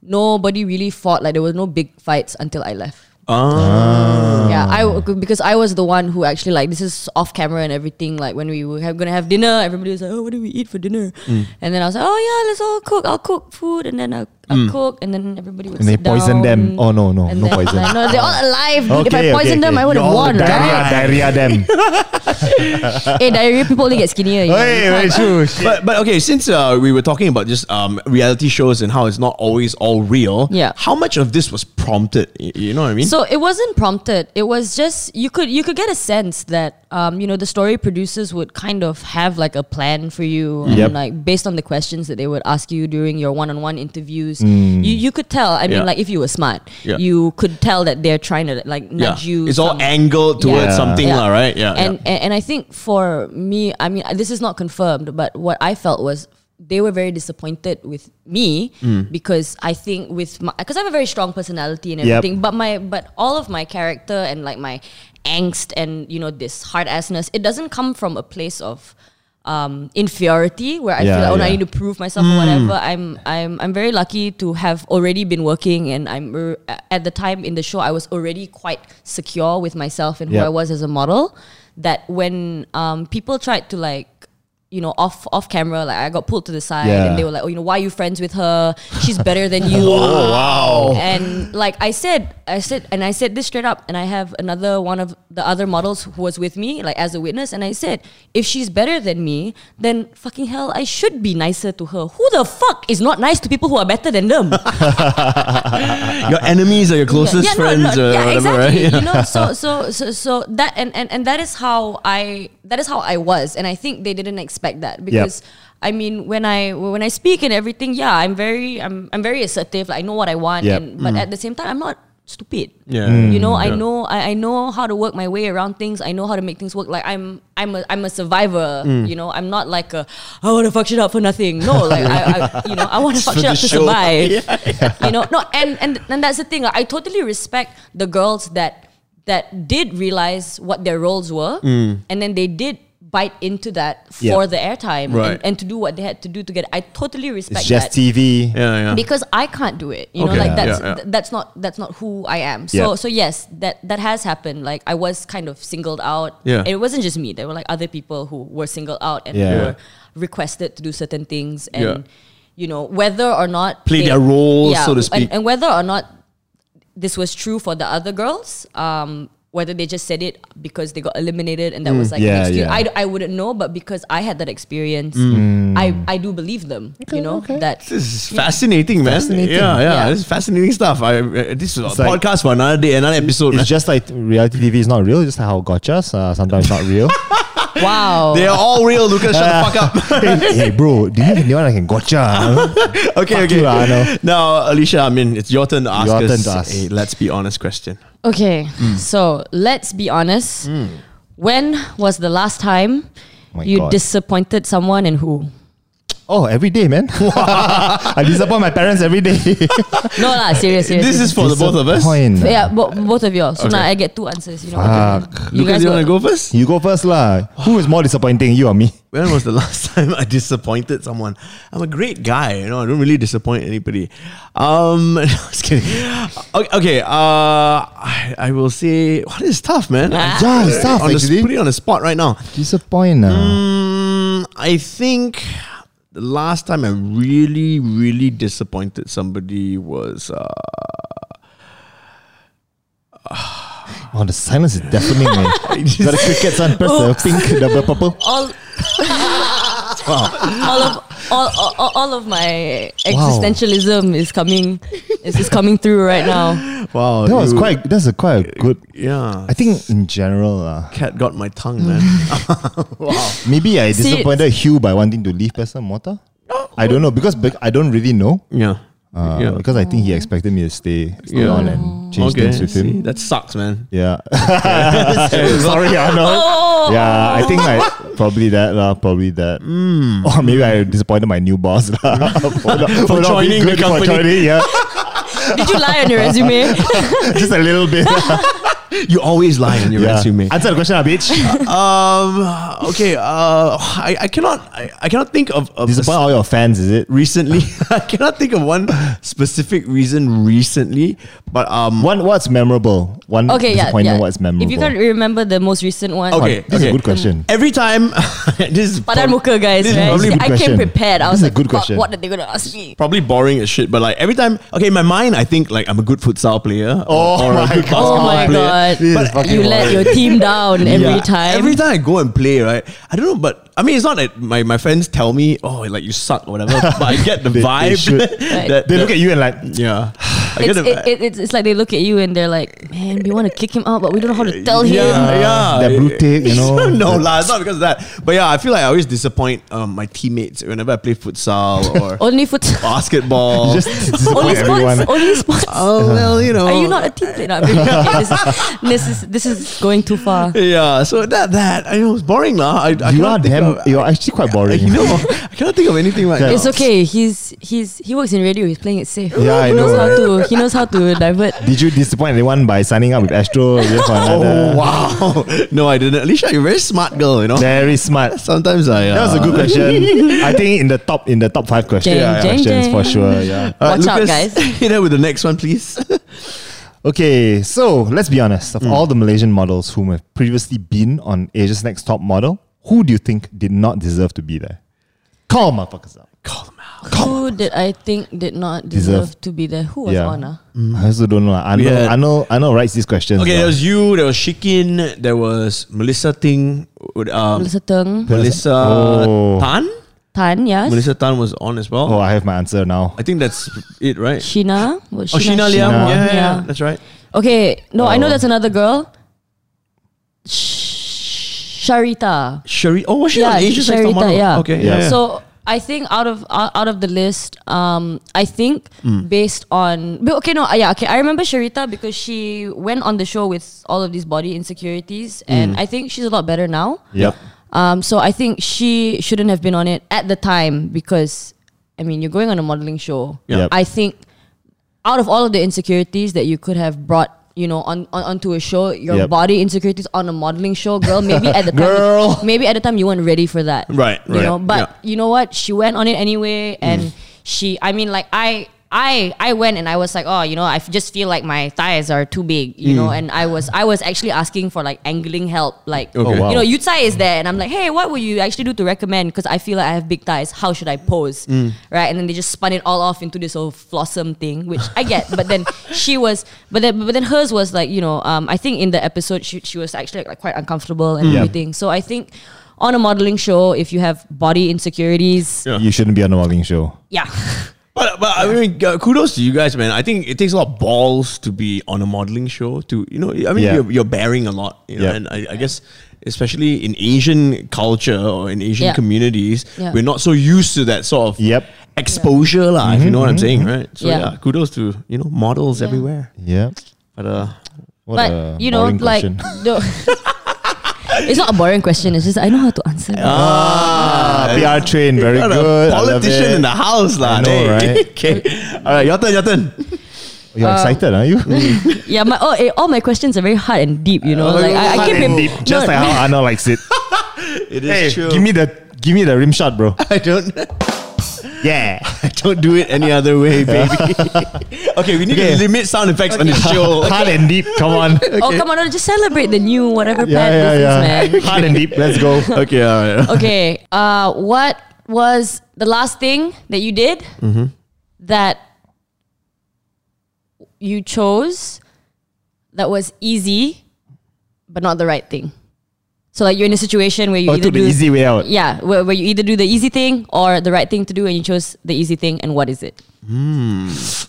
Speaker 5: nobody really fought. Like there was no big fights until I left.
Speaker 3: Ah.
Speaker 4: Ah.
Speaker 5: Yeah, I w- because I was the one who actually like this is off camera and everything. Like when we were have, gonna have dinner, everybody was like, "Oh, what do we eat for dinner?"
Speaker 4: Mm.
Speaker 5: And then I was like, "Oh yeah, let's all cook. I'll cook food, and then I'll, I'll cook, and then everybody would."
Speaker 4: Mm. And they
Speaker 5: sit
Speaker 4: poison them.
Speaker 5: down.
Speaker 4: Oh no, no,
Speaker 5: And
Speaker 4: no
Speaker 5: then-
Speaker 4: poison.
Speaker 5: like, no, they're all alive. dude. if
Speaker 4: Okay,
Speaker 5: I
Speaker 4: okay,
Speaker 5: poisoned them,
Speaker 4: okay.
Speaker 5: I would have
Speaker 4: You're all
Speaker 5: won.
Speaker 4: Diarrhea, [laughs]
Speaker 3: [laughs]
Speaker 4: diarrhea them.
Speaker 5: right? hey, diarrhea people only get skinnier. You know?
Speaker 4: Hey, very true.
Speaker 3: But but okay, since uh, we were talking about just um, reality shows and how it's not always all real,
Speaker 5: Yeah.
Speaker 3: How much of this was prompted? Y- You know what I mean?
Speaker 5: So it wasn't prompted. It was just you could you could get a sense that um, you know the story producers would kind of have like a plan for you,
Speaker 4: Yep.
Speaker 5: and like based on the questions that they would ask you during your one-on-one interviews, you you could tell. I mean,
Speaker 3: Hmm. Yeah.
Speaker 5: like if you were smart,
Speaker 3: Yeah.
Speaker 5: you could tell that they're trying to like
Speaker 3: yeah,
Speaker 5: nudge you.
Speaker 3: it's all
Speaker 5: somewhere.
Speaker 3: angled towards
Speaker 4: Yeah.
Speaker 3: something, lah, right? Yeah,
Speaker 5: And,
Speaker 3: yeah.
Speaker 5: and and I think for me, I mean, this is not confirmed, but what I felt was they were very disappointed with me
Speaker 3: Mm.
Speaker 5: because I think with my because I have a very strong personality and
Speaker 4: Yep.
Speaker 5: everything, but my but all of my character and like my angst and you know this hard assness, it doesn't come from a place of um, inferiority where I
Speaker 4: Yeah,
Speaker 5: feel like oh no, I
Speaker 4: yeah.
Speaker 5: need to prove myself or whatever. I'm I'm I'm very lucky to have already been working and I'm er, at the time in the show I was already quite secure with myself and who
Speaker 4: Yep.
Speaker 5: I was as a model that when um, people tried to like you know off off camera like I got pulled to the side
Speaker 4: Yeah.
Speaker 5: and they were like oh you know why are you friends with her she's better than you
Speaker 3: wow.
Speaker 5: and like I said, I said, and I said this straight up. And I have another one of the other models who was with me, like as a witness. And I said, if she's better than me, then fucking hell, I should be nicer to her. Who the fuck is not nice to people who are better than them?
Speaker 3: Your enemies are your closest
Speaker 5: Yeah, no,
Speaker 3: friends,
Speaker 5: no,
Speaker 3: or
Speaker 5: yeah,
Speaker 3: whatever,
Speaker 5: exactly.
Speaker 3: right? Yeah.
Speaker 5: You know, so so so so that and, and and that is how I that is how I was, and I think they didn't expect that because. I mean, when I when I speak and everything, yeah, I'm very I'm I'm very assertive. Like, I know what I want,
Speaker 4: Yep.
Speaker 5: and,
Speaker 3: Mm.
Speaker 5: but at the same time, I'm not stupid.
Speaker 4: [laughs]
Speaker 3: Yeah. Mm.
Speaker 5: you know, I
Speaker 3: Yeah.
Speaker 5: know I, I know how to work my way around things. I know how to make things work. Like I'm I'm a I'm a survivor.
Speaker 3: Mm.
Speaker 5: You know, I'm not like a I want to fuck shit up for nothing. No,
Speaker 3: [laughs]
Speaker 5: like I, I you know I want to
Speaker 3: for
Speaker 5: fuck shit up
Speaker 3: the
Speaker 5: to
Speaker 3: show.
Speaker 5: survive
Speaker 3: [laughs]
Speaker 5: you know no and and and that's the thing i totally respect the girls that that did realize what their roles were
Speaker 3: Mm.
Speaker 5: and then they did bite into that for
Speaker 4: Yeah.
Speaker 5: the airtime
Speaker 3: Right.
Speaker 5: and, and to do what they had to do to get i totally
Speaker 4: It's
Speaker 5: respect
Speaker 4: just
Speaker 5: that
Speaker 4: TV.
Speaker 3: yeah, yeah.
Speaker 5: because i can't do it you know
Speaker 3: Okay.
Speaker 5: like
Speaker 3: Yeah.
Speaker 5: that's
Speaker 3: Yeah, yeah.
Speaker 5: th- that's not that's not who i am so
Speaker 4: Yeah.
Speaker 5: so yes that that has happened like i was kind of singled out
Speaker 3: Yeah.
Speaker 5: it wasn't just me there were like other people who were singled out and
Speaker 4: Yeah.
Speaker 5: who were requested to do certain things and
Speaker 3: Yeah.
Speaker 5: you know whether or not
Speaker 3: Play
Speaker 5: they-
Speaker 3: their roles, so to
Speaker 5: and-
Speaker 3: speak.
Speaker 5: and, whether or not this was true for the other girls um whether they just said it because they got
Speaker 3: Mm.
Speaker 5: eliminated and that was like an
Speaker 4: Yeah,
Speaker 5: excuse.
Speaker 4: yeah.
Speaker 5: I, I wouldn't know, but because I had that experience,
Speaker 3: Mm.
Speaker 5: I, I do believe them. you know that
Speaker 3: This is fascinating, man.
Speaker 4: Fascinating.
Speaker 3: Yeah, yeah,
Speaker 5: Yeah.
Speaker 3: This is fascinating stuff. I uh, this is a
Speaker 4: It's like-
Speaker 3: podcast for another day, another episode. man.
Speaker 4: It's just like reality TV is not real. It's just like how gotchas uh, sometimes not real.
Speaker 5: wow.
Speaker 3: they are all real, Lucas. [laughs] Shut the
Speaker 4: [laughs]
Speaker 3: fuck up.
Speaker 4: hey, hey, bro, do you have anyone I
Speaker 3: [laughs]
Speaker 4: can gotcha?
Speaker 3: okay,
Speaker 4: Fuck
Speaker 3: okay.
Speaker 4: you, ah, no.
Speaker 3: Now, Alicia, I mean, it's your turn to ask
Speaker 4: Your
Speaker 3: us
Speaker 4: turn to ask.
Speaker 3: a let's be honest question.
Speaker 5: Okay, so let's be honest. When was the last time
Speaker 4: My
Speaker 5: you
Speaker 4: God.
Speaker 5: disappointed someone and who?
Speaker 4: oh, every day, man. [laughs] I disappoint my parents every day.
Speaker 5: No lah, serious, serious.
Speaker 3: This is [laughs] for the both of us.
Speaker 4: Disappoint.
Speaker 5: yeah, bo- both of y'all. So
Speaker 3: Okay.
Speaker 5: now I get two answers. You know,
Speaker 4: Fuck.
Speaker 5: you
Speaker 3: Lucas,
Speaker 5: guys
Speaker 3: you want to
Speaker 5: go.
Speaker 3: go first?
Speaker 4: You go first, lah. Who is more disappointing, you or me?
Speaker 3: When was the [laughs] last time I disappointed someone? I'm a great guy, you know. I don't really disappoint anybody. Um, [laughs] just kidding. Okay, okay, uh, I, I will say what is tough, man. I-
Speaker 4: Yeah, it's tough,
Speaker 3: On the,
Speaker 4: actually.
Speaker 3: put it on the spot right now.
Speaker 4: Disappoint. Uh.
Speaker 3: Mm, I think the last time I really, really disappointed somebody was uh,
Speaker 4: Oh, the silence is
Speaker 3: [laughs]
Speaker 4: deafening, man. Got the crickets on, press
Speaker 3: Oh.
Speaker 4: the pink, the purple.
Speaker 5: All, all of all, all, all of my existentialism is coming is, is coming through right now.
Speaker 3: wow.
Speaker 4: That was
Speaker 3: you-
Speaker 4: quite, that's a quite a good,
Speaker 3: Yeah,
Speaker 4: I think in general, uh,
Speaker 3: cat got my tongue, man.
Speaker 4: [laughs] Maybe I disappointed Hugh by wanting to leave Person Mortar. I don't know because bec- I don't really know.
Speaker 3: yeah,
Speaker 4: Uh,
Speaker 3: yeah.
Speaker 4: Because I think he expected me to stay, stay
Speaker 3: Yeah.
Speaker 4: on and change
Speaker 3: Okay.
Speaker 4: things with
Speaker 3: See,
Speaker 4: him.
Speaker 3: that sucks,
Speaker 4: [laughs]
Speaker 3: man.
Speaker 4: Yeah. Sorry, Arnold.
Speaker 5: Oh,
Speaker 4: Yeah, I think like probably that lah. Probably that. Or maybe I disappointed my new boss lah.
Speaker 3: [laughs]
Speaker 4: for, not- for not
Speaker 3: Hmm. joining
Speaker 4: being
Speaker 3: the
Speaker 4: good for
Speaker 3: company.
Speaker 4: joining,
Speaker 3: [laughs]
Speaker 4: yeah,
Speaker 5: did you lie on your resume? [laughs]
Speaker 4: just a little bit.
Speaker 3: [laughs] You always lie on your
Speaker 4: yeah.
Speaker 3: resume.
Speaker 4: Answer the question, ah,
Speaker 3: [laughs]
Speaker 4: bitch.
Speaker 3: Um. Okay. Uh. I, I cannot. I, I cannot think of, of
Speaker 4: Disappoint all your fans, is it? [laughs]
Speaker 3: recently. [laughs] I cannot think of one specific reason recently. But um.
Speaker 4: One, what's memorable? One
Speaker 5: okay, yeah,
Speaker 4: disappointment.
Speaker 5: yeah.
Speaker 4: What's memorable?
Speaker 5: If you can't remember the most recent one,
Speaker 3: Okay.
Speaker 4: This is a good question.
Speaker 3: Every time, [laughs] this is
Speaker 5: Padan
Speaker 3: prob-
Speaker 5: muka guys,
Speaker 3: This is
Speaker 5: right?
Speaker 3: probably
Speaker 5: I
Speaker 4: question.
Speaker 5: came prepared. I
Speaker 4: This is a
Speaker 5: was like,
Speaker 4: good
Speaker 5: "Fuck,
Speaker 4: question.
Speaker 5: what are they gonna ask me?
Speaker 3: probably boring as shit. But like every time, okay, in my mind, I think like I'm a good futsal player. or-
Speaker 4: Oh
Speaker 3: or a
Speaker 4: [laughs] my
Speaker 3: good
Speaker 4: God.
Speaker 5: Oh
Speaker 3: basketball
Speaker 5: my
Speaker 3: player.
Speaker 5: god!
Speaker 4: This is fucking
Speaker 5: You let your team down every
Speaker 3: Yeah.
Speaker 5: time.
Speaker 3: Every time I go and play, right? I don't know, but I mean, it's not that my, my friends tell me, oh, like you suck or whatever, but I get the
Speaker 4: [laughs] They- they
Speaker 3: vibe.
Speaker 4: should.
Speaker 3: [laughs] that,
Speaker 4: They look at you and like,
Speaker 3: Yeah. I
Speaker 5: it's,
Speaker 3: the-
Speaker 5: it, it, it's, it's like they look at you and they're like, "Man, we want to kick him out, but we don't know how to tell him."
Speaker 3: yeah, yeah.
Speaker 4: that blue
Speaker 3: [laughs]
Speaker 4: tape, you know.
Speaker 3: no, lah, it's not because of that. But yeah, I feel like I always disappoint um, my teammates whenever I play
Speaker 4: [laughs]
Speaker 3: futsal or
Speaker 5: Only foot,
Speaker 3: basketball. [laughs]
Speaker 4: just uh-huh. disappoint
Speaker 5: only
Speaker 4: everyone.
Speaker 5: sports, only sports.
Speaker 3: oh, well, you know.
Speaker 5: Are you not a team player? No, I'm joking. Okay, this, is, this is this is going too far.
Speaker 3: Yeah, so that that I know it's boring lah. I, I
Speaker 4: you
Speaker 3: cannot
Speaker 4: are
Speaker 3: think
Speaker 4: damn.
Speaker 3: Of,
Speaker 4: You're actually quite boring.
Speaker 3: [laughs] You
Speaker 4: [laughs]
Speaker 3: know, I cannot think of anything right
Speaker 4: Yeah.
Speaker 5: It's
Speaker 3: now.
Speaker 5: okay. He's he's he works in radio. He's playing it safe.
Speaker 4: Yeah, I
Speaker 5: he knows
Speaker 4: know,
Speaker 5: how to he knows how to divert.
Speaker 4: Did you disappoint anyone by signing up with Astro? Yes
Speaker 3: [laughs]
Speaker 4: or
Speaker 3: Oh
Speaker 4: another?
Speaker 3: wow! [laughs] No, I didn't. Alicia, you're a very smart girl. You know.
Speaker 4: Very smart.
Speaker 3: Sometimes I. Uh,
Speaker 4: That was a good
Speaker 3: [laughs]
Speaker 4: question. I think in the top in the top five questions,
Speaker 5: Jeng, jeng,
Speaker 4: questions
Speaker 5: jeng.
Speaker 4: for sure. Yeah.
Speaker 3: All
Speaker 5: Watch out,
Speaker 3: Lucas,
Speaker 5: guys.
Speaker 3: [laughs] Hit her with the next one, please.
Speaker 4: Okay, so let's be honest.
Speaker 3: Mm.
Speaker 4: Of all the Malaysian models whom have previously been on Asia's Next Top Model, who do you think did not deserve to be there? Call motherfuckers up.
Speaker 5: Who did I think did not deserve
Speaker 4: Deserve.
Speaker 5: to be there? Who was
Speaker 4: Yeah.
Speaker 5: on? ah?
Speaker 4: I also don't know. I know.
Speaker 3: Mm. had-
Speaker 4: I know. I know. Writes these questions.
Speaker 3: okay, there
Speaker 4: though.
Speaker 3: was you. There was Shikin. There was Melissa Ting. Um,
Speaker 5: Melissa Teng,
Speaker 3: Melissa
Speaker 4: Oh.
Speaker 3: Tan.
Speaker 5: Tan, yes.
Speaker 3: Melissa Tan was on as well.
Speaker 4: oh, I have my answer now.
Speaker 3: I think that's it, right?
Speaker 5: Sheena. Was
Speaker 3: oh, Sheena Liam.
Speaker 4: Sheena.
Speaker 3: Yeah, yeah, yeah,
Speaker 5: Yeah.
Speaker 3: that's right.
Speaker 5: Okay, no, I
Speaker 4: Oh.
Speaker 5: know that's another girl. Sh- Sharita.
Speaker 3: Sherry. Oh, was she
Speaker 5: Yeah,
Speaker 3: on Asia's Next Top
Speaker 5: Sharita,
Speaker 3: Model?
Speaker 5: yeah.
Speaker 3: Okay.
Speaker 4: Yeah.
Speaker 3: Yeah.
Speaker 5: So I think out of out out of the list, um, I think based on but okay, no, uh, yeah, okay. I remember Sharita because she went on the show with all of these body insecurities, and I think she's a lot better now.
Speaker 4: Yep.
Speaker 5: Um, so I think she shouldn't have been on it at the time because, I mean, you're going on a modeling show.
Speaker 4: Yep.
Speaker 5: I think out of all of the insecurities that you could have brought, you know, on, on onto a show, your
Speaker 4: Yep.
Speaker 5: body insecurities on a modeling show, girl. Maybe at
Speaker 3: [laughs]
Speaker 5: the time,
Speaker 4: Girl.
Speaker 5: maybe at the time you weren't ready for that,
Speaker 3: Right,
Speaker 5: You
Speaker 3: right.
Speaker 5: know, but
Speaker 3: Yeah. Mm.
Speaker 5: you know what? She went on it anyway, and she. I mean, like I. I, I went and I was like, oh, you know, I f- just feel like my thighs are too big,
Speaker 3: Mm.
Speaker 5: you know, and I was I was actually asking for like angling help, like
Speaker 3: Okay.
Speaker 4: Oh, wow.
Speaker 5: you know, Yutsai is there, and I'm like, hey, what would you actually do to recommend? Because I feel like I have big thighs. How should I pose?
Speaker 4: Mm.
Speaker 5: Right? And then they just spun it all off into this whole flossom thing, which I get. but then she was, but then but then hers was like, you know, um, I think in the episode she she was actually like quite uncomfortable and
Speaker 4: Yeah.
Speaker 5: everything. So I think on a modeling show, if you have body insecurities,
Speaker 3: Yeah.
Speaker 4: You shouldn't be on a modeling show.
Speaker 5: yeah,
Speaker 3: But, but I mean, uh, kudos to you guys, man. I think it takes a lot of balls to be on a modeling show. To you know, I mean,
Speaker 4: Yeah.
Speaker 3: you're, you're bearing a lot, you know,
Speaker 4: Yeah.
Speaker 3: and I, I guess especially in Asian culture or in Asian
Speaker 5: Yeah.
Speaker 3: communities,
Speaker 5: Yeah.
Speaker 3: we're not so used to that sort of
Speaker 4: Yep. Mm-hmm,
Speaker 3: exposure, lah. If you know what I'm saying, right? So yeah.
Speaker 5: Yeah.
Speaker 3: kudos to you know models everywhere.
Speaker 4: Yep.
Speaker 3: But uh,
Speaker 4: What a
Speaker 5: but you know,
Speaker 4: boring
Speaker 5: like.
Speaker 4: question. [laughs]
Speaker 5: the- [laughs] It's not a boring question. It's just I know how to answer. it.
Speaker 4: Ah, PR train, very
Speaker 3: got a
Speaker 4: good. I love
Speaker 3: politician
Speaker 4: it.
Speaker 3: in the house, lah.
Speaker 4: I know,
Speaker 3: Hey.
Speaker 4: right?
Speaker 3: [laughs] okay, all right, your turn, your turn.
Speaker 4: You're
Speaker 5: Um,
Speaker 4: excited,
Speaker 5: [laughs]
Speaker 4: are you?
Speaker 5: Yeah, my oh, eh, all my questions are very hard and deep. You know, like I, I
Speaker 4: Uh, Hard
Speaker 5: keep
Speaker 4: and
Speaker 5: rep-
Speaker 4: deep, just like how Arnold likes
Speaker 5: [laughs]
Speaker 4: it.
Speaker 3: It is
Speaker 4: Hey,
Speaker 3: true.
Speaker 4: give me [laughs] the give me the rim shot, bro.
Speaker 3: I don't.
Speaker 4: [laughs] Yeah.
Speaker 3: I don't do it any other [laughs] way, baby. okay, we need
Speaker 4: Okay.
Speaker 3: to limit sound effects on the show.
Speaker 4: [laughs] Hard and deep. Come on.
Speaker 5: [laughs] Oh come on, no, just celebrate the new
Speaker 4: [laughs]
Speaker 5: whatever
Speaker 4: Yeah,
Speaker 5: plan this is,
Speaker 4: yeah,
Speaker 5: man.
Speaker 4: yeah. [laughs] Hard and deep. Let's [laughs] go.
Speaker 3: okay, all right.
Speaker 5: Okay, uh, what was the last thing that you did
Speaker 4: Mm-hmm.
Speaker 5: that you chose that was easy, but not the right thing? So like you're in a situation where you
Speaker 4: Oh,
Speaker 5: either
Speaker 4: took the
Speaker 5: do
Speaker 4: easy way out.
Speaker 5: yeah, where, where you either do the easy thing or the right thing to do, and you chose the easy thing. And what is it?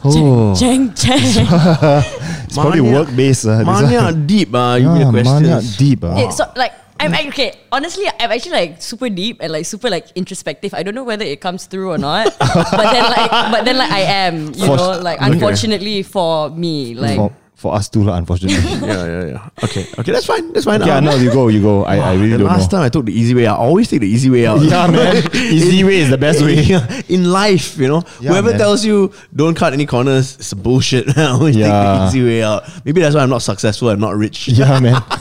Speaker 4: Oh,
Speaker 5: Cheng
Speaker 4: [laughs]
Speaker 5: cheng.
Speaker 4: it's probably
Speaker 3: Maniac.
Speaker 4: work based. Uh, this one. [laughs]
Speaker 3: Mania deep, uh, you mean
Speaker 4: Ah,
Speaker 3: the
Speaker 4: maniac
Speaker 3: questions.
Speaker 4: deep. ah.
Speaker 5: Okay, so like I'm I- okay. Honestly, I'm actually like super deep and like super like introspective. I don't know whether it comes through or
Speaker 4: [laughs]
Speaker 5: not, but then like but then like I am, you
Speaker 4: For-
Speaker 5: know, like
Speaker 4: okay.
Speaker 5: unfortunately for me, like
Speaker 4: For- for us too, lah, [laughs] unfortunately.
Speaker 3: Yeah, yeah, yeah. Okay, okay, that's fine. That's fine.
Speaker 4: yeah,
Speaker 3: Um,
Speaker 4: no, you go, you go. I, I really
Speaker 3: the
Speaker 4: don't
Speaker 3: last
Speaker 4: know.
Speaker 3: time I took the easy way out. I always take the easy way out.
Speaker 4: [laughs]
Speaker 3: [laughs]
Speaker 4: Yeah, man. Easy way is the best way.
Speaker 3: Yeah, [laughs] in life, you know,
Speaker 4: Yeah,
Speaker 3: whoever
Speaker 4: man.
Speaker 3: tells you don't cut any corners, it's bullshit. [laughs] I always take the
Speaker 4: Yeah.
Speaker 3: easy way out. Maybe that's why I'm not successful. I'm not rich.
Speaker 4: [laughs] Yeah, man.
Speaker 3: [laughs]
Speaker 4: [laughs]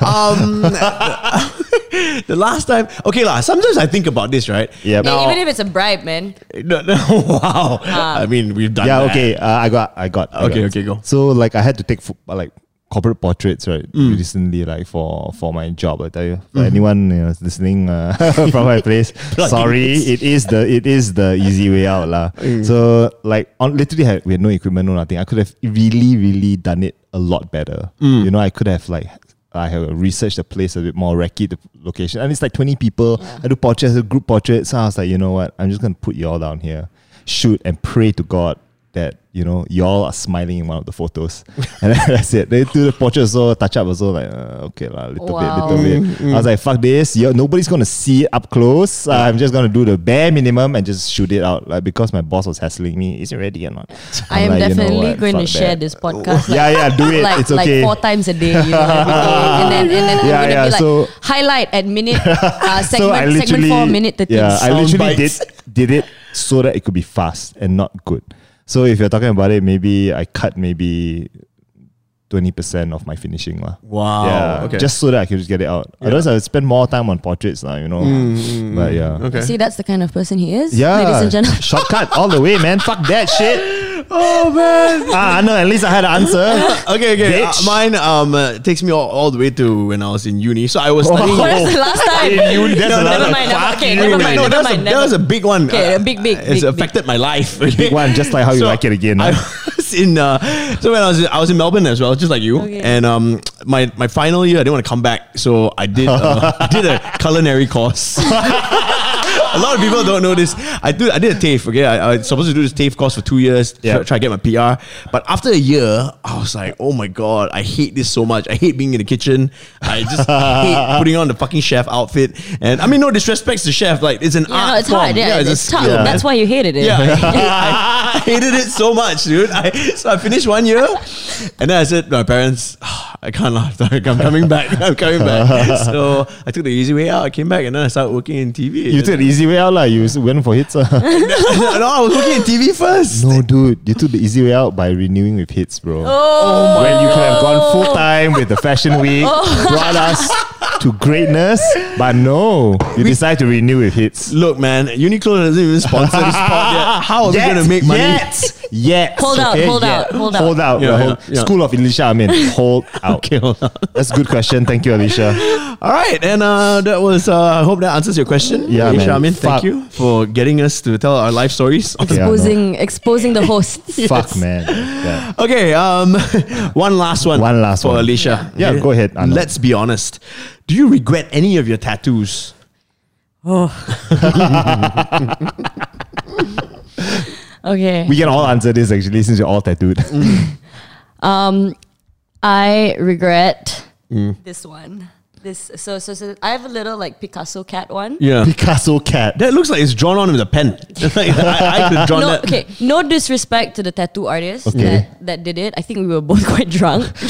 Speaker 3: Um, [laughs] the last time, okay lah. Sometimes I think about this, right?
Speaker 4: Yep.
Speaker 3: Now,
Speaker 5: e- Even if it's a bribe, man.
Speaker 3: [laughs] no, no, wow. I mean, we've done.
Speaker 4: yeah,
Speaker 3: that.
Speaker 4: okay. Uh, I got, I got. I
Speaker 3: Okay,
Speaker 4: got.
Speaker 3: okay, go.
Speaker 4: So like, I had to take fo- uh, like corporate portraits right
Speaker 3: Mm.
Speaker 4: recently, like for for my job. I tell you, for anyone you know, listening uh, [laughs] from my
Speaker 3: [laughs]
Speaker 4: place, sorry, it is the it is the easy way out, lah. So like, on literally, had, we had no equipment, no nothing. I could have really, really done it a lot better. You know, I could have like. I have researched the place a bit more, recce the location, and it's like twenty people. I do portraits, a group portrait. So I was like, you know what? I'm just gonna put you all down here shoot and pray to God that you know y'all are smiling in one of the photos, [laughs] and then that's it. They do the portrait also, touch up also, like uh, okay lah, little
Speaker 5: Wow.
Speaker 4: bit, little bit.
Speaker 3: Mm,
Speaker 4: I was like, fuck this, yo, nobody's gonna see it up close. Uh, I'm just gonna do the bare minimum and just shoot it out, like because my boss was hassling me, is it ready or not?
Speaker 5: I
Speaker 4: I'm
Speaker 5: am
Speaker 4: like, you know
Speaker 5: definitely
Speaker 4: what,
Speaker 5: going to
Speaker 4: fuck
Speaker 5: share
Speaker 4: that.
Speaker 5: this podcast.
Speaker 4: [laughs] Yeah, yeah, do it.
Speaker 5: Like,
Speaker 4: it's
Speaker 5: like
Speaker 4: okay.
Speaker 5: four times a day, you know, every
Speaker 4: [laughs]
Speaker 5: day. and then, and then I'm
Speaker 4: Yeah,
Speaker 5: gonna
Speaker 4: yeah,
Speaker 5: be like
Speaker 4: so-
Speaker 5: highlight at
Speaker 4: [laughs]
Speaker 5: minute uh, segment, segment four, minute thirty.
Speaker 4: Yeah, I
Speaker 3: Sound
Speaker 4: literally
Speaker 3: bites.
Speaker 4: did did it so that it could be fast and not good. So if you're talking about it, maybe I cut maybe twenty percent of my finishing lah.
Speaker 3: Wow,
Speaker 4: Yeah.
Speaker 3: okay.
Speaker 4: Just so that I could just get it out. Otherwise, I would spend more time on portraits lah. You know.
Speaker 3: Mm,
Speaker 4: But yeah.
Speaker 3: Okay.
Speaker 5: See, that's the kind of person he is,
Speaker 4: Yeah.
Speaker 5: ladies and gentlemen.
Speaker 4: [laughs] Shortcut all the way, man. Fuck that
Speaker 5: [laughs]
Speaker 4: shit.
Speaker 3: Oh man.
Speaker 4: Ah, I know. At least I had an
Speaker 5: [laughs]
Speaker 4: answer.
Speaker 3: Okay, okay. Uh,
Speaker 4: Bitch.
Speaker 3: mine um uh, takes me all, all the way to when I was in uni. So I was
Speaker 4: [laughs] Oh.
Speaker 3: studying.
Speaker 5: When was the last time?
Speaker 4: that's
Speaker 5: [laughs] no,
Speaker 4: a lot
Speaker 5: never
Speaker 4: of
Speaker 5: mind. Never,
Speaker 4: fuck
Speaker 5: okay,
Speaker 4: you,
Speaker 5: never
Speaker 4: man.
Speaker 5: mind.
Speaker 3: No,
Speaker 5: Never
Speaker 3: that was,
Speaker 5: mind.
Speaker 3: a, that was a big one.
Speaker 5: Okay,
Speaker 3: Uh,
Speaker 5: a big, big,
Speaker 3: It's
Speaker 5: big,
Speaker 3: affected my life.
Speaker 5: [laughs]
Speaker 3: Big
Speaker 4: one, just like how you like it again,
Speaker 3: I
Speaker 4: huh?
Speaker 3: was in. Uh, so when I was I was in Melbourne as well, just like you. And um, my my final year, I didn't want to come back, so I did
Speaker 5: [laughs]
Speaker 3: uh, I did a culinary course. A lot of people don't know this. I do. I did a TAFE. Okay, I, I was supposed to do this TAFE course for two years.
Speaker 4: Yeah.
Speaker 3: Try, try to get my PR. But after a year, I was like, oh my god, I hate this so much. I hate being in the kitchen. I
Speaker 4: [laughs]
Speaker 3: just hate putting on the fucking chef outfit. And I mean, no disrespect to chef. Like it's an
Speaker 5: Yeah,
Speaker 3: art.
Speaker 5: no, it's
Speaker 3: form.
Speaker 5: hard. Yeah, it's,
Speaker 3: a
Speaker 5: tough.
Speaker 3: skill.
Speaker 5: That's why you hated it.
Speaker 3: [laughs]
Speaker 5: eh?
Speaker 3: Yeah,
Speaker 5: [laughs]
Speaker 3: I, I hated it so much, dude. I, so I finished one year, and then I said to my parents, "Ah, "I can't laugh. [laughs] I'm coming back. [laughs] I'm coming
Speaker 4: [laughs]
Speaker 3: back." So I took the easy way out. I came back, and then I started working in TV.
Speaker 4: You took the easy way out, lah. You went for
Speaker 5: [laughs]
Speaker 4: hits. ah.
Speaker 3: [laughs] no, I was working in TV first.
Speaker 4: No, dude, you took the easy way out by renewing with hits, bro.
Speaker 5: Oh,
Speaker 4: when you could have gone full time with the fashion
Speaker 5: [laughs]
Speaker 4: week, brought us to greatness, but no, you decide to renew with hits.
Speaker 3: Look, man, Uniqlo doesn't even sponsor
Speaker 4: [laughs]
Speaker 3: this pod yet. How are we gonna make money?
Speaker 4: Yet, yet.
Speaker 5: Hold out, hold
Speaker 4: yet.
Speaker 5: out, hold out.
Speaker 4: Hold out.
Speaker 3: Yeah,
Speaker 4: the whole-
Speaker 3: yeah, yeah.
Speaker 4: School of Alicia, I mean,
Speaker 5: [laughs]
Speaker 4: hold out. That's a good question. Thank you,
Speaker 5: [laughs]
Speaker 4: Alicia.
Speaker 3: All right, and uh, that was. Uh, I hope that answers your question.
Speaker 4: Yeah, man.
Speaker 3: Shamin, thank
Speaker 4: Fuck.
Speaker 3: you for getting us to tell our life stories.
Speaker 4: Yeah, no.
Speaker 5: exposing, exposing the
Speaker 4: [laughs]
Speaker 5: hosts.
Speaker 4: Fuck, man. Yeah.
Speaker 3: Okay, um, [laughs] one last one.
Speaker 4: One last
Speaker 3: for
Speaker 4: one.
Speaker 3: Alicia.
Speaker 4: Yeah,
Speaker 3: Okay?
Speaker 4: go ahead, Arnold.
Speaker 3: Let's be honest. Do you regret any of your tattoos?
Speaker 5: Okay.
Speaker 4: We can all answer this actually since you're all tattooed. [laughs]
Speaker 5: Um, I regret this one. This so, so so I have a little like Picasso cat one.
Speaker 3: Yeah.
Speaker 4: Picasso cat.
Speaker 3: That looks like it's drawn on with a pen. [laughs] Like, I, I could have drawn
Speaker 5: No,
Speaker 3: that.
Speaker 5: okay. No disrespect to the tattoo artist
Speaker 4: Okay.
Speaker 5: that, that did it. I think we were [laughs] both quite
Speaker 4: [laughs]
Speaker 5: drunk. if,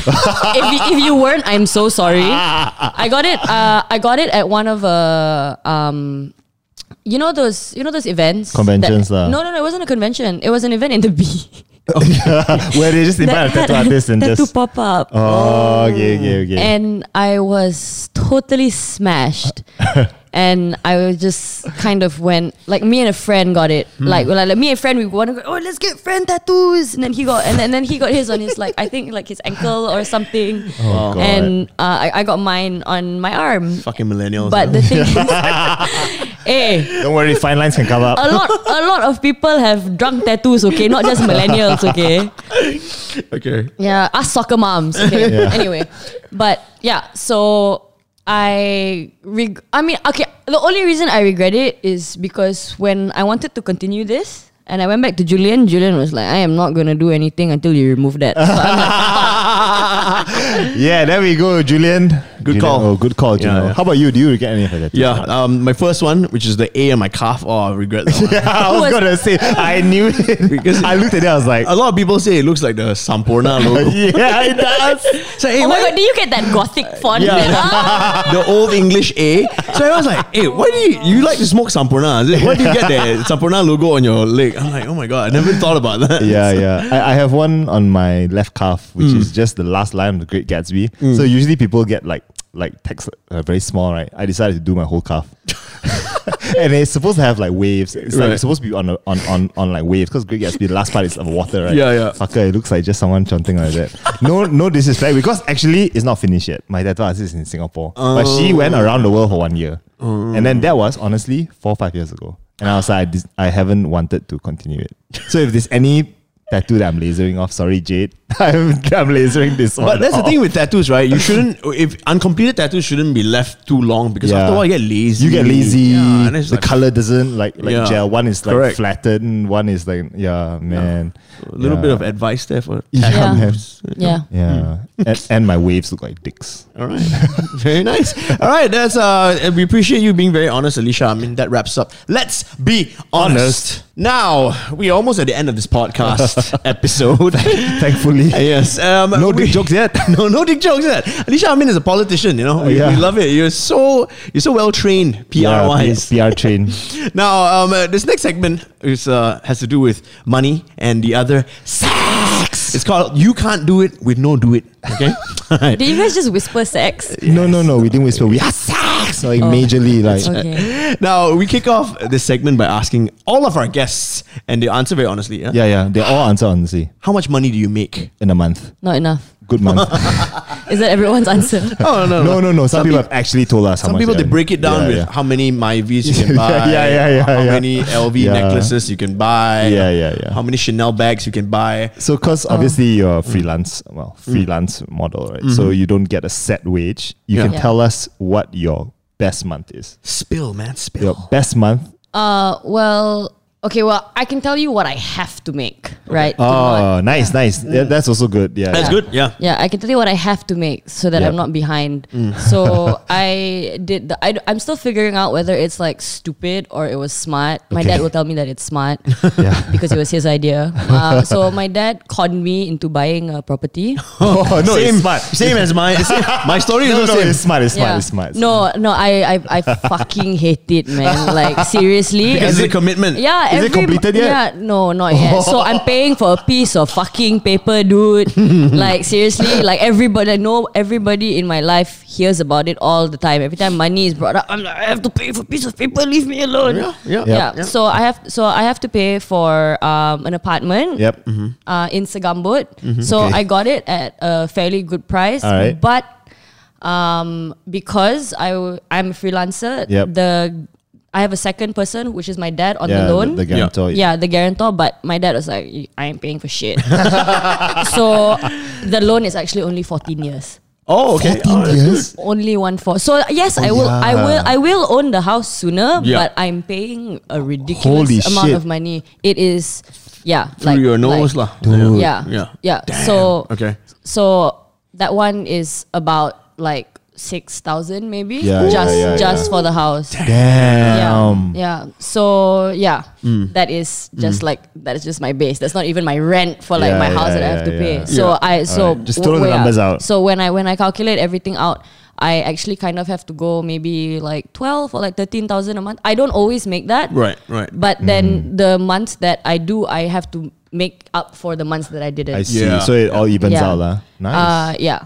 Speaker 5: you, if you weren't, I'm so sorry. I got it. Uh, I got it at one of uh, um, you know those you know those events that-
Speaker 4: Conventions uh. lah.
Speaker 5: No, no, no. It wasn't a convention. It was an event in the [laughs] B.
Speaker 4: [laughs] Where they just invite a
Speaker 5: That
Speaker 4: tattoo
Speaker 5: had
Speaker 4: artist and
Speaker 5: tattoo
Speaker 4: just.
Speaker 5: pop up.
Speaker 4: Oh, okay, okay, okay.
Speaker 5: and I was
Speaker 4: [laughs]
Speaker 5: totally smashed. and I was just kind of went like me and a friend got it.
Speaker 4: Hmm.
Speaker 5: Like, well, like me and a friend we want to go, oh let's get friend tattoos. And then he got and then, then he got his on his like I think like his ankle or something.
Speaker 4: Oh, God.
Speaker 5: and uh, I, I got mine on my arm.
Speaker 3: Fucking
Speaker 4: Oh,
Speaker 3: millennials.
Speaker 5: But
Speaker 4: [laughs]
Speaker 5: the thing is, [laughs] eh,
Speaker 4: Don't worry, fine lines can cover up.
Speaker 5: [laughs] a lot, a lot of people have drunk tattoos, okay? Not just millennials, okay?
Speaker 3: okay.
Speaker 5: Yeah, us soccer moms.
Speaker 3: [laughs]
Speaker 5: Okay. Anyway, but yeah, so I reg- I mean, okay, the only reason I regret it is because when I wanted to continue this and I went back to Julian, Julian was like, I am not going to do
Speaker 3: [laughs]
Speaker 5: "Oh, anything until you remove that. So I'm like,
Speaker 4: yeah, there we go, Julian.
Speaker 3: Good
Speaker 4: Junior-
Speaker 3: call.
Speaker 4: Oh, good call,
Speaker 3: Yeah,
Speaker 4: Juno.
Speaker 3: yeah.
Speaker 4: How about you? Do you regret any of that?
Speaker 3: Yeah, um, my first one, which is the A on my calf. Oh, I regret that one.
Speaker 4: [laughs] I was gonna say I knew it
Speaker 3: [laughs] Because-
Speaker 4: because I looked at it. I was
Speaker 3: [laughs]
Speaker 4: like,
Speaker 3: [laughs] A lot of people say it looks like the Samporna [laughs] logo.
Speaker 4: [laughs] yeah, it does.
Speaker 3: So, hey,
Speaker 5: Oh my
Speaker 3: why-
Speaker 5: god, do you get that gothic font?
Speaker 3: Yeah.
Speaker 5: man? Ah!
Speaker 3: [laughs] the old English A. So I was like, hey, why do you, you like to smoke Sampurna? Is it- Why do you get [laughs] the Sampurna logo on your leg? I'm like, oh my God, I never thought about that.
Speaker 4: [laughs]
Speaker 3: [laughs]
Speaker 4: Yeah, yeah. I, I have one on my left calf, which is just the last line of the Great Gatsby. So usually people get like like text uh, very small, right? I decided to do my whole calf. and it's supposed to have like waves. It's, like,
Speaker 3: Right.
Speaker 4: it's supposed to be on a, on, on on like waves because Great Gatsby, the last part is of water, right?
Speaker 3: Yeah, yeah.
Speaker 4: Fucker, it looks like just someone chanting like that. No, no disrespect because actually it's not finished yet. My tattoo artist is in Singapore, but
Speaker 3: Oh.
Speaker 4: she went around the world for one year, and then that was honestly four five years ago. And I was like, I, dis- I haven't wanted to continue it. So if there's any tattoo that I'm lasering off, sorry Jade, [laughs] I'm, I'm lasering this one.
Speaker 3: But that's the
Speaker 4: off.
Speaker 3: thing with tattoos, right? You shouldn't, if uncompleted tattoos shouldn't be left too long because
Speaker 4: Yeah.
Speaker 3: after a while you get lazy.
Speaker 4: You get lazy.
Speaker 3: Yeah, and it's
Speaker 4: the
Speaker 3: like,
Speaker 4: color doesn't like like
Speaker 3: Yeah.
Speaker 4: gel. One is like
Speaker 3: Correct.
Speaker 4: flattened. One is like yeah, man.
Speaker 3: A little bit of advice there for
Speaker 4: [laughs] yeah,
Speaker 5: Yeah.
Speaker 4: man.
Speaker 5: [laughs] yeah.
Speaker 4: Yeah, and, and my waves look like dicks.
Speaker 3: All right. [laughs] very nice. All right. That's uh we appreciate you being very honest, Alicia. I mean that wraps up. Let's be honest. Now, we're almost at the end of this
Speaker 4: [laughs]
Speaker 3: podcast episode.
Speaker 4: Thankfully,
Speaker 3: Yes. Um,
Speaker 4: No dick jokes yet.
Speaker 3: [laughs] no, no dick jokes yet. Alicia Amin is a politician. You know, we,
Speaker 4: Yeah.
Speaker 3: we love it. You're so you're so well trained PR
Speaker 4: Yeah,
Speaker 3: wise.
Speaker 4: P- PR
Speaker 3: [laughs]
Speaker 4: train.
Speaker 3: Now, um, uh, this next segment is uh, has to do with money and the other sex. It's called "You Can't Do It with No Do It." Okay. [laughs] All right.
Speaker 5: Did you guys just
Speaker 3: [laughs]
Speaker 5: whisper sex?
Speaker 4: No, no, no. We didn't whisper. We had sex. Like majorly, like
Speaker 5: Oh, Okay.
Speaker 3: [laughs] Now we kick off this segment by asking all of our guests, and they answer very honestly. Yeah?
Speaker 4: yeah, yeah. They all answer honestly
Speaker 3: How much money do you
Speaker 4: [laughs]
Speaker 3: make?
Speaker 4: in a month.
Speaker 5: Not enough.
Speaker 4: Good month.
Speaker 5: Is that everyone's [laughs] answer?
Speaker 3: Oh [laughs] no,
Speaker 4: no, no, no. Some, people have actually told us. how
Speaker 3: Some
Speaker 4: much
Speaker 3: people they
Speaker 4: earn.
Speaker 3: break it down
Speaker 4: Yeah,
Speaker 3: with
Speaker 4: yeah.
Speaker 3: how many MyVs you can buy,
Speaker 4: [laughs] Yeah, yeah, yeah,
Speaker 3: how
Speaker 4: yeah.
Speaker 3: many LV
Speaker 4: Yeah.
Speaker 3: necklaces you can buy,
Speaker 4: Yeah, yeah, yeah.
Speaker 3: how many Chanel bags you can buy.
Speaker 4: So, because
Speaker 3: Uh-huh.
Speaker 4: obviously you're a freelance, well,
Speaker 3: Mm.
Speaker 4: freelance model, right? So you don't get a set wage.
Speaker 3: Mm-hmm.
Speaker 4: You
Speaker 3: Yeah.
Speaker 4: can
Speaker 5: Yeah.
Speaker 4: tell us what your best month is.
Speaker 3: Spill, man, spill.
Speaker 5: [gasps]
Speaker 4: Your best month.
Speaker 5: Uh, well, okay. Well, I can tell you what I have to make, right? to not-
Speaker 4: Oh, nice, nice. Yeah, that's also good. Yeah,
Speaker 3: That's
Speaker 4: yeah.
Speaker 3: good. Yeah.
Speaker 5: Yeah, I can tell you what I have to make so that
Speaker 4: Yeah. Mm.
Speaker 5: I'm not behind. So [laughs] I did. The, I, am still figuring out whether it's like stupid or it was smart. My
Speaker 4: Okay.
Speaker 5: dad will tell me that it's smart
Speaker 4: [laughs] Yeah.
Speaker 5: because it was his
Speaker 4: [laughs]
Speaker 5: idea. Uh, so my dad conned me into buying a property.
Speaker 4: [laughs] Oh, no,
Speaker 3: same,
Speaker 4: it's smart.
Speaker 3: same as
Speaker 4: [laughs]
Speaker 3: my same, my story is
Speaker 4: No,
Speaker 3: also
Speaker 4: no,
Speaker 3: same.
Speaker 4: it's smart. It's smart.
Speaker 5: Yeah.
Speaker 4: It's smart.
Speaker 5: No, no, I, I, I fucking hate it, man. Like seriously,
Speaker 3: Because it's
Speaker 5: every-
Speaker 3: a commitment.
Speaker 5: Yeah,
Speaker 4: Is it completed yet?
Speaker 5: Yeah, no, not yet.
Speaker 3: [laughs]
Speaker 5: So I'm paying for a piece of fucking paper, dude. like seriously, like everybody, I know everybody in my life hears about it all the time. Every time money is brought up, I'm like, I have to pay for a piece of paper. Leave me alone.
Speaker 3: Yeah, yeah.
Speaker 5: yeah.
Speaker 3: Yeah.
Speaker 5: So I have, so I have to pay for um, an apartment
Speaker 4: Yep.
Speaker 3: Mm-hmm.
Speaker 5: uh, in Segambut. So
Speaker 4: Mm-hmm. Okay.
Speaker 5: I got it at a fairly good price.
Speaker 4: All right.
Speaker 5: But um, because I w- I'm a freelancer,
Speaker 4: Yep.
Speaker 5: the I have a second person, which is my dad on
Speaker 4: Yeah,
Speaker 5: the loan.
Speaker 4: The, the guarantor.
Speaker 5: yeah, the guarantor, but my dad was like, "Y- I ain't paying for shit.
Speaker 4: [laughs]
Speaker 5: [laughs] so the loan is actually only 14 years.
Speaker 3: Oh, okay.
Speaker 4: 14
Speaker 3: Oh, that's
Speaker 4: years?
Speaker 5: Only one for so yes, I will I
Speaker 4: Oh, yeah.
Speaker 5: will I will own the house sooner,
Speaker 3: Yeah.
Speaker 5: but I'm paying a ridiculous
Speaker 4: Holy
Speaker 5: amount
Speaker 4: shit.
Speaker 5: of money. It is yeah,
Speaker 3: good. Through your nose, lah.
Speaker 4: Dude.
Speaker 5: yeah.
Speaker 3: Yeah.
Speaker 5: Yeah. So
Speaker 3: Okay.
Speaker 5: So that one is about like six thousand maybe.
Speaker 4: Yeah, yeah,
Speaker 5: just
Speaker 4: yeah,
Speaker 5: just for the house.
Speaker 4: Damn.
Speaker 5: Yeah. Yeah. So yeah. That is just like that is just my base. That's not even my rent for like
Speaker 4: Yeah,
Speaker 5: my
Speaker 4: yeah,
Speaker 5: house that I
Speaker 4: yeah,
Speaker 5: have to
Speaker 4: yeah.
Speaker 5: pay. So
Speaker 3: Yeah.
Speaker 5: I so
Speaker 4: Alright. Just
Speaker 5: w-
Speaker 4: throw the
Speaker 5: yeah.
Speaker 4: numbers out.
Speaker 5: So when I when I calculate everything out, I actually kind of have to go maybe like twelve or like thirteen thousand a month. I don't always make that.
Speaker 3: Right, right.
Speaker 5: But
Speaker 4: Mm.
Speaker 5: then the months that I do, I have to make up for the months that I didn't.
Speaker 4: I see.
Speaker 3: Yeah.
Speaker 4: So it all evens
Speaker 5: Yeah.
Speaker 4: out. lah. Nice.
Speaker 5: Uh, yeah.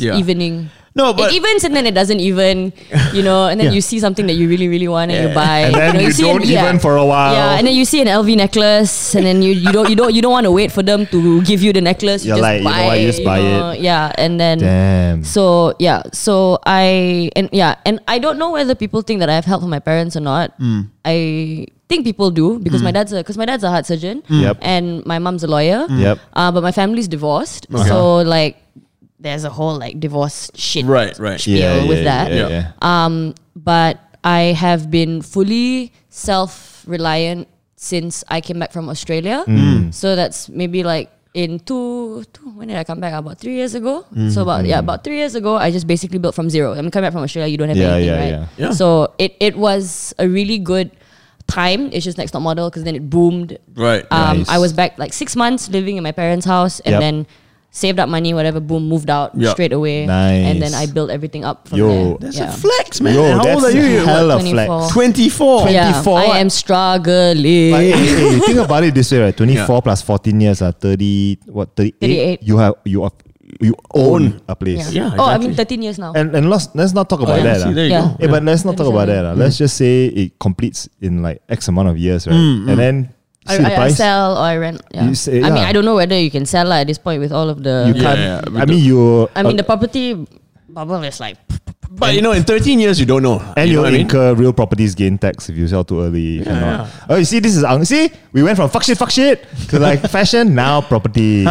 Speaker 3: Yeah.
Speaker 5: Evening.
Speaker 3: no, but
Speaker 5: it evens and then it doesn't even, you know, and
Speaker 4: [laughs]
Speaker 5: then
Speaker 4: Yeah.
Speaker 5: you see something that you really, really want and you buy.
Speaker 4: and then
Speaker 5: know,
Speaker 4: you,
Speaker 5: see
Speaker 4: don't
Speaker 5: an-
Speaker 4: even for a while.
Speaker 5: Yeah, and then you see an LV necklace, and then you, you don't you don't you don't want to wait for them to give you the necklace.
Speaker 4: You're
Speaker 5: you just
Speaker 4: like, you know
Speaker 5: buy,
Speaker 4: what, you just buy it.
Speaker 5: Yeah, and then
Speaker 4: Damn.
Speaker 5: so yeah, so I and yeah, and I don't know whether people think that I have help from my parents or not.
Speaker 4: Hmm.
Speaker 5: I think people do because my dad's because my dad's a heart surgeon,
Speaker 4: Hmm. Yep. Hmm.
Speaker 5: and my mom's a lawyer.
Speaker 4: Yep.
Speaker 5: Uh, but my family's divorced, so like there's a whole like divorce shit
Speaker 3: right, right.
Speaker 5: spiel with that.
Speaker 4: Yeah,
Speaker 3: Yeah.
Speaker 4: yeah.
Speaker 5: But I have been fully
Speaker 3: Mm.
Speaker 4: Mm.
Speaker 5: self reliant since I came back from Australia. So that's maybe like in two, two when did I come back? About three years ago.
Speaker 3: Mm-hmm.
Speaker 5: So about yeah, about three years ago, I just basically built from zero. I'm mean, coming back from Australia. You don't have
Speaker 4: Yeah,
Speaker 5: anything,
Speaker 4: yeah,
Speaker 5: right?
Speaker 3: yeah. Yeah.
Speaker 5: So it it was a really good time. It's just next top model because then it boomed.
Speaker 3: Right.
Speaker 5: Um,
Speaker 4: Nice.
Speaker 5: I was back like six months living in my parents' house, and
Speaker 4: Yep.
Speaker 5: then saved up money, whatever. Boom, moved out
Speaker 3: Yep.
Speaker 5: straight away, and then I
Speaker 4: Nice.
Speaker 5: built everything up from
Speaker 4: Yo.
Speaker 5: there.
Speaker 4: That's
Speaker 3: It's a flex, man. How old are
Speaker 4: that's
Speaker 3: you? You're what,
Speaker 4: hella
Speaker 5: 24.
Speaker 4: flex.
Speaker 3: 24.
Speaker 5: Yeah,
Speaker 4: 24,
Speaker 5: I
Speaker 4: what?
Speaker 5: am struggling.
Speaker 4: But hey, hey, hey, think about it this way, right? Twenty four plus fourteen years are thirty. What thirty
Speaker 5: 38.
Speaker 4: eight? You have you are, you own a place.
Speaker 5: Yeah.
Speaker 3: Yeah,
Speaker 5: Oh, I mean,
Speaker 3: exactly.
Speaker 5: 13 years now.
Speaker 4: And and let's let's not talk about
Speaker 3: Yeah, see, Oh,
Speaker 4: that. ah.
Speaker 3: there you go.
Speaker 5: Yeah.
Speaker 4: Eh, but let's not talk about that.
Speaker 5: Understand.
Speaker 4: ah. Let's just say it completes in like X amount of years, right?
Speaker 3: Mm,
Speaker 4: And then see
Speaker 5: I,
Speaker 4: the
Speaker 5: I, I
Speaker 4: price.
Speaker 5: sell or I rent. Yeah.
Speaker 4: You say-
Speaker 5: I
Speaker 4: yeah.
Speaker 5: mean, I don't know whether you can sell lah at this point with all of the.
Speaker 4: You uh,
Speaker 3: Yeah,
Speaker 4: can't.
Speaker 3: yeah, we
Speaker 4: I
Speaker 3: do.
Speaker 4: mean, you.
Speaker 5: I mean, the property bubble is like.
Speaker 3: But you know, in 13 years, you don't know.
Speaker 4: and
Speaker 3: you know
Speaker 4: you'll
Speaker 3: what I mean?
Speaker 4: incur real properties gain tax if you sell too early. if you're not. Oh, you see, this is ang- see. We went from fuck shit, fuck shit
Speaker 3: [laughs]
Speaker 4: to like fashion now property.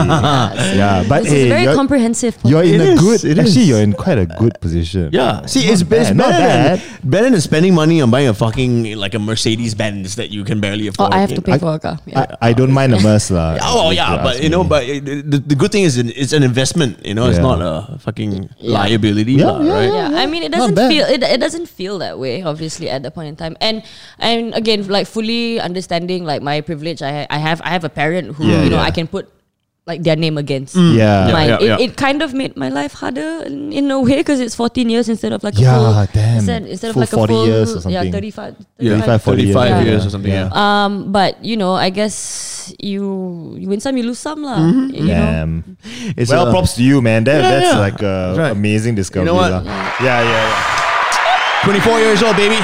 Speaker 4: yeah, but
Speaker 5: This
Speaker 4: hey,
Speaker 5: is very
Speaker 4: you're,
Speaker 5: comprehensive.
Speaker 4: you're
Speaker 3: It
Speaker 4: in a
Speaker 3: is,
Speaker 4: good.
Speaker 3: it
Speaker 4: Actually,
Speaker 3: is.
Speaker 4: you're in quite a good position.
Speaker 3: Yeah. See, it's,
Speaker 4: bad,
Speaker 3: it's
Speaker 4: not
Speaker 3: better,
Speaker 4: bad.
Speaker 3: Than, better than spending money on buying a fucking, like a Mercedes Benz that you can barely
Speaker 5: oh,
Speaker 3: afford.
Speaker 5: I have
Speaker 3: you
Speaker 5: to
Speaker 3: know?
Speaker 5: pay for a car. Yeah.
Speaker 4: I, I don't mind a mess
Speaker 3: [laughs]
Speaker 4: lah.
Speaker 3: Oh
Speaker 4: if
Speaker 3: yeah,
Speaker 4: ask
Speaker 3: but you know,
Speaker 4: me.
Speaker 3: but it- the, the good thing is it- it's an investment. You know, it's
Speaker 4: Yeah.
Speaker 3: not a fucking liability.
Speaker 4: Yeah,
Speaker 3: lah,
Speaker 4: yeah,
Speaker 3: right?
Speaker 5: yeah, I mean, it
Speaker 4: Not
Speaker 5: doesn't
Speaker 4: bad.
Speaker 5: feel it, it doesn't feel that way, obviously, at that point in time. And and again, like fully understanding like my privilege, I ha- I have I have a parent who
Speaker 4: Yeah,
Speaker 5: you know
Speaker 4: yeah. Mm.
Speaker 5: I can put like their name against.
Speaker 4: yeah,
Speaker 3: yeah,
Speaker 5: Mine. it,
Speaker 3: yeah.
Speaker 5: it kind of made my life harder in, in a way because it's 14 years instead of like
Speaker 4: Yeah,
Speaker 5: a full,
Speaker 4: damn.
Speaker 5: instead, instead of
Speaker 4: Full
Speaker 5: like a
Speaker 4: 40
Speaker 5: full
Speaker 4: years or
Speaker 5: yeah
Speaker 4: something. 35, 40 years,
Speaker 5: 35,
Speaker 3: 35
Speaker 5: yeah.
Speaker 3: years or something. Yeah.
Speaker 5: Um, but you know, I guess you you win some, you lose some, lah.
Speaker 4: Mm-hmm.
Speaker 5: You know,
Speaker 4: Damn.
Speaker 3: [laughs] It's a-
Speaker 4: well, props to you, man. That,
Speaker 3: Yeah,
Speaker 4: that's
Speaker 3: yeah.
Speaker 4: like a
Speaker 3: Right.
Speaker 4: amazing discovery.
Speaker 3: what?
Speaker 4: lah. Yeah, yeah, yeah.
Speaker 3: 24 years old, baby.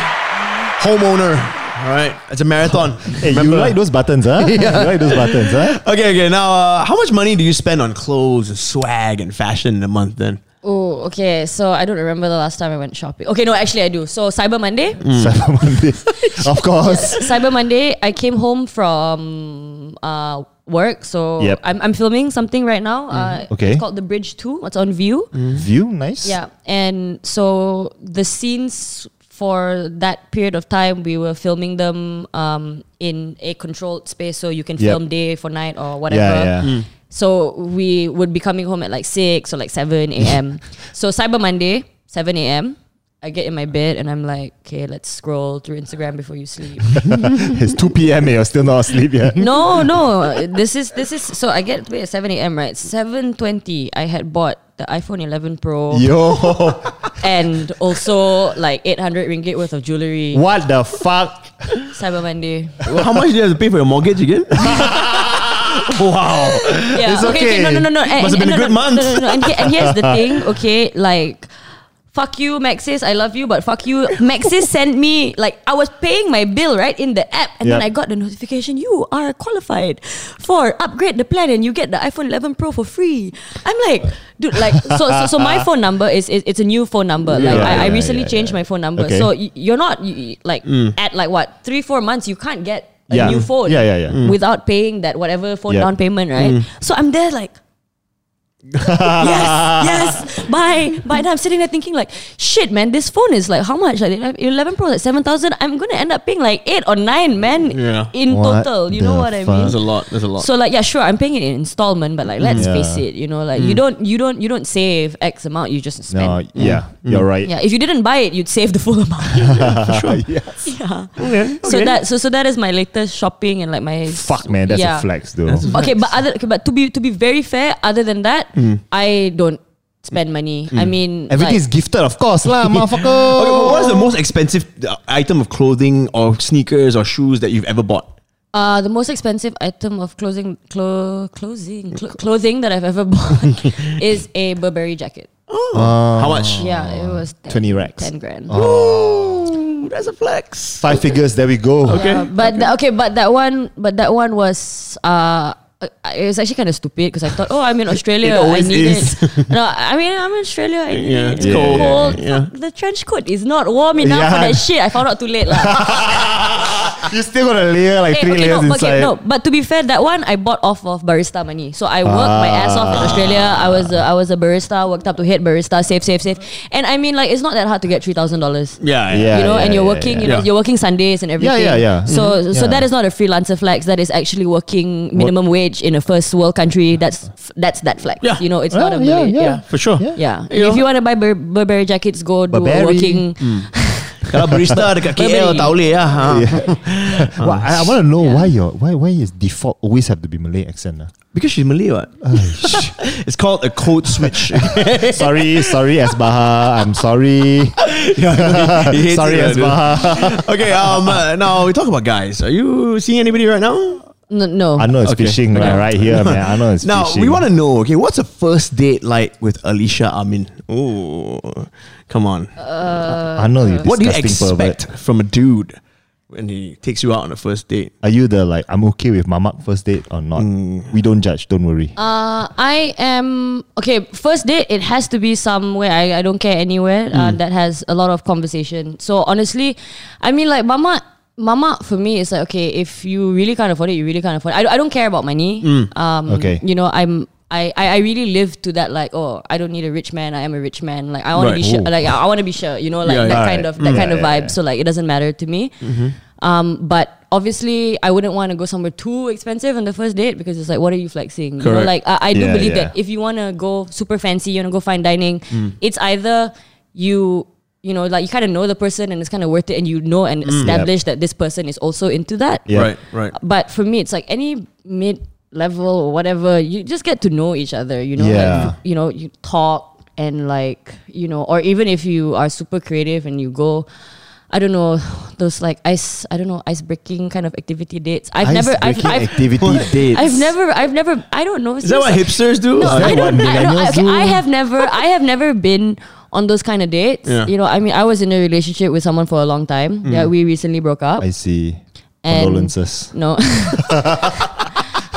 Speaker 3: Homeowner. All right. It's a
Speaker 4: [laughs]
Speaker 3: marathon.
Speaker 4: Hey, you like those buttons, huh?
Speaker 3: [laughs]
Speaker 4: You like those buttons, huh?
Speaker 3: Okay, okay. Now, uh, how much money do you spend on clothes, and swag, and fashion in a month then?
Speaker 5: Oh, okay. So I don't remember the last time I went shopping. Okay, no, actually I do. So Cyber Monday,
Speaker 4: Cyber Monday.
Speaker 3: Hmm.
Speaker 4: [laughs] of course.
Speaker 5: Cyber Monday, I came home from uh, work. So
Speaker 4: Yep. Mm-hmm.
Speaker 5: I'm, I'm filming something right now.
Speaker 4: Okay.
Speaker 5: Uh,
Speaker 4: Mm-hmm.
Speaker 5: It's called The Bridge 2. It's on view.
Speaker 4: View, nice.
Speaker 5: Hmm. Yeah. And so the scenes for that period of time, we were filming them um, in a controlled space. So you can
Speaker 4: Yep.
Speaker 5: film day for night or whatever.
Speaker 4: Yeah, yeah.
Speaker 5: So we would be coming home at like 6 or like
Speaker 4: [laughs]
Speaker 5: 7 a.m. so Cyber Monday, 7 a.m. I get in my bed and I'm like, okay, let's scroll through Instagram before you sleep.
Speaker 3: Hmm.
Speaker 4: [laughs] it's 2 p.m. and you're still not asleep
Speaker 5: [laughs]
Speaker 4: yet.
Speaker 5: No, no. This is this is so I get to bed at seven a.m. Right, seven twenty. I had bought the iPhone 11 Pro
Speaker 4: Yo,
Speaker 5: and also like eight hundred ringgit worth of jewelry.
Speaker 4: what the fuck?
Speaker 5: Cyber Monday.
Speaker 3: Well, how much do you have to pay for your mortgage again? [laughs] wow.
Speaker 4: [laughs]
Speaker 5: Yeah.
Speaker 4: It's okay.
Speaker 5: No, no, no, no.
Speaker 3: Must have been a
Speaker 5: no,
Speaker 3: good
Speaker 5: no,
Speaker 3: month.
Speaker 5: No, no, no. And, he- and here's
Speaker 4: [laughs]
Speaker 5: the thing. Okay, like. Fuck you, Maxis. I love you, but fuck you. Maxis
Speaker 4: [laughs]
Speaker 5: sent me like I was paying my bill right in the app, and then
Speaker 4: Yeah.
Speaker 5: I got the notification. You are qualified for upgrade the plan, and you get the iPhone 11 Pro for free. I'm like, dude, like so.
Speaker 4: [laughs]
Speaker 5: So, so my phone number is, is it's a new phone number. Like
Speaker 4: Yeah,
Speaker 5: I, I
Speaker 4: yeah,
Speaker 5: recently
Speaker 4: yeah,
Speaker 5: changed my phone number,
Speaker 4: Okay. Mm.
Speaker 5: so y- you're not y- y- like at like what three four months. You can't get a
Speaker 4: Yeah.
Speaker 5: new phone.
Speaker 4: Yeah, yeah, yeah. Mm.
Speaker 5: Without paying that whatever phone
Speaker 4: Yeah.
Speaker 5: down payment, right? So I'm there
Speaker 4: [laughs]
Speaker 5: like yes, yes. By by then I'm sitting there thinking like, shit, man, this phone is like how much? Like eleven pro, like seven thousand. I'm gonna end up paying like eight or nine, man.
Speaker 3: Yeah.
Speaker 5: In
Speaker 4: What
Speaker 5: total, you
Speaker 4: the
Speaker 5: know what I
Speaker 4: fuck?
Speaker 5: mean?
Speaker 3: That's a lot. That's a lot.
Speaker 5: So like yeah, sure, I'm paying it in installment, but like let's
Speaker 4: Yeah. Mm.
Speaker 5: face it, you know, like you don't you don't you don't save X amount, you just spend.
Speaker 4: No,
Speaker 3: Hmm.
Speaker 4: yeah, you're right.
Speaker 5: Yeah, if you didn't buy it, you'd save the full [laughs]
Speaker 4: [laughs]
Speaker 5: amount.
Speaker 4: Yes.
Speaker 5: yeah. So that so so that is my latest shopping and like my
Speaker 4: Fuck, man, that's a flex, though.
Speaker 5: Okay, but other okay, but to be to be very fair, other than that,
Speaker 3: Hmm.
Speaker 5: I don't spend money. I mean,
Speaker 4: Everything is gifted, of course, lah, motherfucker.
Speaker 3: [laughs] Okay, Oh, what is the most expensive uh, item of clothing or sneakers or shoes that you've ever bought?
Speaker 5: like, uh, the most expensive item of clothing clo- clothing clo- clothing that I've ever [laughs]
Speaker 3: [laughs]
Speaker 5: bought is a Burberry jacket.
Speaker 3: How much?
Speaker 5: Yeah,
Speaker 3: Oh,
Speaker 5: it was 10,
Speaker 4: 20 racks.
Speaker 5: ten grand.
Speaker 3: Ooh, that's a flex.
Speaker 4: Five figures, there we go.
Speaker 3: Okay.
Speaker 5: Yeah, Uh, but okay. That, okay, but that one, but that one was uh, uh, it was actually kind of stupid because I thought, oh, I'm in Australia,
Speaker 3: [laughs] It
Speaker 5: I
Speaker 3: always
Speaker 5: need
Speaker 3: is.
Speaker 5: it. [laughs] No, I mean I'm in Australia. I need
Speaker 3: Yeah,
Speaker 5: it.
Speaker 3: it's
Speaker 5: It's
Speaker 3: cold.
Speaker 5: cold.
Speaker 3: Yeah.
Speaker 5: Fuck, The trench coat is not warm enough for
Speaker 4: Yeah.
Speaker 5: that shit. I found out too late,
Speaker 3: [laughs]
Speaker 5: lah.
Speaker 4: You still got a layer, like
Speaker 5: Eh,
Speaker 4: three
Speaker 5: okay,
Speaker 4: layers
Speaker 5: no,
Speaker 4: inside.
Speaker 5: Okay, no, but to be fair, that one I bought off of barista money. So I worked my ass off
Speaker 4: Ah.
Speaker 5: in Australia. I was a, I was a barista, worked up to head barista, save, save, save. And I mean, like, it's not that hard to get three thousand dollars.
Speaker 3: Yeah, yeah.
Speaker 4: Yeah,
Speaker 5: you know,
Speaker 4: yeah,
Speaker 5: and you're
Speaker 4: yeah,
Speaker 5: working,
Speaker 4: yeah.
Speaker 5: you know,
Speaker 3: Yeah.
Speaker 5: you're working Sundays and everything.
Speaker 4: yeah, yeah.
Speaker 5: So, so
Speaker 4: Yeah.
Speaker 5: that is not a freelancer flex. That is actually working minimum wage age in a first world country, that's that's that flex.
Speaker 3: Yeah.
Speaker 5: You know, it's
Speaker 4: Ah, Yeah,
Speaker 5: not a
Speaker 4: yeah,
Speaker 5: Malay.
Speaker 4: yeah.
Speaker 5: Yeah.
Speaker 3: for sure.
Speaker 4: Yeah.
Speaker 5: Yeah.
Speaker 3: You know?
Speaker 5: If you want to buy Bur- Burberry jackets, go do
Speaker 4: Burberry. Mm.
Speaker 5: a working.
Speaker 3: Kalau barista dekat KL
Speaker 5: Burberry.
Speaker 3: tak boleh ah, lah. ha.
Speaker 4: Well, I, I want to know why your why why is default always have to be Malay accent. ah?
Speaker 5: [laughs]
Speaker 3: Because she's Malay, what? it's called a code switch. [laughs]
Speaker 4: sorry, sorry, Esbaha. I'm
Speaker 3: [laughs]
Speaker 4: sorry.
Speaker 3: He hates
Speaker 4: [laughs] sorry,
Speaker 3: it, uh,
Speaker 4: Esbaha.
Speaker 3: dude. okay, um, uh, now we talk about guys. Are you seeing anybody right now?
Speaker 5: No, no.
Speaker 4: I know it's
Speaker 3: Okay.
Speaker 4: fishing man, right here, man. I know
Speaker 3: [laughs]
Speaker 4: it's
Speaker 3: Now
Speaker 4: fishing.
Speaker 3: we want to know. Okay, what's a first date like with Alicia Amin? Oh, come on.
Speaker 5: Uh,
Speaker 4: I know you.
Speaker 3: what do you
Speaker 4: disgusting pervert.
Speaker 3: expect from a dude when he takes you out on a first date?
Speaker 4: Are you the like I'm okay with mamak first date or not?
Speaker 3: Mm.
Speaker 4: We don't judge. Don't worry.
Speaker 5: Uh, I am okay. First date, it has to be somewhere I, I don't care anywhere uh, that has a lot of conversation. So honestly, I mean like mama. Mama for me is like okay if you really can't afford it you really can't afford it I, don't- I don't care about money um
Speaker 4: Okay.
Speaker 5: you know I'm I, I I really live to that like oh I don't need a rich man I am a rich man like I want
Speaker 3: Right.
Speaker 5: to be sure
Speaker 4: Ooh.
Speaker 5: like I want to be sure you know like
Speaker 3: Yeah,
Speaker 5: that
Speaker 4: yeah.
Speaker 5: kind
Speaker 4: Alright.
Speaker 5: of that
Speaker 4: Mm. Yeah,
Speaker 5: kind of
Speaker 4: yeah, Mm-hmm.
Speaker 5: vibe so like it doesn't matter to me um but obviously I wouldn't want to go somewhere too expensive on the first date because it's like what are you flexing you know
Speaker 3: Correct.
Speaker 5: like I, I do
Speaker 4: Yeah,
Speaker 5: believe
Speaker 4: yeah. Mm.
Speaker 5: that if you want to go super fancy, you want to go fine dining, it's either you you know like you kind of know the person and it's kind of worth it, and you know
Speaker 4: Mm.
Speaker 5: and establish that this person is also into that.
Speaker 4: Yeah.
Speaker 3: Right, right.
Speaker 5: But for me, it's like any mid level or whatever, you just get to know each other. You know,
Speaker 4: Yeah.
Speaker 5: like, you know, you talk and like you know, or even if you are super creative and you go. I don't know those like ice. I don't know ice breaking kind of activity dates. I've never. I've,
Speaker 4: Ice-breaking
Speaker 5: I've,
Speaker 4: activity dates.
Speaker 5: I've never. I've never. I don't know.
Speaker 3: Is that what hipsters do?
Speaker 5: No,
Speaker 4: that
Speaker 5: I don't.
Speaker 4: what
Speaker 5: I, don't I,
Speaker 4: millennials
Speaker 5: okay,
Speaker 4: do?
Speaker 5: I have never. I have never been on those kind of dates.
Speaker 3: Yeah. Mm.
Speaker 5: You know, I mean, I was in a relationship with someone for a long time. Yeah, we recently broke up.
Speaker 4: I see.
Speaker 5: And-
Speaker 4: Condolences.
Speaker 5: no. [laughs]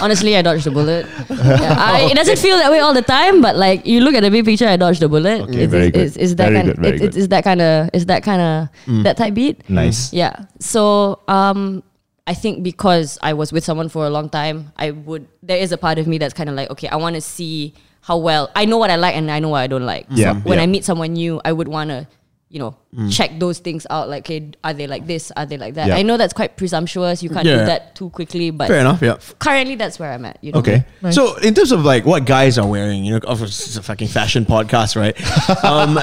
Speaker 5: Honestly, I dodged
Speaker 4: [laughs]
Speaker 5: the bullet. Yeah, I, it doesn't feel that way all the time, but like you look at the big picture, I dodged the bullet.
Speaker 4: Okay, very good.
Speaker 5: It's, it's that
Speaker 4: Very
Speaker 5: kind.
Speaker 4: good, Mm. very
Speaker 5: it's, it's, it's that kind of. It's that kind of. That type beat.
Speaker 4: Nice.
Speaker 5: Yeah. So um, I think because I was with someone for a long time, I would there is a part of me that's kind of like, okay, I want to see how well I know what I like and I know what I don't like.
Speaker 4: Yeah,
Speaker 5: So when
Speaker 4: yeah.
Speaker 5: I meet someone new, I would want to, you know,
Speaker 3: Mm.
Speaker 5: check those things out. Like, okay, are they like this? Are they like that?
Speaker 4: Yeah.
Speaker 5: I know that's quite presumptuous. You can't
Speaker 3: Yeah.
Speaker 5: do that too quickly, but
Speaker 3: Fair enough. Yeah.
Speaker 5: currently that's where I'm at. You know?
Speaker 3: Okay. So in terms of like what guys are wearing, you know, of course it's a fucking fashion podcast,
Speaker 4: [laughs]
Speaker 3: right? um,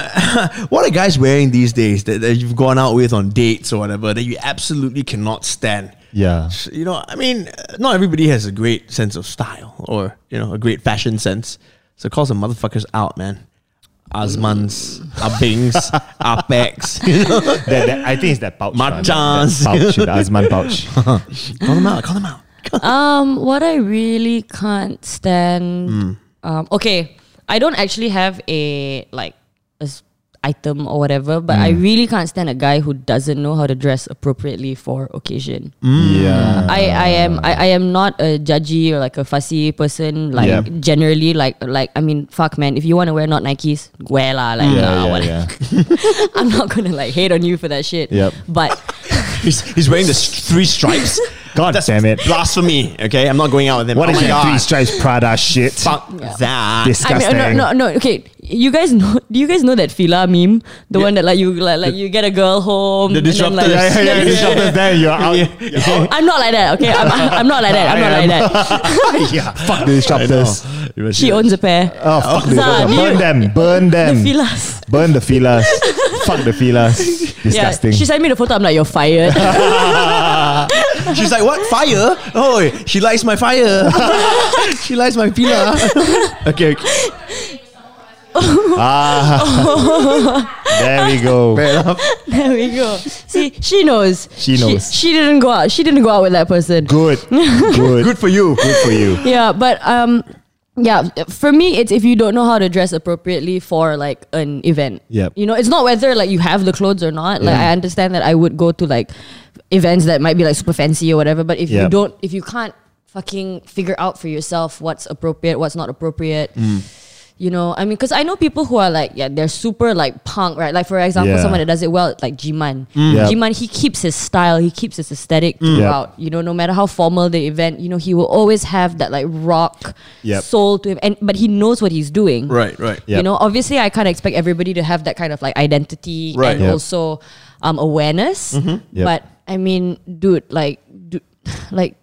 Speaker 3: [laughs] what are guys wearing these days that, that you've gone out with on dates or whatever that you absolutely cannot stand?
Speaker 4: Yeah.
Speaker 3: You know, I mean, not everybody has a great sense of style or you know a great fashion sense. So call some motherfuckers out, man.
Speaker 4: [laughs]
Speaker 3: Asmans, Abings, Apex. [laughs] You know,
Speaker 4: That- that- I think it's that pouch.
Speaker 3: My
Speaker 4: man. That
Speaker 3: chance.
Speaker 4: Pouch. The Azman
Speaker 3: [laughs]
Speaker 4: pouch.
Speaker 3: call them out. Call them out.
Speaker 5: Um, what I really can't stand.
Speaker 4: Hmm.
Speaker 5: Um, okay, I don't actually have a like a s- item or whatever, but
Speaker 4: Hmm.
Speaker 5: I really can't stand a guy who doesn't know how to dress appropriately for occasion.
Speaker 4: Hmm.
Speaker 3: Hmm.
Speaker 4: Yeah.
Speaker 5: I, I am I, I am not a judgy or like a fussy person. Like
Speaker 4: Yeah.
Speaker 5: generally, like like I mean, fuck man, if you want to wear not Nikes, wear lah. Like nah,
Speaker 4: Yeah, yeah,
Speaker 5: what-
Speaker 4: yeah.
Speaker 5: [laughs] I'm not gonna like hate on you for that shit.
Speaker 4: Yep.
Speaker 5: But
Speaker 3: He's, he's wearing the s- three stripes.
Speaker 4: God damn it.
Speaker 3: Blasphemy. Okay, I'm not going out with him.
Speaker 4: What
Speaker 3: oh
Speaker 4: is
Speaker 3: my
Speaker 4: that
Speaker 3: God.
Speaker 4: three stripes Prada shit?
Speaker 3: Fuck that.
Speaker 5: I
Speaker 4: Disgusting.
Speaker 5: mean, uh, no, no, no. Okay, you guys know? [laughs] Do you guys know that Fila meme? The
Speaker 3: Yeah.
Speaker 5: one that like you like, like you get a girl home.
Speaker 3: The
Speaker 5: and then,
Speaker 3: disruptor.
Speaker 5: like-
Speaker 4: yeah, yeah,
Speaker 5: [laughs]
Speaker 4: yeah. yeah, yeah. Then you're
Speaker 3: [laughs]
Speaker 4: out.
Speaker 5: I'm not like that. Okay, I'm, I'm not like that. I'm not like that.
Speaker 4: [laughs] yeah. Fuck the disruptors. [laughs]
Speaker 5: She owns a pair.
Speaker 4: Oh, fuck the
Speaker 5: Zah,
Speaker 4: disruptors.
Speaker 5: do
Speaker 4: Burn
Speaker 5: you-
Speaker 4: them. Burn
Speaker 5: [laughs]
Speaker 4: them.
Speaker 5: The Filas.
Speaker 4: Burn the filas.
Speaker 5: [laughs]
Speaker 4: Fuck the filas.
Speaker 5: Yeah,
Speaker 4: Disgusting.
Speaker 5: she sent me the photo. I'm like, you're fired. [laughs]
Speaker 3: She's like, what? Fire? Oh, she likes my
Speaker 4: [laughs]
Speaker 3: fire. she likes my pila. okay, okay.
Speaker 4: ah. there we go.
Speaker 5: [laughs] there we go. See, she knows.
Speaker 4: She knows.
Speaker 5: She, didn't go out. She didn't go out with that person.
Speaker 4: Good.
Speaker 5: [laughs]
Speaker 4: Good. Good for you. Good for you.
Speaker 5: Yeah, but um, yeah. For me, it's if you don't know how to dress appropriately for like an event.
Speaker 4: Yep.
Speaker 5: You know, it's not whether like you have the clothes or not. Like I understand that I would go to like events that might be like super fancy or whatever. But if you
Speaker 4: Yep.
Speaker 5: don't, if you can't fucking figure out for yourself what's appropriate, what's not appropriate.
Speaker 4: Mm.
Speaker 5: You know, I mean, because I know people who are like, yeah, they're super like punk, right? Like, for example,
Speaker 4: Yeah. Mm.
Speaker 5: someone that does it well, like Jiman.
Speaker 4: Yep. Mm.
Speaker 5: Jiman, he keeps his style, he keeps his aesthetic throughout. You know, no matter how formal the event, you know, he will always have that like rock
Speaker 4: Yep.
Speaker 5: soul to him, and but he knows what he's doing.
Speaker 3: Right, right.
Speaker 4: Yep.
Speaker 5: You know, obviously, I can't expect everybody to have that kind of like identity
Speaker 3: Right.
Speaker 5: and
Speaker 4: Yep. Mm-hmm.
Speaker 5: also um, awareness.
Speaker 4: Yep.
Speaker 5: [laughs] But I mean, dude, like, do, like,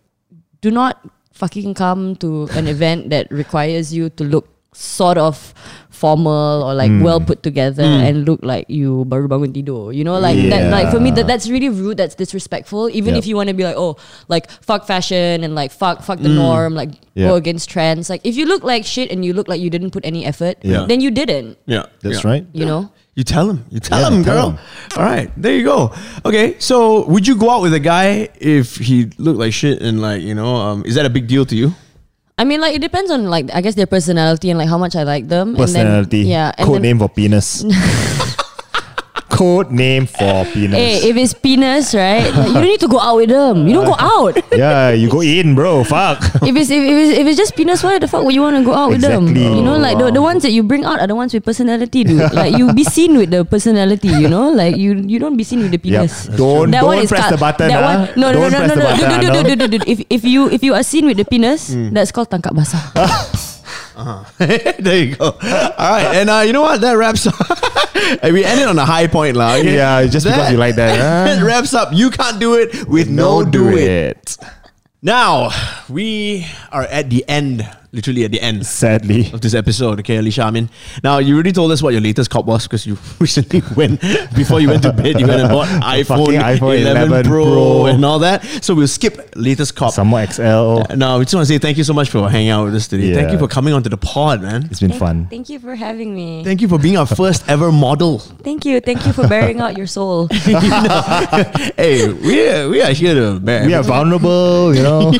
Speaker 5: do not fucking come to an event that requires you to look sort of formal or like well
Speaker 4: Mm.
Speaker 5: put together and look like you baru bangun tidur. You know, like that. Like for me, that that's really rude. That's disrespectful. Even
Speaker 4: Yep.
Speaker 5: if you want to be like, oh, like fuck fashion and like fuck fuck
Speaker 4: Mm.
Speaker 5: the norm, like
Speaker 4: Yeah.
Speaker 5: go against trends. Like if you look like shit and you look like you didn't put any effort,
Speaker 3: Yeah.
Speaker 5: then you didn't.
Speaker 3: Yeah,
Speaker 4: That's
Speaker 3: yeah.
Speaker 4: right.
Speaker 5: You know.
Speaker 3: You tell him. You tell
Speaker 4: Yeah,
Speaker 3: him,
Speaker 4: tell
Speaker 3: girl.
Speaker 4: him.
Speaker 3: All right, there you go. Okay, so would you go out with a guy if he looked like shit and like you know? Um, is that a big deal to you? [laughs]
Speaker 5: I mean, like it depends on like I guess their personality and like how much I like them.
Speaker 4: Personality.
Speaker 5: And then, yeah. And
Speaker 4: Code
Speaker 5: then,
Speaker 4: name for penis.
Speaker 5: [laughs]
Speaker 4: Code name for penis.
Speaker 5: Hey, Eh, if it's penis, right? Like, you don't need to go out with them. You don't go out.
Speaker 4: yeah, you go in, bro. Fuck.
Speaker 5: If it's if, if it's if it's just penis, why the fuck would you want to go out with them?
Speaker 4: Exactly.
Speaker 5: You know, like the, the ones that you bring out are the ones with
Speaker 4: [laughs]
Speaker 5: personality, dude. like you be seen with the personality, you know, like you you don't be seen with
Speaker 4: Yep.
Speaker 5: the penis.
Speaker 4: Don't
Speaker 5: That one
Speaker 4: don't
Speaker 5: is
Speaker 4: press
Speaker 5: called-
Speaker 4: the button.
Speaker 5: That
Speaker 4: ah.
Speaker 5: one, no, no,
Speaker 4: Don't press
Speaker 5: no, no, no,
Speaker 4: the
Speaker 5: no,
Speaker 4: button, ah, no.
Speaker 5: dude, dude,
Speaker 4: Hmm.
Speaker 5: dude, dude, dude, dude. If if you if you are seen with the penis, that's called tangkap basah.
Speaker 4: [laughs]
Speaker 3: there you go. All right, and uh, you know what? That wraps up. [laughs] and we ended on a high point, lah. okay?
Speaker 4: Yeah, it's just because you like that,
Speaker 5: [laughs]
Speaker 3: that
Speaker 4: huh?
Speaker 3: wraps up. You can't do it with no, do it. Now we are at the end, literally at the end
Speaker 4: Sadly.
Speaker 3: of this episode. Okay, Alicia. I mean, now you already told us what your latest cop was because you [laughs] recently went before you went to bed. You went and bought iPhone,
Speaker 4: Fucking iPhone
Speaker 3: 11,
Speaker 4: 11
Speaker 3: Pro,
Speaker 4: Pro.
Speaker 3: and all that. So we'll skip latest cop.
Speaker 4: Some more XL.
Speaker 3: no, we just want to say thank you so much for hanging out with us today. Thank you
Speaker 4: Yeah.
Speaker 3: for coming onto the pod, man.
Speaker 4: It's been fun.
Speaker 5: Thank you for having me.
Speaker 3: Thank you for being our first ever model. [laughs]
Speaker 5: Thank you, thank you for bearing out
Speaker 4: [laughs]
Speaker 5: your soul.
Speaker 3: [laughs] hey, we are, we are here to bear.
Speaker 4: We are vulnerable, you know.
Speaker 5: [laughs]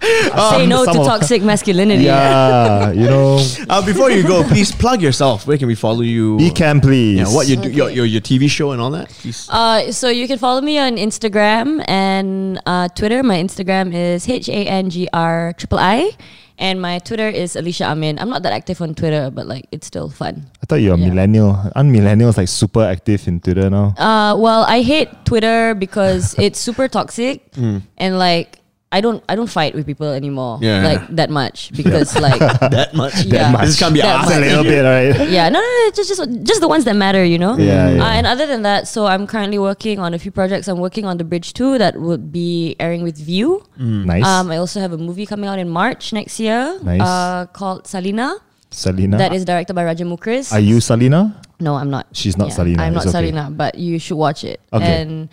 Speaker 5: Say
Speaker 4: Some-
Speaker 5: no to
Speaker 4: Oh, some of-
Speaker 5: toxic masculinity.
Speaker 4: Yeah, you know.
Speaker 3: Uh, before you go, please plug yourself. Where can we follow you?
Speaker 4: Be can please.
Speaker 3: Yeah, what you do, your, your your TV show and all that. Please.
Speaker 5: Uh, so you can follow me on Instagram and uh, Twitter. My Instagram is H A N G R triple I, and my Twitter is Alicia Amin. I'm not that active on Twitter, but like it's still fun.
Speaker 4: I thought you were a
Speaker 5: Yeah.
Speaker 4: millennial. Aren't millennials like super active in Twitter now?
Speaker 5: Uh, well, I hate Twitter because it's super toxic, and like I don't I don't fight with people anymore
Speaker 3: Yeah.
Speaker 5: like that much because like
Speaker 3: that much.
Speaker 5: yeah.
Speaker 4: much.
Speaker 3: This can't be
Speaker 5: That
Speaker 3: asked.
Speaker 5: much.
Speaker 4: [laughs] a little bit, right?
Speaker 5: yeah, no, no, no, just just just the ones that matter, you know.
Speaker 4: Yeah, yeah.
Speaker 5: Uh, and other than that, so I'm currently working on a few projects. I'm working on the Bridge Two that would be airing with View.
Speaker 3: Mm.
Speaker 4: Nice.
Speaker 5: Um, I also have a movie coming out in March next year.
Speaker 4: Nice.
Speaker 5: Uh, called Salina.
Speaker 4: Salina.
Speaker 5: That is directed by Raja Mukris.
Speaker 4: Are you Salina?
Speaker 5: No, I'm not.
Speaker 4: She's not Salina,
Speaker 5: I'm not
Speaker 4: it's okay.
Speaker 5: Salina, but you should watch it.
Speaker 4: Okay.
Speaker 5: And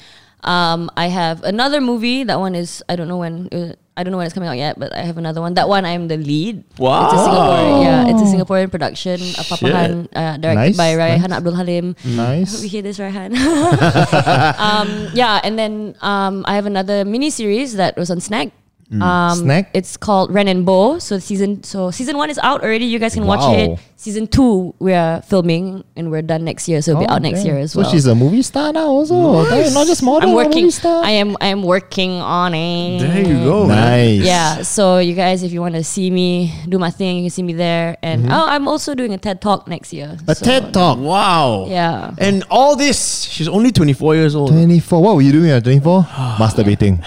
Speaker 5: um, I have another movie. That one is I don't know when uh, I don't know when it's coming out yet, but I have another one. That one I'm the lead.
Speaker 3: Wow.
Speaker 5: It's a Singaporean, yeah, it's a Singaporean production, a Papahan, uh, directed
Speaker 4: Oh. Nice,
Speaker 5: by Raihan
Speaker 4: nice.
Speaker 5: Abdul Halim. We
Speaker 4: Nice.
Speaker 5: hear this, Raihan. [laughs] um, yeah, and then um, I have another mini series that was on Snack.
Speaker 4: Mm.
Speaker 5: Um,
Speaker 4: Snack?
Speaker 5: It's called Ren and Bo. So season so season one is out already. You guys can watch
Speaker 4: Wow.
Speaker 5: it. Season two we are filming and we're done next year, so it'll be out next
Speaker 4: Okay.
Speaker 5: year as
Speaker 4: Oh, So
Speaker 5: well.
Speaker 4: she's a movie star now also. Nice. Not just model,
Speaker 5: I'm working.
Speaker 4: movie star. Oh,
Speaker 5: I am. I am working on it.
Speaker 3: There you go, man.
Speaker 4: nice.
Speaker 5: Yeah. So you guys, if you want to see me do my thing, you can see me there. And oh, I'm also doing a TED talk next year.
Speaker 4: Mm-hmm. A
Speaker 5: so-
Speaker 4: TED Talk.
Speaker 3: Wow.
Speaker 5: Yeah.
Speaker 3: And all this, she's only 24 years old.
Speaker 4: 24. What were you doing at 24?
Speaker 5: [sighs]
Speaker 4: Masturbating.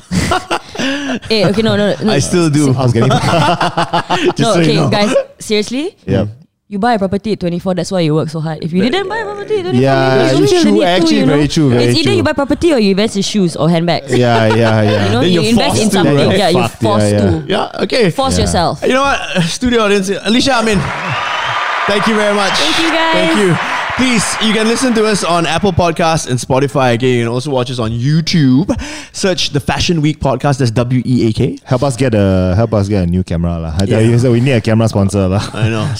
Speaker 5: Eh, okay. No. No. no
Speaker 3: I still do.
Speaker 4: [laughs] I was
Speaker 5: [laughs]
Speaker 4: getting.
Speaker 5: no,
Speaker 4: so you
Speaker 5: okay,
Speaker 4: know. [laughs]
Speaker 5: guys. Seriously,
Speaker 4: yeah.
Speaker 5: you buy a property at 24 that's why you work so hard if you didn't buy a property at 24
Speaker 4: Yeah,
Speaker 5: maybe you don't
Speaker 4: it's
Speaker 5: feel the
Speaker 4: true,
Speaker 5: need to,
Speaker 4: actually
Speaker 5: you know?
Speaker 4: very true, very
Speaker 5: it's either
Speaker 4: true.
Speaker 5: you buy property or you invest in shoes or handbags
Speaker 4: Yeah, yeah, yeah.
Speaker 5: you know
Speaker 3: Then
Speaker 5: you
Speaker 3: you're
Speaker 5: invest
Speaker 3: forced
Speaker 5: in
Speaker 3: to,
Speaker 5: something
Speaker 3: right?
Speaker 5: yeah you're
Speaker 4: Fucked, yeah,
Speaker 5: forced
Speaker 4: yeah.
Speaker 5: to
Speaker 3: Yeah. Okay.
Speaker 5: force yourself
Speaker 3: You know what, [laughs] studio audience, Alicia Amin. Thank you very much.
Speaker 5: Thank you, guys.
Speaker 3: Thank you. Please, you can listen to us on Apple Podcasts and Spotify. Again, you can also watch us on YouTube. Search the Fashion Week podcast. That's W E A K.
Speaker 4: Help us get a help us get a new camera lah. I tell
Speaker 3: Yeah.
Speaker 4: you, so we need a camera sponsor lah. [laughs]
Speaker 3: I know.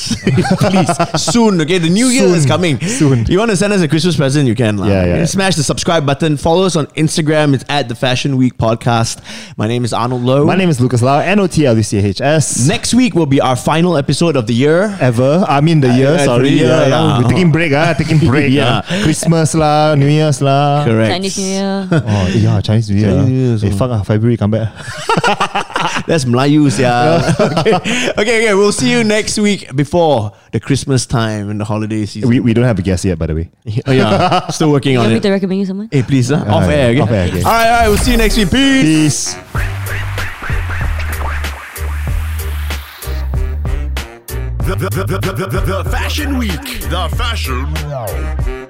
Speaker 3: Please, soon. Okay, the new year
Speaker 4: Soon.
Speaker 3: is coming.
Speaker 4: Soon.
Speaker 3: You want to send us a Christmas present? You can. lah.
Speaker 4: Yeah, yeah.
Speaker 3: Okay, Smash the subscribe button. Follow us on Instagram. It's at the Fashion Week podcast. My name is Arnold Lowe.
Speaker 4: My name is Lucas Lau, N O T L U C H S.
Speaker 3: Next week will be our final episode of the year.
Speaker 4: Ever, I mean the year.
Speaker 3: yeah,
Speaker 4: sorry,
Speaker 3: yeah,
Speaker 4: yeah,
Speaker 3: yeah.
Speaker 4: We're taking break, ah, taking break.
Speaker 3: [laughs] Yeah.
Speaker 4: yeah, Christmas lah, New Year's lah.
Speaker 3: Correct.
Speaker 5: Chinese New Year
Speaker 4: Oh eh, yeah, Chinese New Year.
Speaker 3: Chinese New Year
Speaker 4: eh, fuck ah, February come back. [laughs]
Speaker 3: That's Melayu, yeah. [laughs] okay. okay, okay. We'll see you next week before the Christmas time and the holiday season.
Speaker 4: We, we don't have a guest yet, by the way.
Speaker 3: oh yeah, still working
Speaker 5: you
Speaker 3: on
Speaker 5: want
Speaker 3: it.
Speaker 5: me to recommend you someone
Speaker 3: Hey, please, huh? off,
Speaker 4: yeah,
Speaker 3: air, okay?
Speaker 4: off air, okay.
Speaker 3: All right, all right. We'll see you next week. Peace.
Speaker 4: Peace.
Speaker 2: The, the, the, the, the, the, the Fashion Week. The Fashion